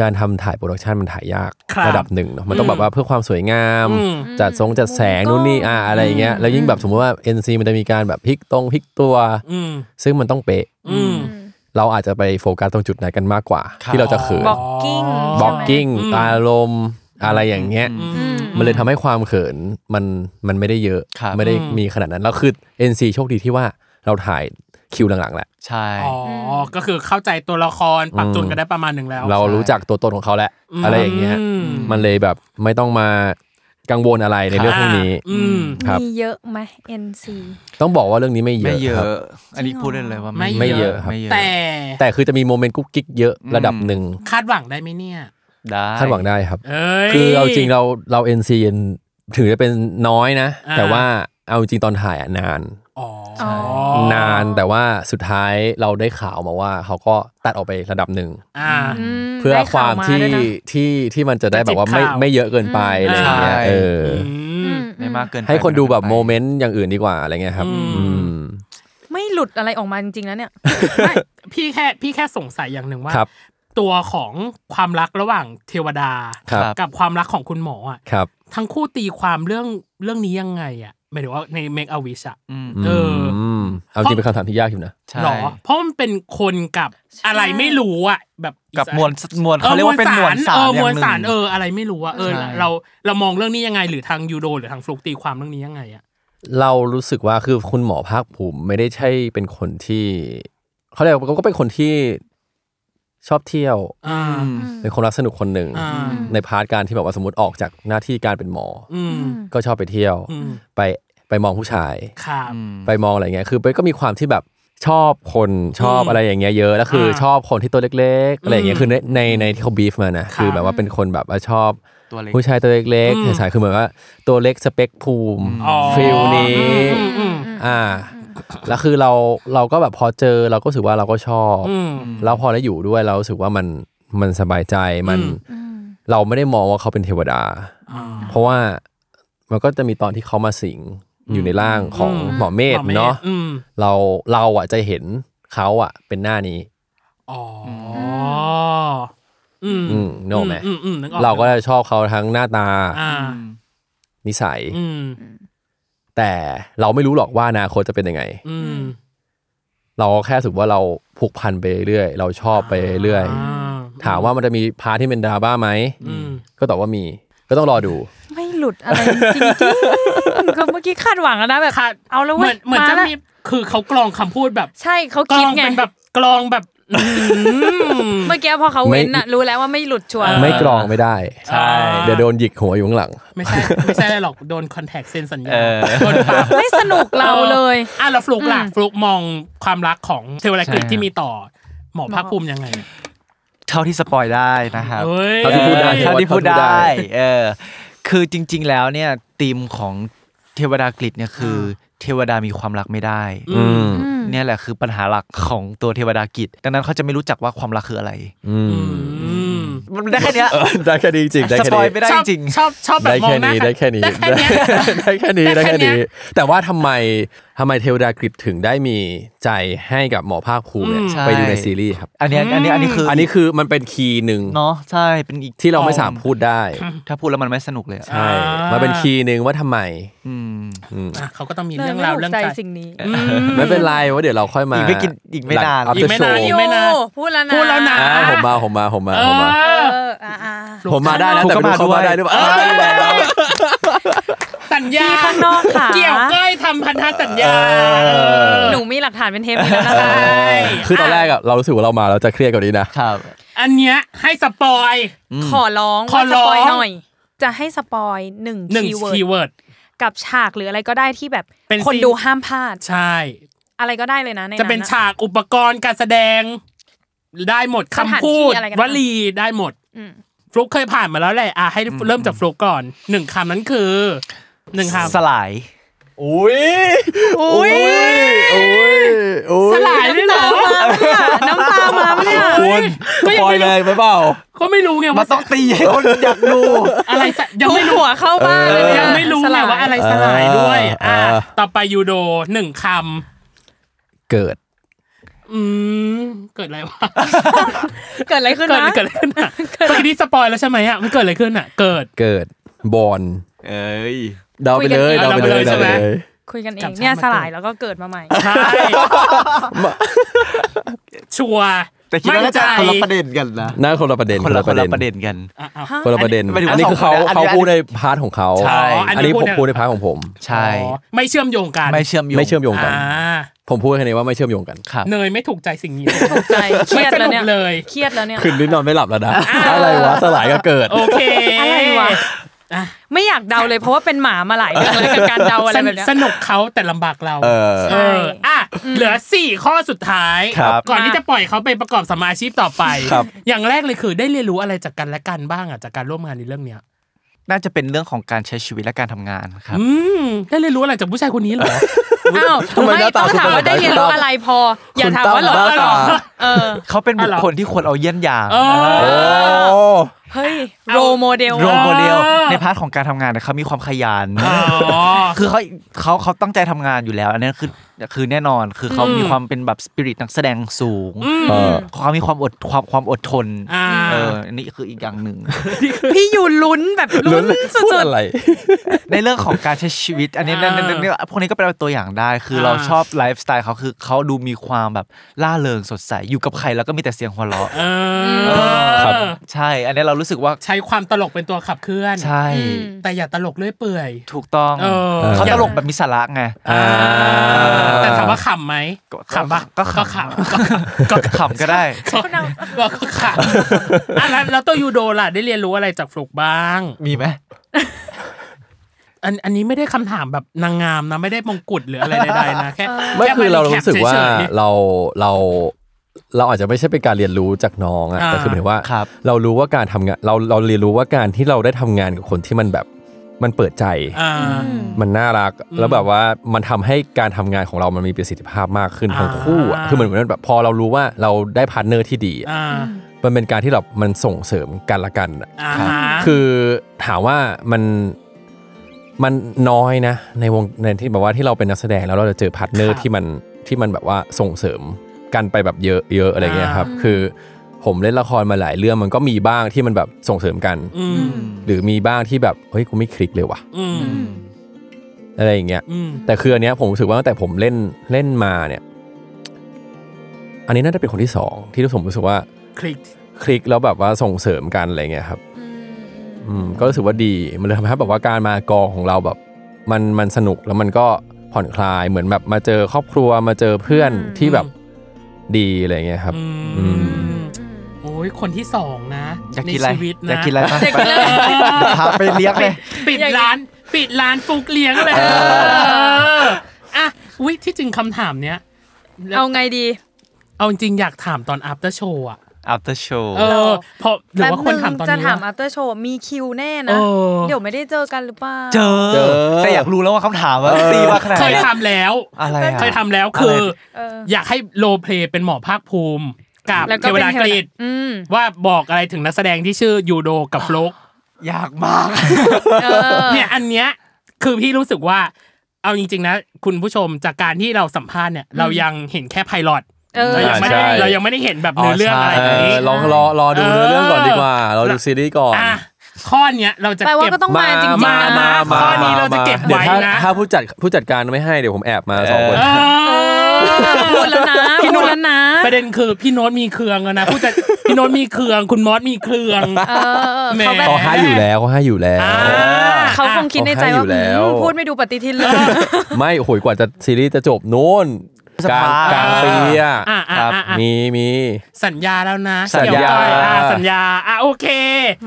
[SPEAKER 4] การทำถ่ายโปรดักชันมันถ่ายยาก
[SPEAKER 3] ครับ
[SPEAKER 4] ระดับหนึ่งเนาะมันต้องแบบว่าเพื่อความสวยงาม
[SPEAKER 3] อืม
[SPEAKER 4] จัดทรงจัดแสงนู่นนี่อ่าอะไรอย่างเงี้ยแล้วยิ่งแบบสมมติว่า NC มันจะมีการแบบพลิกตรงพลิกตัว
[SPEAKER 3] อืม
[SPEAKER 4] ซึ่งมันต้องเป๊ะ
[SPEAKER 3] อืม
[SPEAKER 4] เราอาจจะไปโฟกัสตรงจุดไหนนกันมากกว่า
[SPEAKER 5] ครับ
[SPEAKER 4] ที่เราจะเขิน
[SPEAKER 2] บล็อกกิ้ง
[SPEAKER 4] บล็อกกิ้ง
[SPEAKER 3] อืม
[SPEAKER 4] อารมณ์อะไรอย่างเงี้ย
[SPEAKER 2] อืม
[SPEAKER 4] มันเลยทำให้ความเขินมันมันไม่ได้เยอะ
[SPEAKER 5] ครับ
[SPEAKER 4] ไม่ได้
[SPEAKER 3] อืม
[SPEAKER 4] มีขนาดนั้นแล้วคือ NC โชคดีที่ว่าเราถ่ายคิวหลังๆแหละ
[SPEAKER 5] ใช่
[SPEAKER 3] อ๋ออ
[SPEAKER 2] ม
[SPEAKER 3] ก็คือเข้าใจตัวละครปรับจูนกันได้ประมาณหนึ่งแล้ว
[SPEAKER 4] เรารู้จักตัวตนของเขาแล้ว
[SPEAKER 3] อืม
[SPEAKER 4] อะไรอย่างเงี้ยมันเลยแบบไม่ต้องมากังวลอะไรในเรื่องพวกนี้
[SPEAKER 3] อ่าอืม
[SPEAKER 4] ครับ
[SPEAKER 2] มีเยอะไหม NC
[SPEAKER 4] ต้องบอกว่าเรื่องนี้ไม่เย
[SPEAKER 5] ไม่เย
[SPEAKER 4] อะครับ
[SPEAKER 5] อะ อันนี้พูดได้เลยว่า
[SPEAKER 3] ไม่เยอะ
[SPEAKER 4] ครับ
[SPEAKER 5] ไม่เยอะ
[SPEAKER 3] แต่
[SPEAKER 4] แต่คือจะมีโมเมนต์กุ๊กกิ๊กเยอะระดับหนึ่ง
[SPEAKER 3] คาดหวังได้ไหมเนี่ย
[SPEAKER 5] ได้
[SPEAKER 4] คาดหวังได้ครับ
[SPEAKER 3] เอ้ย
[SPEAKER 4] คือเอาจริงเราเราเอ็นซีถือจะเป็นน้อยนะ
[SPEAKER 3] อ่า
[SPEAKER 4] แต่ว่าเอาจริงตอนถ่ายอะนาน
[SPEAKER 3] อ๋อ
[SPEAKER 4] นานแต่ว่าสุดท้ายเราได้ข่าวมาว่า เขาก็ตัดออกไประดับหนึ่ง
[SPEAKER 3] อ่า
[SPEAKER 2] ม
[SPEAKER 4] เพื่อ
[SPEAKER 2] ได้
[SPEAKER 4] ความที่
[SPEAKER 2] ด้วยนะ
[SPEAKER 4] ที่ที่มันจะได้แบบว่าไม่
[SPEAKER 3] จะจิบข่าว
[SPEAKER 4] ไม่เยอะเกินไปอะไรอย่างเงี้ยเอออ
[SPEAKER 2] อื
[SPEAKER 3] ม
[SPEAKER 2] ม
[SPEAKER 5] ไม่มากเกินไป
[SPEAKER 4] ให้คนดูแบบ
[SPEAKER 5] ไ
[SPEAKER 4] โมเมนต์อย่างอื่นดีกว่าอะไรเงี้ยครับ
[SPEAKER 3] อืม
[SPEAKER 4] อืม
[SPEAKER 2] ไม่หลุดอะไรออกมาจริงๆนะเนี่ย
[SPEAKER 3] ไม่พี่แค่พี่แค่สงสัยอย่างหนึ่งว่า
[SPEAKER 4] ครับ
[SPEAKER 3] ตัวของความรักระหว่างเทวดา
[SPEAKER 4] ครับ
[SPEAKER 3] กับความรักของคุณหมออ่ะ
[SPEAKER 4] ครับ
[SPEAKER 3] ทั้งคู่ตีความเรื่องเรื่องนี้ยังไงอ่ะหมายถึงว่าในเมกอวิชอ่ะ
[SPEAKER 5] อืม
[SPEAKER 3] เอออื
[SPEAKER 4] มเอาจริงเป็นคำถามที่ยากอยู่นะ
[SPEAKER 5] ใช่
[SPEAKER 3] หรอ เพราะมันเป็นคนกับอะไรไม่รู้อ่ะแบบ
[SPEAKER 5] กับ
[SPEAKER 3] อิสระ
[SPEAKER 5] มวลมวลเขาเรียกว่าเป็นมวลสา
[SPEAKER 3] เอ
[SPEAKER 5] ร
[SPEAKER 3] อ
[SPEAKER 5] อย่าม ง
[SPEAKER 3] วล
[SPEAKER 5] หนึ่
[SPEAKER 3] สาร
[SPEAKER 5] ง
[SPEAKER 3] เอออะไรไม่รู้อะเออ
[SPEAKER 5] ใช่
[SPEAKER 3] เราเรามองเรื่องนี้ยังไงหรือทางยูโดหรือทางฟลุกตีความเรื่องนี้ยังไงอะ
[SPEAKER 4] เรารู้สึกว่าคือคุณหมอภาคภูมิไม่ได้ใช่เป็นคนที่เขาเรียกว่าก็เป็นคนที่ชอบเที่ยว
[SPEAKER 3] อ่า
[SPEAKER 5] อืม
[SPEAKER 4] เป็นคนรักสนุกคนหนึ่ง
[SPEAKER 3] อ่า
[SPEAKER 4] ในพาร์ทการที่แบบว่าสมมติออกจากหน้าที่การเป็นหมออ
[SPEAKER 3] อืม
[SPEAKER 4] ก็ชอบไปเที่ยว
[SPEAKER 3] อืม
[SPEAKER 4] ไปไปมองผู้ชาย
[SPEAKER 3] ครับ
[SPEAKER 4] ไปมองอะไรเงี้ยคือไปก็มีความที่แบบชอบคนชอบอะไรอย่างเงี้ยเยอะแล้วคืออาชอบคนที่ตัวเล็กๆอะไรอย่างเงี้ยคือในในในที่เขาบีฟมานะ
[SPEAKER 3] ค่ะ
[SPEAKER 4] คือแบบว่าเป็นคนแบบว่าชอบ
[SPEAKER 5] ตัวเล็ก
[SPEAKER 4] ผู้ชายตัวเล็ก
[SPEAKER 3] อื
[SPEAKER 4] ๆ
[SPEAKER 3] ม
[SPEAKER 4] ใช่ๆคือเหมือนว่าตัวเล็กสเปคภูมิ
[SPEAKER 3] อ๋อ
[SPEAKER 4] ฟิลนี้
[SPEAKER 3] อืมอืม
[SPEAKER 4] อ่า แล้วคือเราเราก็แบบพอเจอเราก็รู้สึกว่าเราก็ชอบ
[SPEAKER 3] อืม
[SPEAKER 4] แล้วพอได้อยู่ด้วยเรารู้สึกว่ามันมันสบายใจมัน
[SPEAKER 3] อืม
[SPEAKER 4] เราไม่ได้มองว่าเขาเป็นเทวดา
[SPEAKER 3] อ่า
[SPEAKER 4] เพราะว่ามันก็จะมีตอนที่เขามาสิงอยู่ในร่างของ
[SPEAKER 3] อืม
[SPEAKER 4] หมอเมธเนาะ
[SPEAKER 3] อืม
[SPEAKER 4] เราเราอ่ะจะเห็นเขาอ่ะเป็นหน้านี้
[SPEAKER 3] อ๋ออืม
[SPEAKER 4] อืมนึกออกไหม
[SPEAKER 3] อืมอืมนึกออก
[SPEAKER 4] เราก็จะชอบเขาทั้งหน้าตา
[SPEAKER 3] อ่า
[SPEAKER 4] นิสัย
[SPEAKER 3] อืม
[SPEAKER 4] แต่เราไม่รู้หรอกว่าอนาคตจะเป็นยังไง
[SPEAKER 3] อืม
[SPEAKER 4] เราก็แค่รู้สึกว่าเราผูกพันไปเรื่อยเราชอบไปเรื่อย
[SPEAKER 3] อ่า
[SPEAKER 4] ถามว่ามันจะมีพาร์ทที่เป็นดราม่าไหม
[SPEAKER 3] อืม
[SPEAKER 4] ก็ตอบว่ามี ก็ต้องรอดู
[SPEAKER 2] ไม่หลุดอะไรจริงๆก็เมื่อกี้คาดหวังแล้วนะแบบ
[SPEAKER 3] ค่ะ
[SPEAKER 2] เอาแล้ว
[SPEAKER 3] เห
[SPEAKER 2] เว้
[SPEAKER 3] มือย นเหมือนจะ
[SPEAKER 2] าละ
[SPEAKER 3] มีคือเขากรองคำพูดแบบ
[SPEAKER 2] ใช่เขา
[SPEAKER 3] กร
[SPEAKER 2] คิ
[SPEAKER 3] อ
[SPEAKER 2] ด
[SPEAKER 3] ง
[SPEAKER 2] ไง
[SPEAKER 3] เป็นแบบกรองแบบอืม
[SPEAKER 2] เมื่อกี้พอเขาเว้นน่ะรู้แล้วว่าไม่หลุดชัวร์
[SPEAKER 3] เออ
[SPEAKER 4] ไม่กรองไม่ได้
[SPEAKER 3] ใช่
[SPEAKER 4] เดี๋ยวโดนหยิกหัวอยู่ข้างหลัง
[SPEAKER 3] ไม่ใช่ไม่ใช่อะไรหรอกโดนคอนแทคเซ็นสัญญา
[SPEAKER 5] เออ
[SPEAKER 3] โดนปรับ
[SPEAKER 2] ไม่สนุกเราเลย
[SPEAKER 3] อ่ะแล้วฟลุกล่ะ
[SPEAKER 2] อืม
[SPEAKER 3] ฟลุกมองความรักของเทวดากรีก
[SPEAKER 5] ใช่ครับ
[SPEAKER 3] ที่มีต่อ หมอภาคภูมิยังไง
[SPEAKER 5] เท่าที่สปอยได้นะครับ
[SPEAKER 3] เฮ้ย
[SPEAKER 4] เท่าที่พูดได้
[SPEAKER 5] เท่าที่พูดได้ เออ คือจริง ๆ แล้วเนี่ย ธีมของเทวดากฤษเนี่ยคืออเทวดามีความรักไม่ได้
[SPEAKER 3] อืม
[SPEAKER 4] ม
[SPEAKER 2] อืม
[SPEAKER 5] เนี่ยแหละคือปัญหาหลักของตัวเทวดากิจดังนั้นเขาจะไม่รู้จักว่าความรักคืออะไร
[SPEAKER 4] อืม
[SPEAKER 3] อืม
[SPEAKER 5] มันได้แค่เนี้ย
[SPEAKER 4] เออได้แค่นี้จริงๆได้
[SPEAKER 5] ส
[SPEAKER 4] แค่
[SPEAKER 5] ปอย
[SPEAKER 4] นี้
[SPEAKER 5] ไม่ได้
[SPEAKER 3] ชอบ
[SPEAKER 5] จริง
[SPEAKER 3] ชอบชอบแบบ
[SPEAKER 4] ได้
[SPEAKER 3] มอ
[SPEAKER 4] แค่
[SPEAKER 3] งหน้า
[SPEAKER 4] นี้
[SPEAKER 3] กั
[SPEAKER 4] ได้แค่นี้
[SPEAKER 3] ได้แค่เนี้ย
[SPEAKER 4] ได้แค่นี้
[SPEAKER 3] ได้
[SPEAKER 4] ได้
[SPEAKER 3] แค่
[SPEAKER 4] แค่
[SPEAKER 3] เนี้ย
[SPEAKER 4] นี้ แต่ว่าทำไมทำไมเทวดากฤษถึงได้มีใจให้กับหมอภาคภูมิเนี่ย
[SPEAKER 5] อืม
[SPEAKER 4] ไปดูใน
[SPEAKER 5] ใช่
[SPEAKER 4] ซีรีส์ครับ
[SPEAKER 5] อันเนี้ยอันนี้อันนี้คือ
[SPEAKER 4] อั
[SPEAKER 5] อั
[SPEAKER 4] นนี้คือมันเป็นคีย์หนึ่ง
[SPEAKER 5] เนาะใช่เป็นอีก
[SPEAKER 4] ที่เราไม่
[SPEAKER 5] ต
[SPEAKER 4] สา
[SPEAKER 5] อ
[SPEAKER 4] มาร
[SPEAKER 5] น
[SPEAKER 4] ถพูดได้
[SPEAKER 5] ถ้าพูดแล้วมันไม่สนุกเลยอะ
[SPEAKER 4] ใช่
[SPEAKER 3] อ่ามั
[SPEAKER 4] มันเป็นคีย์หนึ่งว่าทำไม
[SPEAKER 5] อืม
[SPEAKER 4] อืม
[SPEAKER 3] อ่ะเขาก็ต้องมี
[SPEAKER 7] เน
[SPEAKER 3] เรื่
[SPEAKER 7] ย
[SPEAKER 3] อง
[SPEAKER 7] ไม่
[SPEAKER 3] ราว
[SPEAKER 7] ถู
[SPEAKER 3] เรื่อก ง
[SPEAKER 7] ใจ
[SPEAKER 3] ใจ
[SPEAKER 7] สิ่งนี้
[SPEAKER 3] อืม
[SPEAKER 4] ไม่เป็นไรว่าเดี๋ยวเราค่อยมา
[SPEAKER 5] อีกไม่กินอีกไม่นาน
[SPEAKER 4] หลัง
[SPEAKER 3] อีก
[SPEAKER 4] after
[SPEAKER 3] ไม่
[SPEAKER 4] show
[SPEAKER 3] นานอีก ไม่ะ
[SPEAKER 7] พูดแล้วนะ
[SPEAKER 3] พูดแล้วนะ
[SPEAKER 4] อ่าผมมาผมมาผมมา
[SPEAKER 3] เอ
[SPEAKER 4] ผมมา
[SPEAKER 7] เอ
[SPEAKER 3] อ
[SPEAKER 7] ออ่ะอ่ะ
[SPEAKER 4] ผมมาได้นะแต่ไม่รู้
[SPEAKER 5] ผมก็มาด้
[SPEAKER 4] เขา
[SPEAKER 5] วย
[SPEAKER 4] มาได้หรือเปล่า
[SPEAKER 3] สัญญา
[SPEAKER 2] พี่ข้างนอกค่ะ
[SPEAKER 3] เกี่ยวก้อยทำพันธสัญญาเออ
[SPEAKER 2] หนูมีหลักฐานเป็นเทปนี้แล้วนะคะ
[SPEAKER 4] คือตอนแรกอะเรารู้สึกว่าเรามาเราจะเครียดกว่านี้นะ
[SPEAKER 5] ครับ
[SPEAKER 3] อันเนี้ยให้สปอย
[SPEAKER 2] ขอร้อง
[SPEAKER 3] ขอ
[SPEAKER 2] ว่าส
[SPEAKER 3] ร้อง
[SPEAKER 2] ปอยหน่อย จะให้สปอยหนึ่ง
[SPEAKER 3] หนึ่ง
[SPEAKER 2] คีย์เวิร์
[SPEAKER 3] คีย์
[SPEAKER 2] ด
[SPEAKER 3] เวิร์ด
[SPEAKER 2] กับฉากหรืออะไรก็ได้ที่แบบ
[SPEAKER 3] เป็น
[SPEAKER 2] คน
[SPEAKER 3] ซีน
[SPEAKER 2] ดูห้ามพลาด
[SPEAKER 3] ใช่
[SPEAKER 2] อะไรก็ได้เลยนะใน
[SPEAKER 3] จะเป็น
[SPEAKER 2] นั้น
[SPEAKER 3] ฉากอุปกรณ์การแสดง ได้หมด
[SPEAKER 2] สถาน
[SPEAKER 3] คำพูด
[SPEAKER 2] ที่อะไรก็ได้
[SPEAKER 3] วลีได้หมด
[SPEAKER 2] อืม
[SPEAKER 3] ฟลุกเคยผ่านมาแล้วแหละอ่ะให้เริ่มจากฟลุกก่อนหนึ่งคำนั้นคือหนึ่งคำ
[SPEAKER 5] สลาย
[SPEAKER 4] อุ้ยอุ้ยอุ้ยอุ้ย
[SPEAKER 3] สลายเลยเหรอ
[SPEAKER 2] น้ำตามาไม่ได้
[SPEAKER 4] คุณสปอยเลยไหมเปล่า
[SPEAKER 3] ก็ไม่รู้ไง
[SPEAKER 5] มัน
[SPEAKER 3] ว่า
[SPEAKER 5] ต้องตีให้คนอยากดู
[SPEAKER 3] อะไรสะยังไม่รู้
[SPEAKER 2] หัวเข้าบ้านเลย
[SPEAKER 3] ยังไม่รู้
[SPEAKER 2] ส
[SPEAKER 3] ไง
[SPEAKER 2] ลาย
[SPEAKER 3] ว่าอะไรสลายด้วย อ่ะ
[SPEAKER 4] เออ
[SPEAKER 3] ต่อไปยูโดหนึ่งค
[SPEAKER 4] เกิด
[SPEAKER 3] ำอืมเกิดอะไรวะ
[SPEAKER 2] เกิดอะไรขึ้น
[SPEAKER 3] เกิด
[SPEAKER 2] นะ
[SPEAKER 3] เกิดอะไรขึ้นอ่ะเมื่อกี้ที่สปอยแล้วใช่ไหมอ่ะมันเกิดอะไรขึ้นอ่ะ เกิด
[SPEAKER 4] เกิดบอล
[SPEAKER 5] เอ้ย
[SPEAKER 4] เดาไปเลยเดาไปเล
[SPEAKER 3] คุ
[SPEAKER 4] ย
[SPEAKER 3] ยกันเอง
[SPEAKER 4] เดาไปเลย
[SPEAKER 2] คุยกันเอ
[SPEAKER 3] จับ
[SPEAKER 2] ง
[SPEAKER 3] ฉาก
[SPEAKER 2] เนี่ย
[SPEAKER 3] มา
[SPEAKER 2] สลาย
[SPEAKER 3] เกิด
[SPEAKER 2] แล้วก็เกิดมาใหม่
[SPEAKER 3] ใช่ชัวร์
[SPEAKER 5] แต่คิดว่าน่าจะ
[SPEAKER 3] มั่นใจ
[SPEAKER 5] คนละประเด็นกันนะ
[SPEAKER 4] น่าคนละประเด็น
[SPEAKER 5] คนละคนละประเด็นกัน
[SPEAKER 3] อ่ะอ่ะ
[SPEAKER 4] คนละประเด็น
[SPEAKER 5] หมายถึง
[SPEAKER 4] อันนี้คือเขา
[SPEAKER 5] ว่าสอง
[SPEAKER 4] เขา
[SPEAKER 5] ประเด็น
[SPEAKER 4] พูดในพาร์ทของเขา
[SPEAKER 3] ใช่อั
[SPEAKER 4] อั
[SPEAKER 3] น
[SPEAKER 4] น
[SPEAKER 3] นี้
[SPEAKER 4] นี้
[SPEAKER 3] พู
[SPEAKER 4] ผ
[SPEAKER 3] ด
[SPEAKER 4] ม
[SPEAKER 3] เนี่ย
[SPEAKER 4] พูดในพาร์ทของผม
[SPEAKER 5] ใช่
[SPEAKER 3] อ๋อไม่เชื่อมโยงกัน
[SPEAKER 5] ไม่เชื่อมโยง
[SPEAKER 4] ไม่เชื่อมโยงกัน
[SPEAKER 3] อ่า
[SPEAKER 4] ผมพูดแค่นี้ว่าไม่เชื่อมโยงกัน
[SPEAKER 5] ครับ
[SPEAKER 3] เนยไม่ถูกใจสิ่งนี้
[SPEAKER 2] ถูกใจเครียดแล้วเนี่ย
[SPEAKER 3] ไม่สกเลย
[SPEAKER 2] เครียดแล้วเนี่ย
[SPEAKER 4] คืนนี้นอนไม่หลับแล้วนะอะไรวะสลายก็เกิด
[SPEAKER 3] โอเค
[SPEAKER 2] อะไรวะ ไม่อยากเดาเลยเพราะว่าเป็นหมามาหลายเรื่องแล้วกับการเดาอะไร
[SPEAKER 3] ส
[SPEAKER 2] แบบ
[SPEAKER 3] นุก
[SPEAKER 2] เนี้ย
[SPEAKER 3] สนุกเขาแต่ลำบากเรา
[SPEAKER 4] เออ
[SPEAKER 3] เอออ่ะเหลือสี่ข้อสุดท้าย
[SPEAKER 4] ครับ
[SPEAKER 3] ก่อนที่
[SPEAKER 2] มา
[SPEAKER 3] จะปล่อยเขาไปประกอบสมมาอาชีพต่อไป
[SPEAKER 4] ครับ
[SPEAKER 3] อย่างแรกเลยคือได้เรียนรู้อะไรจากกันและกันบ้างอ่ะจากการร่วมงานในเรื่องเนี้ย
[SPEAKER 5] น่าจะเป็นเรื่องของการใช้ชีวิตและการทำงานครับ
[SPEAKER 3] อืมได้เรียนรู้อะไรจากผู้ชายคนนี้เหรอ
[SPEAKER 2] อ้าว
[SPEAKER 4] ทำไม
[SPEAKER 2] ไม่
[SPEAKER 4] หน้า
[SPEAKER 2] ต้
[SPEAKER 4] ตา
[SPEAKER 2] องถาม
[SPEAKER 4] คุณ
[SPEAKER 2] ว่าได้เรียน
[SPEAKER 4] ตั้
[SPEAKER 2] รู้
[SPEAKER 4] ม
[SPEAKER 2] อะไรพอ อย่า
[SPEAKER 4] คุณ
[SPEAKER 2] ถาม
[SPEAKER 4] ตั้ม
[SPEAKER 2] ว่าเหรอ
[SPEAKER 4] หน้าตา
[SPEAKER 2] เออ
[SPEAKER 5] เขาเป็นบุคคลที่ควรเอาเยี่ยงอย่าง
[SPEAKER 3] เออ
[SPEAKER 4] โอ้
[SPEAKER 2] เฮ้ยโรโมเดล
[SPEAKER 5] โรโมเดล
[SPEAKER 3] อ่า
[SPEAKER 5] ในพาร์ทของการทำงานเนี่ยเขามีความขยัน
[SPEAKER 3] อ๋อ
[SPEAKER 5] คือเขาเขาเขาตั้งใจทำงานอยู่แล้ว อันนั้นคือคือแน่นอนคือเขา
[SPEAKER 3] อืม
[SPEAKER 5] มีความเป็นแบบสปิริตนักแสดงสูง
[SPEAKER 4] เออ
[SPEAKER 5] เขามีความอดความความอดทน
[SPEAKER 3] อ่า
[SPEAKER 5] เอออันนี้คืออีกอย่างหนึ่ง
[SPEAKER 2] พี่อยู่ลุ้นแบบลุ้นสุ
[SPEAKER 4] พูด
[SPEAKER 2] ด
[SPEAKER 4] อะไร
[SPEAKER 5] ในเรื่องของการใช้ชีวิต อันนี้
[SPEAKER 3] อ่า
[SPEAKER 5] ในในในพวกนี้ก็เป็นตัวอย่างได้ คืออา เราชอบไลฟ์สไตล์เขาคือเขาดูมีความแบบล่าเริงสดใสอยู่กับใครแล้วก็มีแต่เสียงหัวเราะ
[SPEAKER 3] เอ
[SPEAKER 4] ครั
[SPEAKER 3] อบ
[SPEAKER 5] ใช่ อันนี้เรารู้สึกว่า
[SPEAKER 3] ใช้ความตลกเป็นตัวขับเคลื่อน
[SPEAKER 5] ใช่
[SPEAKER 2] ๆอืม
[SPEAKER 3] แต่อย่าตลกเลื่อยเปื่อย
[SPEAKER 5] ถูกต้อง
[SPEAKER 3] เออ
[SPEAKER 5] เขาตลกแบบมีสาระไง
[SPEAKER 4] อ่า
[SPEAKER 3] แต่ถามว่าขำไหม
[SPEAKER 5] ก็
[SPEAKER 3] ขำปะ
[SPEAKER 5] ก็ขำ
[SPEAKER 3] ก็ขำก็
[SPEAKER 5] ขำก็ได้
[SPEAKER 3] ก็ก็ขำอ่ะแล้วแล้วตัวยูโดล่ะได้เรียนรู้อะไรจากฟลุกบ้าง
[SPEAKER 5] มีไหม
[SPEAKER 3] อันอันนี้ไม่ได้คำถามแบบนางงามนะไม่ได้มงกุฎหรืออะไรใดๆนะแค่
[SPEAKER 4] ไม่
[SPEAKER 3] แ
[SPEAKER 4] คือเรา
[SPEAKER 3] แป
[SPEAKER 4] รู้สึกว่า
[SPEAKER 3] ฉยๆ
[SPEAKER 4] เราเราเราอาจจะไม่ใช่เป็นการเรียนรู้จากน้องอะ
[SPEAKER 3] อ่า
[SPEAKER 4] แต่คือหมายถึงว่า
[SPEAKER 5] ครับ
[SPEAKER 4] เรารู้ว่าการทำงานเราเราเรียนรู้ว่าการที่เราได้ทำงานกับคนที่มันแบบมันเปิดใจ
[SPEAKER 3] อ่า
[SPEAKER 4] มันน่ารัก
[SPEAKER 3] อืม
[SPEAKER 4] แล้วแบบว่ามันทำให้การทำงานของเรามันมีประสิทธิภาพมากขึ้นทั้งคู่อะ
[SPEAKER 3] อ่า
[SPEAKER 4] คือเหมือนเหมือนแบบพอเรารู้ว่าเราได้พาร์ทเนอร์ที่ดีอะ
[SPEAKER 3] อ่า
[SPEAKER 4] มันเป็นการที่แบบมันส่งเสริมกันละกันอะ
[SPEAKER 3] อ่า
[SPEAKER 4] คือถามว่ามันมันน้อยนะ ในวงในที่แบบว่าที่เราเป็นนักแสดงแล้วเราจะเจอพาร์ทเนอร์ที่มันที่มันแบบว่าส่งเสริมกันไปแบบเยอะเยอะอะไรเงี้ยครับ คือผมเล่นละครมาหลายเรื่องมันก็มีบ้างที่มันแบบส่งเสริมกัน
[SPEAKER 3] อืม
[SPEAKER 4] หรือมีบ้างที่แบบเฮ้ยกูไม่คลิกเลยว่ะ
[SPEAKER 3] อืม
[SPEAKER 4] อะไรอย่างเงี้ย
[SPEAKER 3] อืม
[SPEAKER 4] แต่คืออันเนี้ยผมรู้สึกว่าตั้งแต่ผมเล่นเล่นมาเนี่ย อันนี้น่าจะเป็นคนที่สองที่ผมรู้สึกว่า
[SPEAKER 3] คลิก
[SPEAKER 4] คลิกแล้วแบบว่าส่งเสริมกันอะไรเงี้ยครับ
[SPEAKER 2] อืม
[SPEAKER 4] อืมก็รู้สึกว่าดีมันเลยทำให้แบบว่าการมากองของเราแบบ มันมันสนุกแล้วมันก็ผ่อนคลายเหมือนแบบมาเจอครอบครัวมาเจอเพื่อนที่แบบดีอะไรเงี้ยครับ
[SPEAKER 3] อื
[SPEAKER 4] อื
[SPEAKER 3] ม
[SPEAKER 4] ม
[SPEAKER 3] โอ้ยคนที่สองนะ
[SPEAKER 5] อยาก
[SPEAKER 3] ใน
[SPEAKER 5] กินอะไร
[SPEAKER 3] ชีวิตนะ
[SPEAKER 5] อยากกินอะไรบ้าง
[SPEAKER 2] เด็กเลย
[SPEAKER 5] พาไปเลี้ยงเลย
[SPEAKER 3] ปิดร้านปิดร้านฟุกเลี้ยงเลยเอออ่ะวิที่จริงคำถามเนี้ย
[SPEAKER 2] เอาไงดี
[SPEAKER 3] เอาจริงอยากถามตอน after show อ่ะ
[SPEAKER 5] after show
[SPEAKER 3] เออพอหรือ
[SPEAKER 2] แป๊บ
[SPEAKER 3] ว่าคว
[SPEAKER 2] นึ
[SPEAKER 3] รง ถามตอน
[SPEAKER 2] จะ
[SPEAKER 3] นี้
[SPEAKER 2] ถาม
[SPEAKER 3] วะ
[SPEAKER 2] after show มีคิวแน่
[SPEAKER 3] เอ
[SPEAKER 2] นะ
[SPEAKER 3] อ
[SPEAKER 2] เดี๋ยวไม่ได้เจอกันหรือเปล่า
[SPEAKER 5] เจอ
[SPEAKER 4] เจอ
[SPEAKER 5] แต่อยากรู้แล้วว่าคำถามว่าตีว่าขนาด
[SPEAKER 3] เค
[SPEAKER 5] ไหน
[SPEAKER 3] ย
[SPEAKER 5] อะ
[SPEAKER 3] ทำแล้ว
[SPEAKER 5] อะไรอะ
[SPEAKER 3] เคยทำแล้วคือ
[SPEAKER 2] เออ
[SPEAKER 3] อยากให้โลเพลเป็นหมอภาคภูมิ กับ
[SPEAKER 2] แล้วก็
[SPEAKER 3] เทว
[SPEAKER 2] เป็น
[SPEAKER 3] ดากรีด
[SPEAKER 2] เทวดาอืม
[SPEAKER 3] ว่าบอกอะไรถึงนักแสดงที่ชื่อยูโดกับฟลุก
[SPEAKER 5] อยากมาก
[SPEAKER 2] เออ
[SPEAKER 3] เนี่ยอันเนี้ยคือพี่รู้สึกว่าเอาจริง ๆ นะ คุณผู้ชมจากการที่เราสัมภาษณ์เนี่ยเรายังเห็นแค่ไพลอต
[SPEAKER 2] เออ
[SPEAKER 3] เรายังไม่ได้
[SPEAKER 4] ใช่
[SPEAKER 3] เรายังไม่ได้เห็นแบบเนื้อเรื่องอะไร
[SPEAKER 4] เอ
[SPEAKER 3] แบบนี้
[SPEAKER 4] อลองรอรอดู
[SPEAKER 3] เออ
[SPEAKER 4] เนื้อเรื่องก่อนดีกว่า เราดูซีรีส์ก่อน
[SPEAKER 3] อ่ะข้อเนี้ยเราจะ
[SPEAKER 2] แปลว่า
[SPEAKER 3] เก็บ
[SPEAKER 2] ก็ต้องมาจริงๆ
[SPEAKER 3] มา
[SPEAKER 2] นะ
[SPEAKER 3] มา ข้อนี้เราจะเก็บ
[SPEAKER 4] ดี๋ยถ้า
[SPEAKER 3] ไว้นะ
[SPEAKER 4] ถ้าผู้จัดผู้จัดการไม่ให้เดี๋ยวผมแอบมาสองคน
[SPEAKER 3] เออ
[SPEAKER 2] พูดแล้วนะ
[SPEAKER 3] พี่
[SPEAKER 2] พู
[SPEAKER 3] หนุ่
[SPEAKER 2] ด
[SPEAKER 3] ม
[SPEAKER 2] แล้วนะ
[SPEAKER 3] ประเด็นคือพี่โน้ตมีเครืองอะนะผู้จัดพี่โน้ตมีเครืองคุณมอสมีเครือง
[SPEAKER 2] เออ
[SPEAKER 3] แหม
[SPEAKER 2] เขาแบบ
[SPEAKER 4] เขาให้อยู่แล้วเขาให้อยู่แล้ว
[SPEAKER 3] อ่า
[SPEAKER 2] เขาคงคิดในใจว่า
[SPEAKER 4] เขาให้อยู่แล้ว
[SPEAKER 2] อืมพูดไม่ดูปฏิทินเลย
[SPEAKER 4] ไม่โอ้โหยกว่าจะซีรีส์จะจบนู้นกลาง
[SPEAKER 5] สภา
[SPEAKER 4] กลางปีอ่ะ
[SPEAKER 3] อ่ะอ่ะ
[SPEAKER 5] ครับ
[SPEAKER 3] อ่ะอ่ะ
[SPEAKER 4] มีมี
[SPEAKER 3] สัญญาแล้วนะ
[SPEAKER 4] สัญญา
[SPEAKER 3] เดี๋ยวก่อนอ่ะสัญญาอ่ะโอเค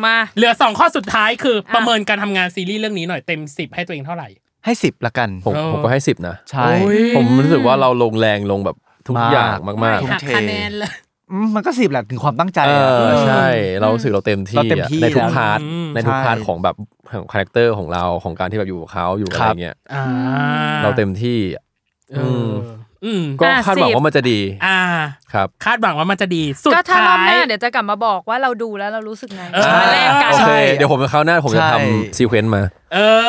[SPEAKER 2] มา
[SPEAKER 3] เหลือสองข้อสุดท้ายคืออะ ประเมินการทำงานซีรีส์เรื่องนี้หน่อยเต็มสิบให้ตัวเองเท่าไหร่
[SPEAKER 5] ให้สิบละกัน
[SPEAKER 4] ผม
[SPEAKER 3] เออ
[SPEAKER 4] ผมก็ให้สิบนะ
[SPEAKER 5] ใช่
[SPEAKER 3] โอ้ย
[SPEAKER 4] ผมรู้สึกว่าเราลงแรงลงแบบทุก
[SPEAKER 5] มาก
[SPEAKER 4] อย่างมาก
[SPEAKER 5] ทุ่ม
[SPEAKER 3] หัก
[SPEAKER 5] เท
[SPEAKER 3] คะแนนเลย
[SPEAKER 5] อืมมันก็สิบแหละถึงความตั้งใจ
[SPEAKER 4] ๆเอ
[SPEAKER 5] อะ
[SPEAKER 4] อใช่ เรารู้สึกเราเต็มที่
[SPEAKER 5] เราเต็ม
[SPEAKER 4] อะ
[SPEAKER 5] ที่
[SPEAKER 4] ในทุก
[SPEAKER 5] แล้ว
[SPEAKER 4] พาร์ท
[SPEAKER 3] อืม
[SPEAKER 4] ในทุก
[SPEAKER 5] ใช่
[SPEAKER 4] พาร์ทของแบบของคาแรคเตอร์ของเราของการที่แบบอยู่กับเขาอยู่อะไรเงี้ย
[SPEAKER 3] อ่า
[SPEAKER 4] เราเต็มที่อะ
[SPEAKER 3] เอออืม
[SPEAKER 4] ก็
[SPEAKER 2] อ่ะ
[SPEAKER 4] คาดหวัง
[SPEAKER 2] สิบ
[SPEAKER 4] ว่ามันจะดี
[SPEAKER 3] อ่า
[SPEAKER 4] ครับ
[SPEAKER 3] คาดหวังว่ามันจะดี สุด
[SPEAKER 2] ก็ถ้า
[SPEAKER 3] ท้าร
[SPEAKER 2] อบหน้าย เดี๋ยวจะกลับมาบอกว่าเราดูแล้วเรารู้สึกไง
[SPEAKER 3] เออ
[SPEAKER 2] มาแลกกัน
[SPEAKER 4] โอ
[SPEAKER 5] ใช่
[SPEAKER 4] เค เดี๋ยวผมคราวหน้าผมจะ
[SPEAKER 5] ใช่
[SPEAKER 4] ทำซีเควนต์มา
[SPEAKER 3] เออ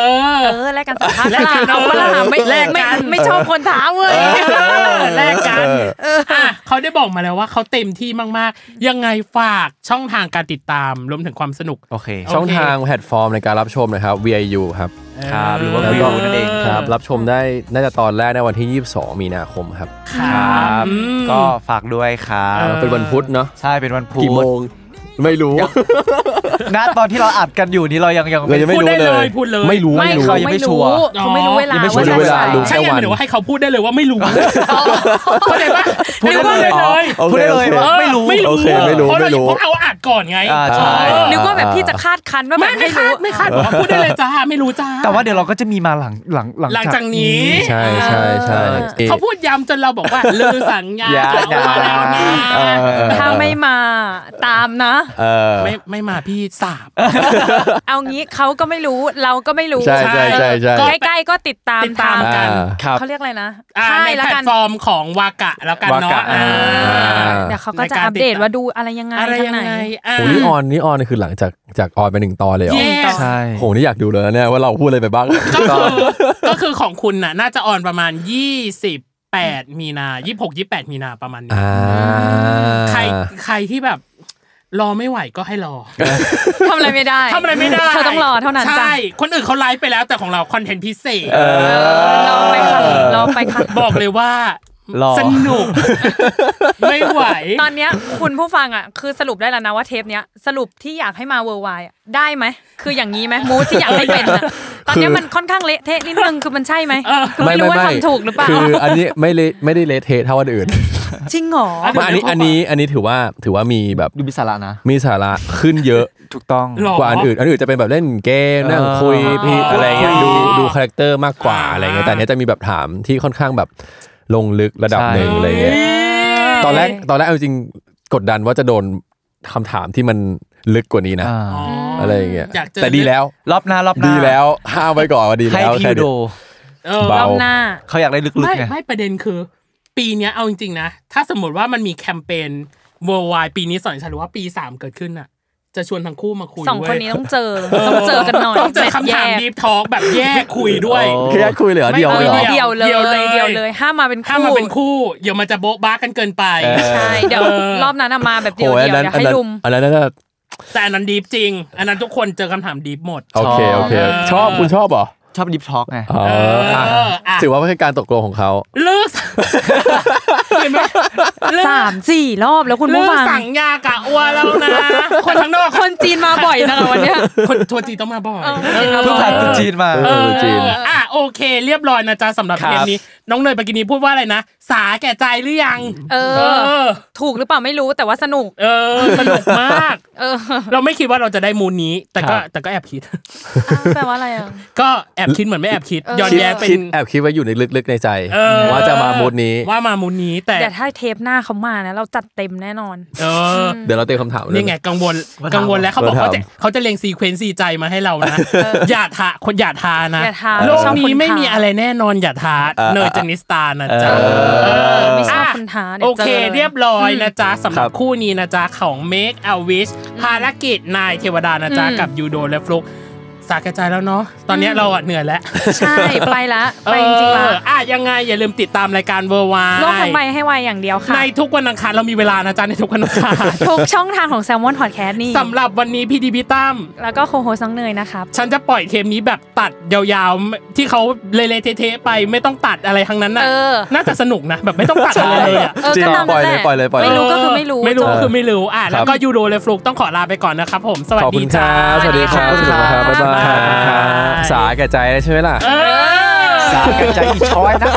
[SPEAKER 2] เออแลกกันสัมภาษณ์
[SPEAKER 3] แลกกัน
[SPEAKER 2] เอปะล่ะ
[SPEAKER 3] เออ
[SPEAKER 2] ไม่
[SPEAKER 3] แลกกัน
[SPEAKER 2] ไม่ไม่ชอบคนท้าเว้ย
[SPEAKER 3] เออแลกกัน
[SPEAKER 4] เออ
[SPEAKER 3] อ่ะเขาได้บอกมาแล้วว่าเขาเต็มที่มากๆ ยังไงฝากช่องทางการติดตามรวมถึงความสนุก
[SPEAKER 5] โอเค
[SPEAKER 3] โอเค
[SPEAKER 4] ช่องทางแพลตฟอร์มในการรับชมนะครับ VIU ครับ
[SPEAKER 5] ครับหรือว่า
[SPEAKER 3] เ
[SPEAKER 5] วิวนั่นเอง
[SPEAKER 4] ครับ รับชมได้น่าจะตอนแรกในวันที่ 22 มีนาคมครับ
[SPEAKER 5] ครับ
[SPEAKER 3] อืม
[SPEAKER 5] ก็ฝากด้วยครับ
[SPEAKER 3] เออ
[SPEAKER 4] เป็นวันพุธเนาะ
[SPEAKER 5] ใช่เป็นวันพุธ
[SPEAKER 4] กี่โมง ไม่รู้
[SPEAKER 5] ณตอนที่เราอัดกันอยู่นี้เรายังยัง
[SPEAKER 4] เรายังไม่
[SPEAKER 3] พูด
[SPEAKER 4] รู้
[SPEAKER 3] ได้
[SPEAKER 4] เล
[SPEAKER 3] เลย ยพูดเลย
[SPEAKER 4] ไม่รู้
[SPEAKER 2] ไม่เขาไม่รู้เขาไม่รู้เวลา
[SPEAKER 4] ยังไม่ชัว
[SPEAKER 2] ว่าจะ
[SPEAKER 4] ร์เวลารู้
[SPEAKER 2] ใช่
[SPEAKER 3] ใช่ไงหมายถึงว่าให้เขาพูดได้เลยว่าไม่รู้ เข้าใจปะ
[SPEAKER 4] พูดได้เลย
[SPEAKER 3] พูด
[SPEAKER 4] อ๋อ
[SPEAKER 5] พูดได้เลย
[SPEAKER 3] เอ
[SPEAKER 5] ว่า
[SPEAKER 3] อ
[SPEAKER 5] ไม่รู้
[SPEAKER 3] ไม่
[SPEAKER 4] โอ
[SPEAKER 3] รู้
[SPEAKER 4] เคไม่รู้
[SPEAKER 3] เพราะ
[SPEAKER 4] ไม่รู้
[SPEAKER 3] เราเพราะเราอัดก่อนไง
[SPEAKER 5] อ่าใช่
[SPEAKER 3] เออ
[SPEAKER 2] นึกว่าแบบพี่จะคาดคันว่าแบ
[SPEAKER 3] ไม่
[SPEAKER 2] บ
[SPEAKER 3] ไม่
[SPEAKER 2] ไม่
[SPEAKER 3] คา
[SPEAKER 2] รู้
[SPEAKER 3] ดไม่คาดบอกว่าพูดได้เลยจ้าไม่รู้จ้า
[SPEAKER 5] แต่ว่าเดี๋ยวเราก็จะมีมาหลังหลัง
[SPEAKER 3] หลังจากนี้
[SPEAKER 4] ใช่ใช่ใช่
[SPEAKER 3] เขาพูดย้ำจนเราบอกว่า ลือสัญญา
[SPEAKER 5] อย่า
[SPEAKER 3] เอามาแล้วนะ
[SPEAKER 4] เออเออ
[SPEAKER 2] ถ้าไม่มาตามนะ
[SPEAKER 4] เออ
[SPEAKER 3] ไม่ไม่มาพี่สาบ
[SPEAKER 2] เอางี้เขาก็ไม่รู้เราก็ไม่รู้
[SPEAKER 4] ใช่ใช่ใช่ใช่
[SPEAKER 2] ใกล้ๆก็ติดตาม
[SPEAKER 3] ติดตา
[SPEAKER 2] ท
[SPEAKER 3] ม
[SPEAKER 2] ง
[SPEAKER 3] กัน
[SPEAKER 4] อ่า
[SPEAKER 5] ครับ
[SPEAKER 2] เขาเรียกอะไรนะ
[SPEAKER 3] อ่า
[SPEAKER 2] ค่า
[SPEAKER 3] ใน
[SPEAKER 2] ยละ
[SPEAKER 3] แพล
[SPEAKER 2] กั
[SPEAKER 3] ต
[SPEAKER 2] น
[SPEAKER 3] ฟอร์มของวากะแล้วกันเนาะ
[SPEAKER 5] วากะ
[SPEAKER 3] อ่า
[SPEAKER 4] อ่า
[SPEAKER 2] เดี๋ยวเขาก็จะ
[SPEAKER 3] ในการ
[SPEAKER 2] อัปเดต
[SPEAKER 3] ติดตาม
[SPEAKER 2] ว่าดูอะไรยังไง
[SPEAKER 3] อะไรยั
[SPEAKER 2] ทาง งไหน
[SPEAKER 3] ไงอ่า
[SPEAKER 4] โหนี่ออนนี่ออนคือหลังจากจากออนไปหนึ่งตอนเลยเหรอ
[SPEAKER 3] Yes
[SPEAKER 5] ใช่
[SPEAKER 4] โหนี่อยากดูเลยนะเนี่ยว่าเราพูดอะไรไปบ้าง
[SPEAKER 3] ก็คือ ก็คือของคุณน่ะ น่าจะออนประมาณ 28 มีนา 26 28 มีนาประมาณนี้
[SPEAKER 4] อ่า
[SPEAKER 3] ใครใครที่แบบ รอไม่ไหวก็ให้รอ
[SPEAKER 2] ทำอะไรไม่ได้
[SPEAKER 3] ทำอะไรไม่ได้
[SPEAKER 2] เธอต้องรอเท่านั้นจ้ะ
[SPEAKER 3] ใช่คนอื่นเขาไลฟ์ไปแล้วแต่ของเราคอนเทนต์พิเศษ
[SPEAKER 2] เออรอไปค่ะรอไปค่ะ
[SPEAKER 3] บอกเลยว่า
[SPEAKER 5] รอ
[SPEAKER 3] สนุก ไม่ไหว
[SPEAKER 2] ตอนเนี้ยคุณผู้ฟังอ่ะคือสรุปได้แล้วนะว่าเทปเนี้ยสรุปที่อยากให้มาเวอร์ไวได้ไหม คืออย่างนี้ไหมมูที่อยากให้เป็น อะตอนเนี้ยมันค่อนข้างเละเทะนิดนึงคือมันใช่ไหมคือไม่รู้ว่าทำถูกหรือเปล่า
[SPEAKER 4] คืออันนี้ไม่เละไม่ได้เละเทะเท่าอันอื่น
[SPEAKER 2] จริงเหรอ
[SPEAKER 3] อัน
[SPEAKER 4] มาอันนี้อันนี้อันนี้ถือว่าถือว่ามีแบบ
[SPEAKER 5] ดูมิสาระนะ
[SPEAKER 4] มีสาระขึ้นเยอะ
[SPEAKER 5] ถูกต้อง
[SPEAKER 3] หร
[SPEAKER 4] กว่าอันอื่น อันอื่นจะเป็นแบบเล่นเกมนั่งคุย
[SPEAKER 5] อ๋อ
[SPEAKER 4] พี่อะไรเงี้ย
[SPEAKER 3] คุย
[SPEAKER 4] ดูดูคาแรคเตอร์มากกว่า
[SPEAKER 3] อ่า
[SPEAKER 4] อะไรเงี้ยแต่อันเนี้ยจะมีแบบถามที่ค่อนข้างแบบลงลึกระดับหนึ่งอะไรเงี้ยตอนแรกตอนแรกเอาจริงกดดันว่าจะโดนคำถามที่มันลึกกว่านี้นะ
[SPEAKER 5] อ่า
[SPEAKER 3] อ๋ออ
[SPEAKER 4] อะไรเงี้ย
[SPEAKER 3] อยากเจอ
[SPEAKER 4] แต่ดีแล้ว
[SPEAKER 5] รอบหน้ารอบหน้า
[SPEAKER 4] ดีแล้วห้ามไว้ก่อนว่าดี
[SPEAKER 5] ให้
[SPEAKER 4] แล้ว
[SPEAKER 5] พี่
[SPEAKER 4] แค่
[SPEAKER 5] ยูโด
[SPEAKER 4] นี้
[SPEAKER 3] เออ
[SPEAKER 4] บ
[SPEAKER 2] รอบหน้า
[SPEAKER 5] เขาอยากได้ลึก
[SPEAKER 3] ไม่
[SPEAKER 5] ๆไง
[SPEAKER 3] ไม่ประเด็นคือ ปีเนี้ยเอาจริงๆนะ ถ้าสมมติว่ามันมีแคมเปญ worldwide ปีนี้สอนฉันรู้ว่าปีสามเกิดขึ้นอ่ะ จะชวนทั้งคู่มาคุย
[SPEAKER 2] สองคนนี้
[SPEAKER 3] เว้ย
[SPEAKER 2] ต้องเจอต้องเจอกันหน่อย
[SPEAKER 3] ต้องเจอคำถา
[SPEAKER 2] แบบ
[SPEAKER 3] ม
[SPEAKER 2] แย
[SPEAKER 3] ดี
[SPEAKER 2] ก
[SPEAKER 3] ฟทอ l k แบบแยกคุยด้วย
[SPEAKER 5] โอ้
[SPEAKER 4] แค่คุยเหลือเดียว
[SPEAKER 3] ไม่
[SPEAKER 4] เลยเหรอ
[SPEAKER 3] อา
[SPEAKER 2] เดียวเลยเดียวเลยห้ามมาเป็น
[SPEAKER 3] ถ้า
[SPEAKER 2] คู่
[SPEAKER 3] มาเป็นคู่เดี๋ยวมันจะโบ๊ะบ้ากันเกินไป
[SPEAKER 2] ใช่เดี๋ยวรอบนั้นอะมาแบบเดี
[SPEAKER 4] โอ้
[SPEAKER 2] ยวๆ
[SPEAKER 4] ย
[SPEAKER 2] เดี
[SPEAKER 4] อั
[SPEAKER 2] ยว
[SPEAKER 4] นนั้นอัน
[SPEAKER 2] ให้
[SPEAKER 4] นั้น
[SPEAKER 2] ลุม
[SPEAKER 4] อันนั้นน่าจะ
[SPEAKER 3] แต่อันนั้นดีฟจริง อันนั้นทุกคนเจอคำถามดีฟหมด
[SPEAKER 4] โอเคโอเค
[SPEAKER 3] เออ
[SPEAKER 4] ชอบคุณชอบเหรอ
[SPEAKER 5] ชอบดิฟท็อกไง
[SPEAKER 4] อ๋อ
[SPEAKER 3] เอ
[SPEAKER 4] อ่ะ
[SPEAKER 3] ออ่ะ
[SPEAKER 4] ถือว่าเป็นการตกลงของเขา
[SPEAKER 3] เลิกเห็นไหมเลิก
[SPEAKER 2] สามสี่รอบแล้วคุณ
[SPEAKER 3] เลิ
[SPEAKER 2] ผู้
[SPEAKER 3] ก
[SPEAKER 2] ฟัง
[SPEAKER 3] สั่งยากะอ้วนแล้วนะคนข้างนอก
[SPEAKER 2] คนจีนมาบ่อยนะคะวันเนี้ย
[SPEAKER 3] คนทัวร์จีนต้องมาบ่อย
[SPEAKER 2] เออ
[SPEAKER 3] เออ
[SPEAKER 5] เพิ่งผ่านตรุษจีนมา
[SPEAKER 4] เออ
[SPEAKER 3] เออ
[SPEAKER 4] จีน
[SPEAKER 3] อ่ะโ โอเค เรียบร้อยนะจ๊ะสำหรับ
[SPEAKER 4] ครับ
[SPEAKER 3] เทปนี้ น้องเนยปากินีพูดว่าอะไรนะ สาแก่ใจหรือยัง
[SPEAKER 2] เอ
[SPEAKER 3] เอ
[SPEAKER 2] อ
[SPEAKER 3] อ
[SPEAKER 2] ถูกหรือเปล่าไม่รู้แต่ว่าสนุก
[SPEAKER 3] เออสนุกมาก
[SPEAKER 2] เออ
[SPEAKER 3] เราไม่คิดว่าเราจะได้มูลนี้ แต่ก็
[SPEAKER 4] ครับ
[SPEAKER 3] แต่ก็แอบคิด
[SPEAKER 2] แปลว่าอะไรอ่ะ
[SPEAKER 3] ก็แอบคิดเหมือนไม่แอบคิด
[SPEAKER 2] เออ
[SPEAKER 3] ย้อน
[SPEAKER 4] คิด
[SPEAKER 3] แย้เป็น
[SPEAKER 4] คิดแอบคิดไว้อยู่ในลึกๆในใจ
[SPEAKER 3] เออ
[SPEAKER 4] ว่าจะมามูดนี้
[SPEAKER 3] ว่ามามูลนี้แต่
[SPEAKER 2] แต่ถ้าเทปหน้าเขามานะเราจัดเต็มแน่นอน
[SPEAKER 3] เออ
[SPEAKER 4] เดี๋ยวเราเตรียมคำถาม
[SPEAKER 3] นี่ไง
[SPEAKER 4] เรื่อง
[SPEAKER 3] กังวล
[SPEAKER 5] มาถาม
[SPEAKER 3] กังวลแล้วเขาบอก
[SPEAKER 4] มาถาม
[SPEAKER 3] เขาจะเขาจะเล็งซีเควนซีใจมาให้เรานะอย่าทาคนอย่าทานะ
[SPEAKER 2] อย่าทา
[SPEAKER 3] โลก
[SPEAKER 2] ชอบคน
[SPEAKER 3] นี้ไม่
[SPEAKER 2] ทามี
[SPEAKER 3] มีอะไรแน่นอนอย่าทาเนยเจนิสตานะจ๊ะเออ
[SPEAKER 2] ไม่ชอบคนท้าดี๋
[SPEAKER 3] โอ
[SPEAKER 2] ยวจ
[SPEAKER 3] เคเรียบร้อยนะจ๊ะสำห
[SPEAKER 4] ครั
[SPEAKER 3] รับบ คู่นี้นะจ๊ะ ของ Make a Wish ภารกิจนายเทวดานะจ๊ะ กับยูโดและฟลุกสาแก่ใจแล้วเนาะตอนเนี้ยเราอะเหนื่อยแล้ว
[SPEAKER 2] ใช่ไปละไปจริงๆละ
[SPEAKER 3] เอออ่ะยังไงอย่าลืมติดตามรายการเวอร์วา
[SPEAKER 2] โลกทั้งใบให้ไวอย่างเดียวค่ะ
[SPEAKER 3] ในทุกวันอังคารเรามีเวลานะจ๊ะ ในทุกวันอังคาร
[SPEAKER 2] ทุกช่องทางของแซมมอนพอดแคสต์นี่
[SPEAKER 3] สำหรับวันนี้พี่ดีพี่ตั้ม
[SPEAKER 2] แล้วก็โคโฮซังเนยนะครับ
[SPEAKER 3] ฉันจะปล่อยเทมนี้แบบตัดยาวๆ ที่เขาเละๆเทะๆไปไม่ต้องตัดอะไรทั้งนั้นน่ะ
[SPEAKER 2] เออ
[SPEAKER 3] น่าจะสนุกนะแบบไม่ต้องตัดอะไรเลยอะ
[SPEAKER 2] เออ
[SPEAKER 4] จริง
[SPEAKER 2] ก็ตาม
[SPEAKER 4] ปล่อยเลย
[SPEAKER 2] แหะ
[SPEAKER 4] ปล่อยเลยปล่อยเลย
[SPEAKER 2] ไม่รู้ก็คือไม่รู้
[SPEAKER 3] ไม่รู้
[SPEAKER 2] จ
[SPEAKER 3] ก็
[SPEAKER 2] บ
[SPEAKER 3] คือไม่รู้ อ่ะ
[SPEAKER 4] ครับ
[SPEAKER 3] แล้วก็ยูโรและฟลุกต้องขอลาไปก่อนนะครับผม สวัส
[SPEAKER 4] ขอบ
[SPEAKER 3] ดี
[SPEAKER 4] คุณค
[SPEAKER 3] จ้า
[SPEAKER 4] รับสวัสดีครั
[SPEAKER 2] ส
[SPEAKER 4] บ
[SPEAKER 2] วัสดีครับ
[SPEAKER 4] บ๊ายบาย
[SPEAKER 3] บ๊ายบาย
[SPEAKER 4] สาแก่ใจแล้วใช่ไหมล่ะ
[SPEAKER 3] เออ
[SPEAKER 5] สาแก่ใจอีช้อยนะ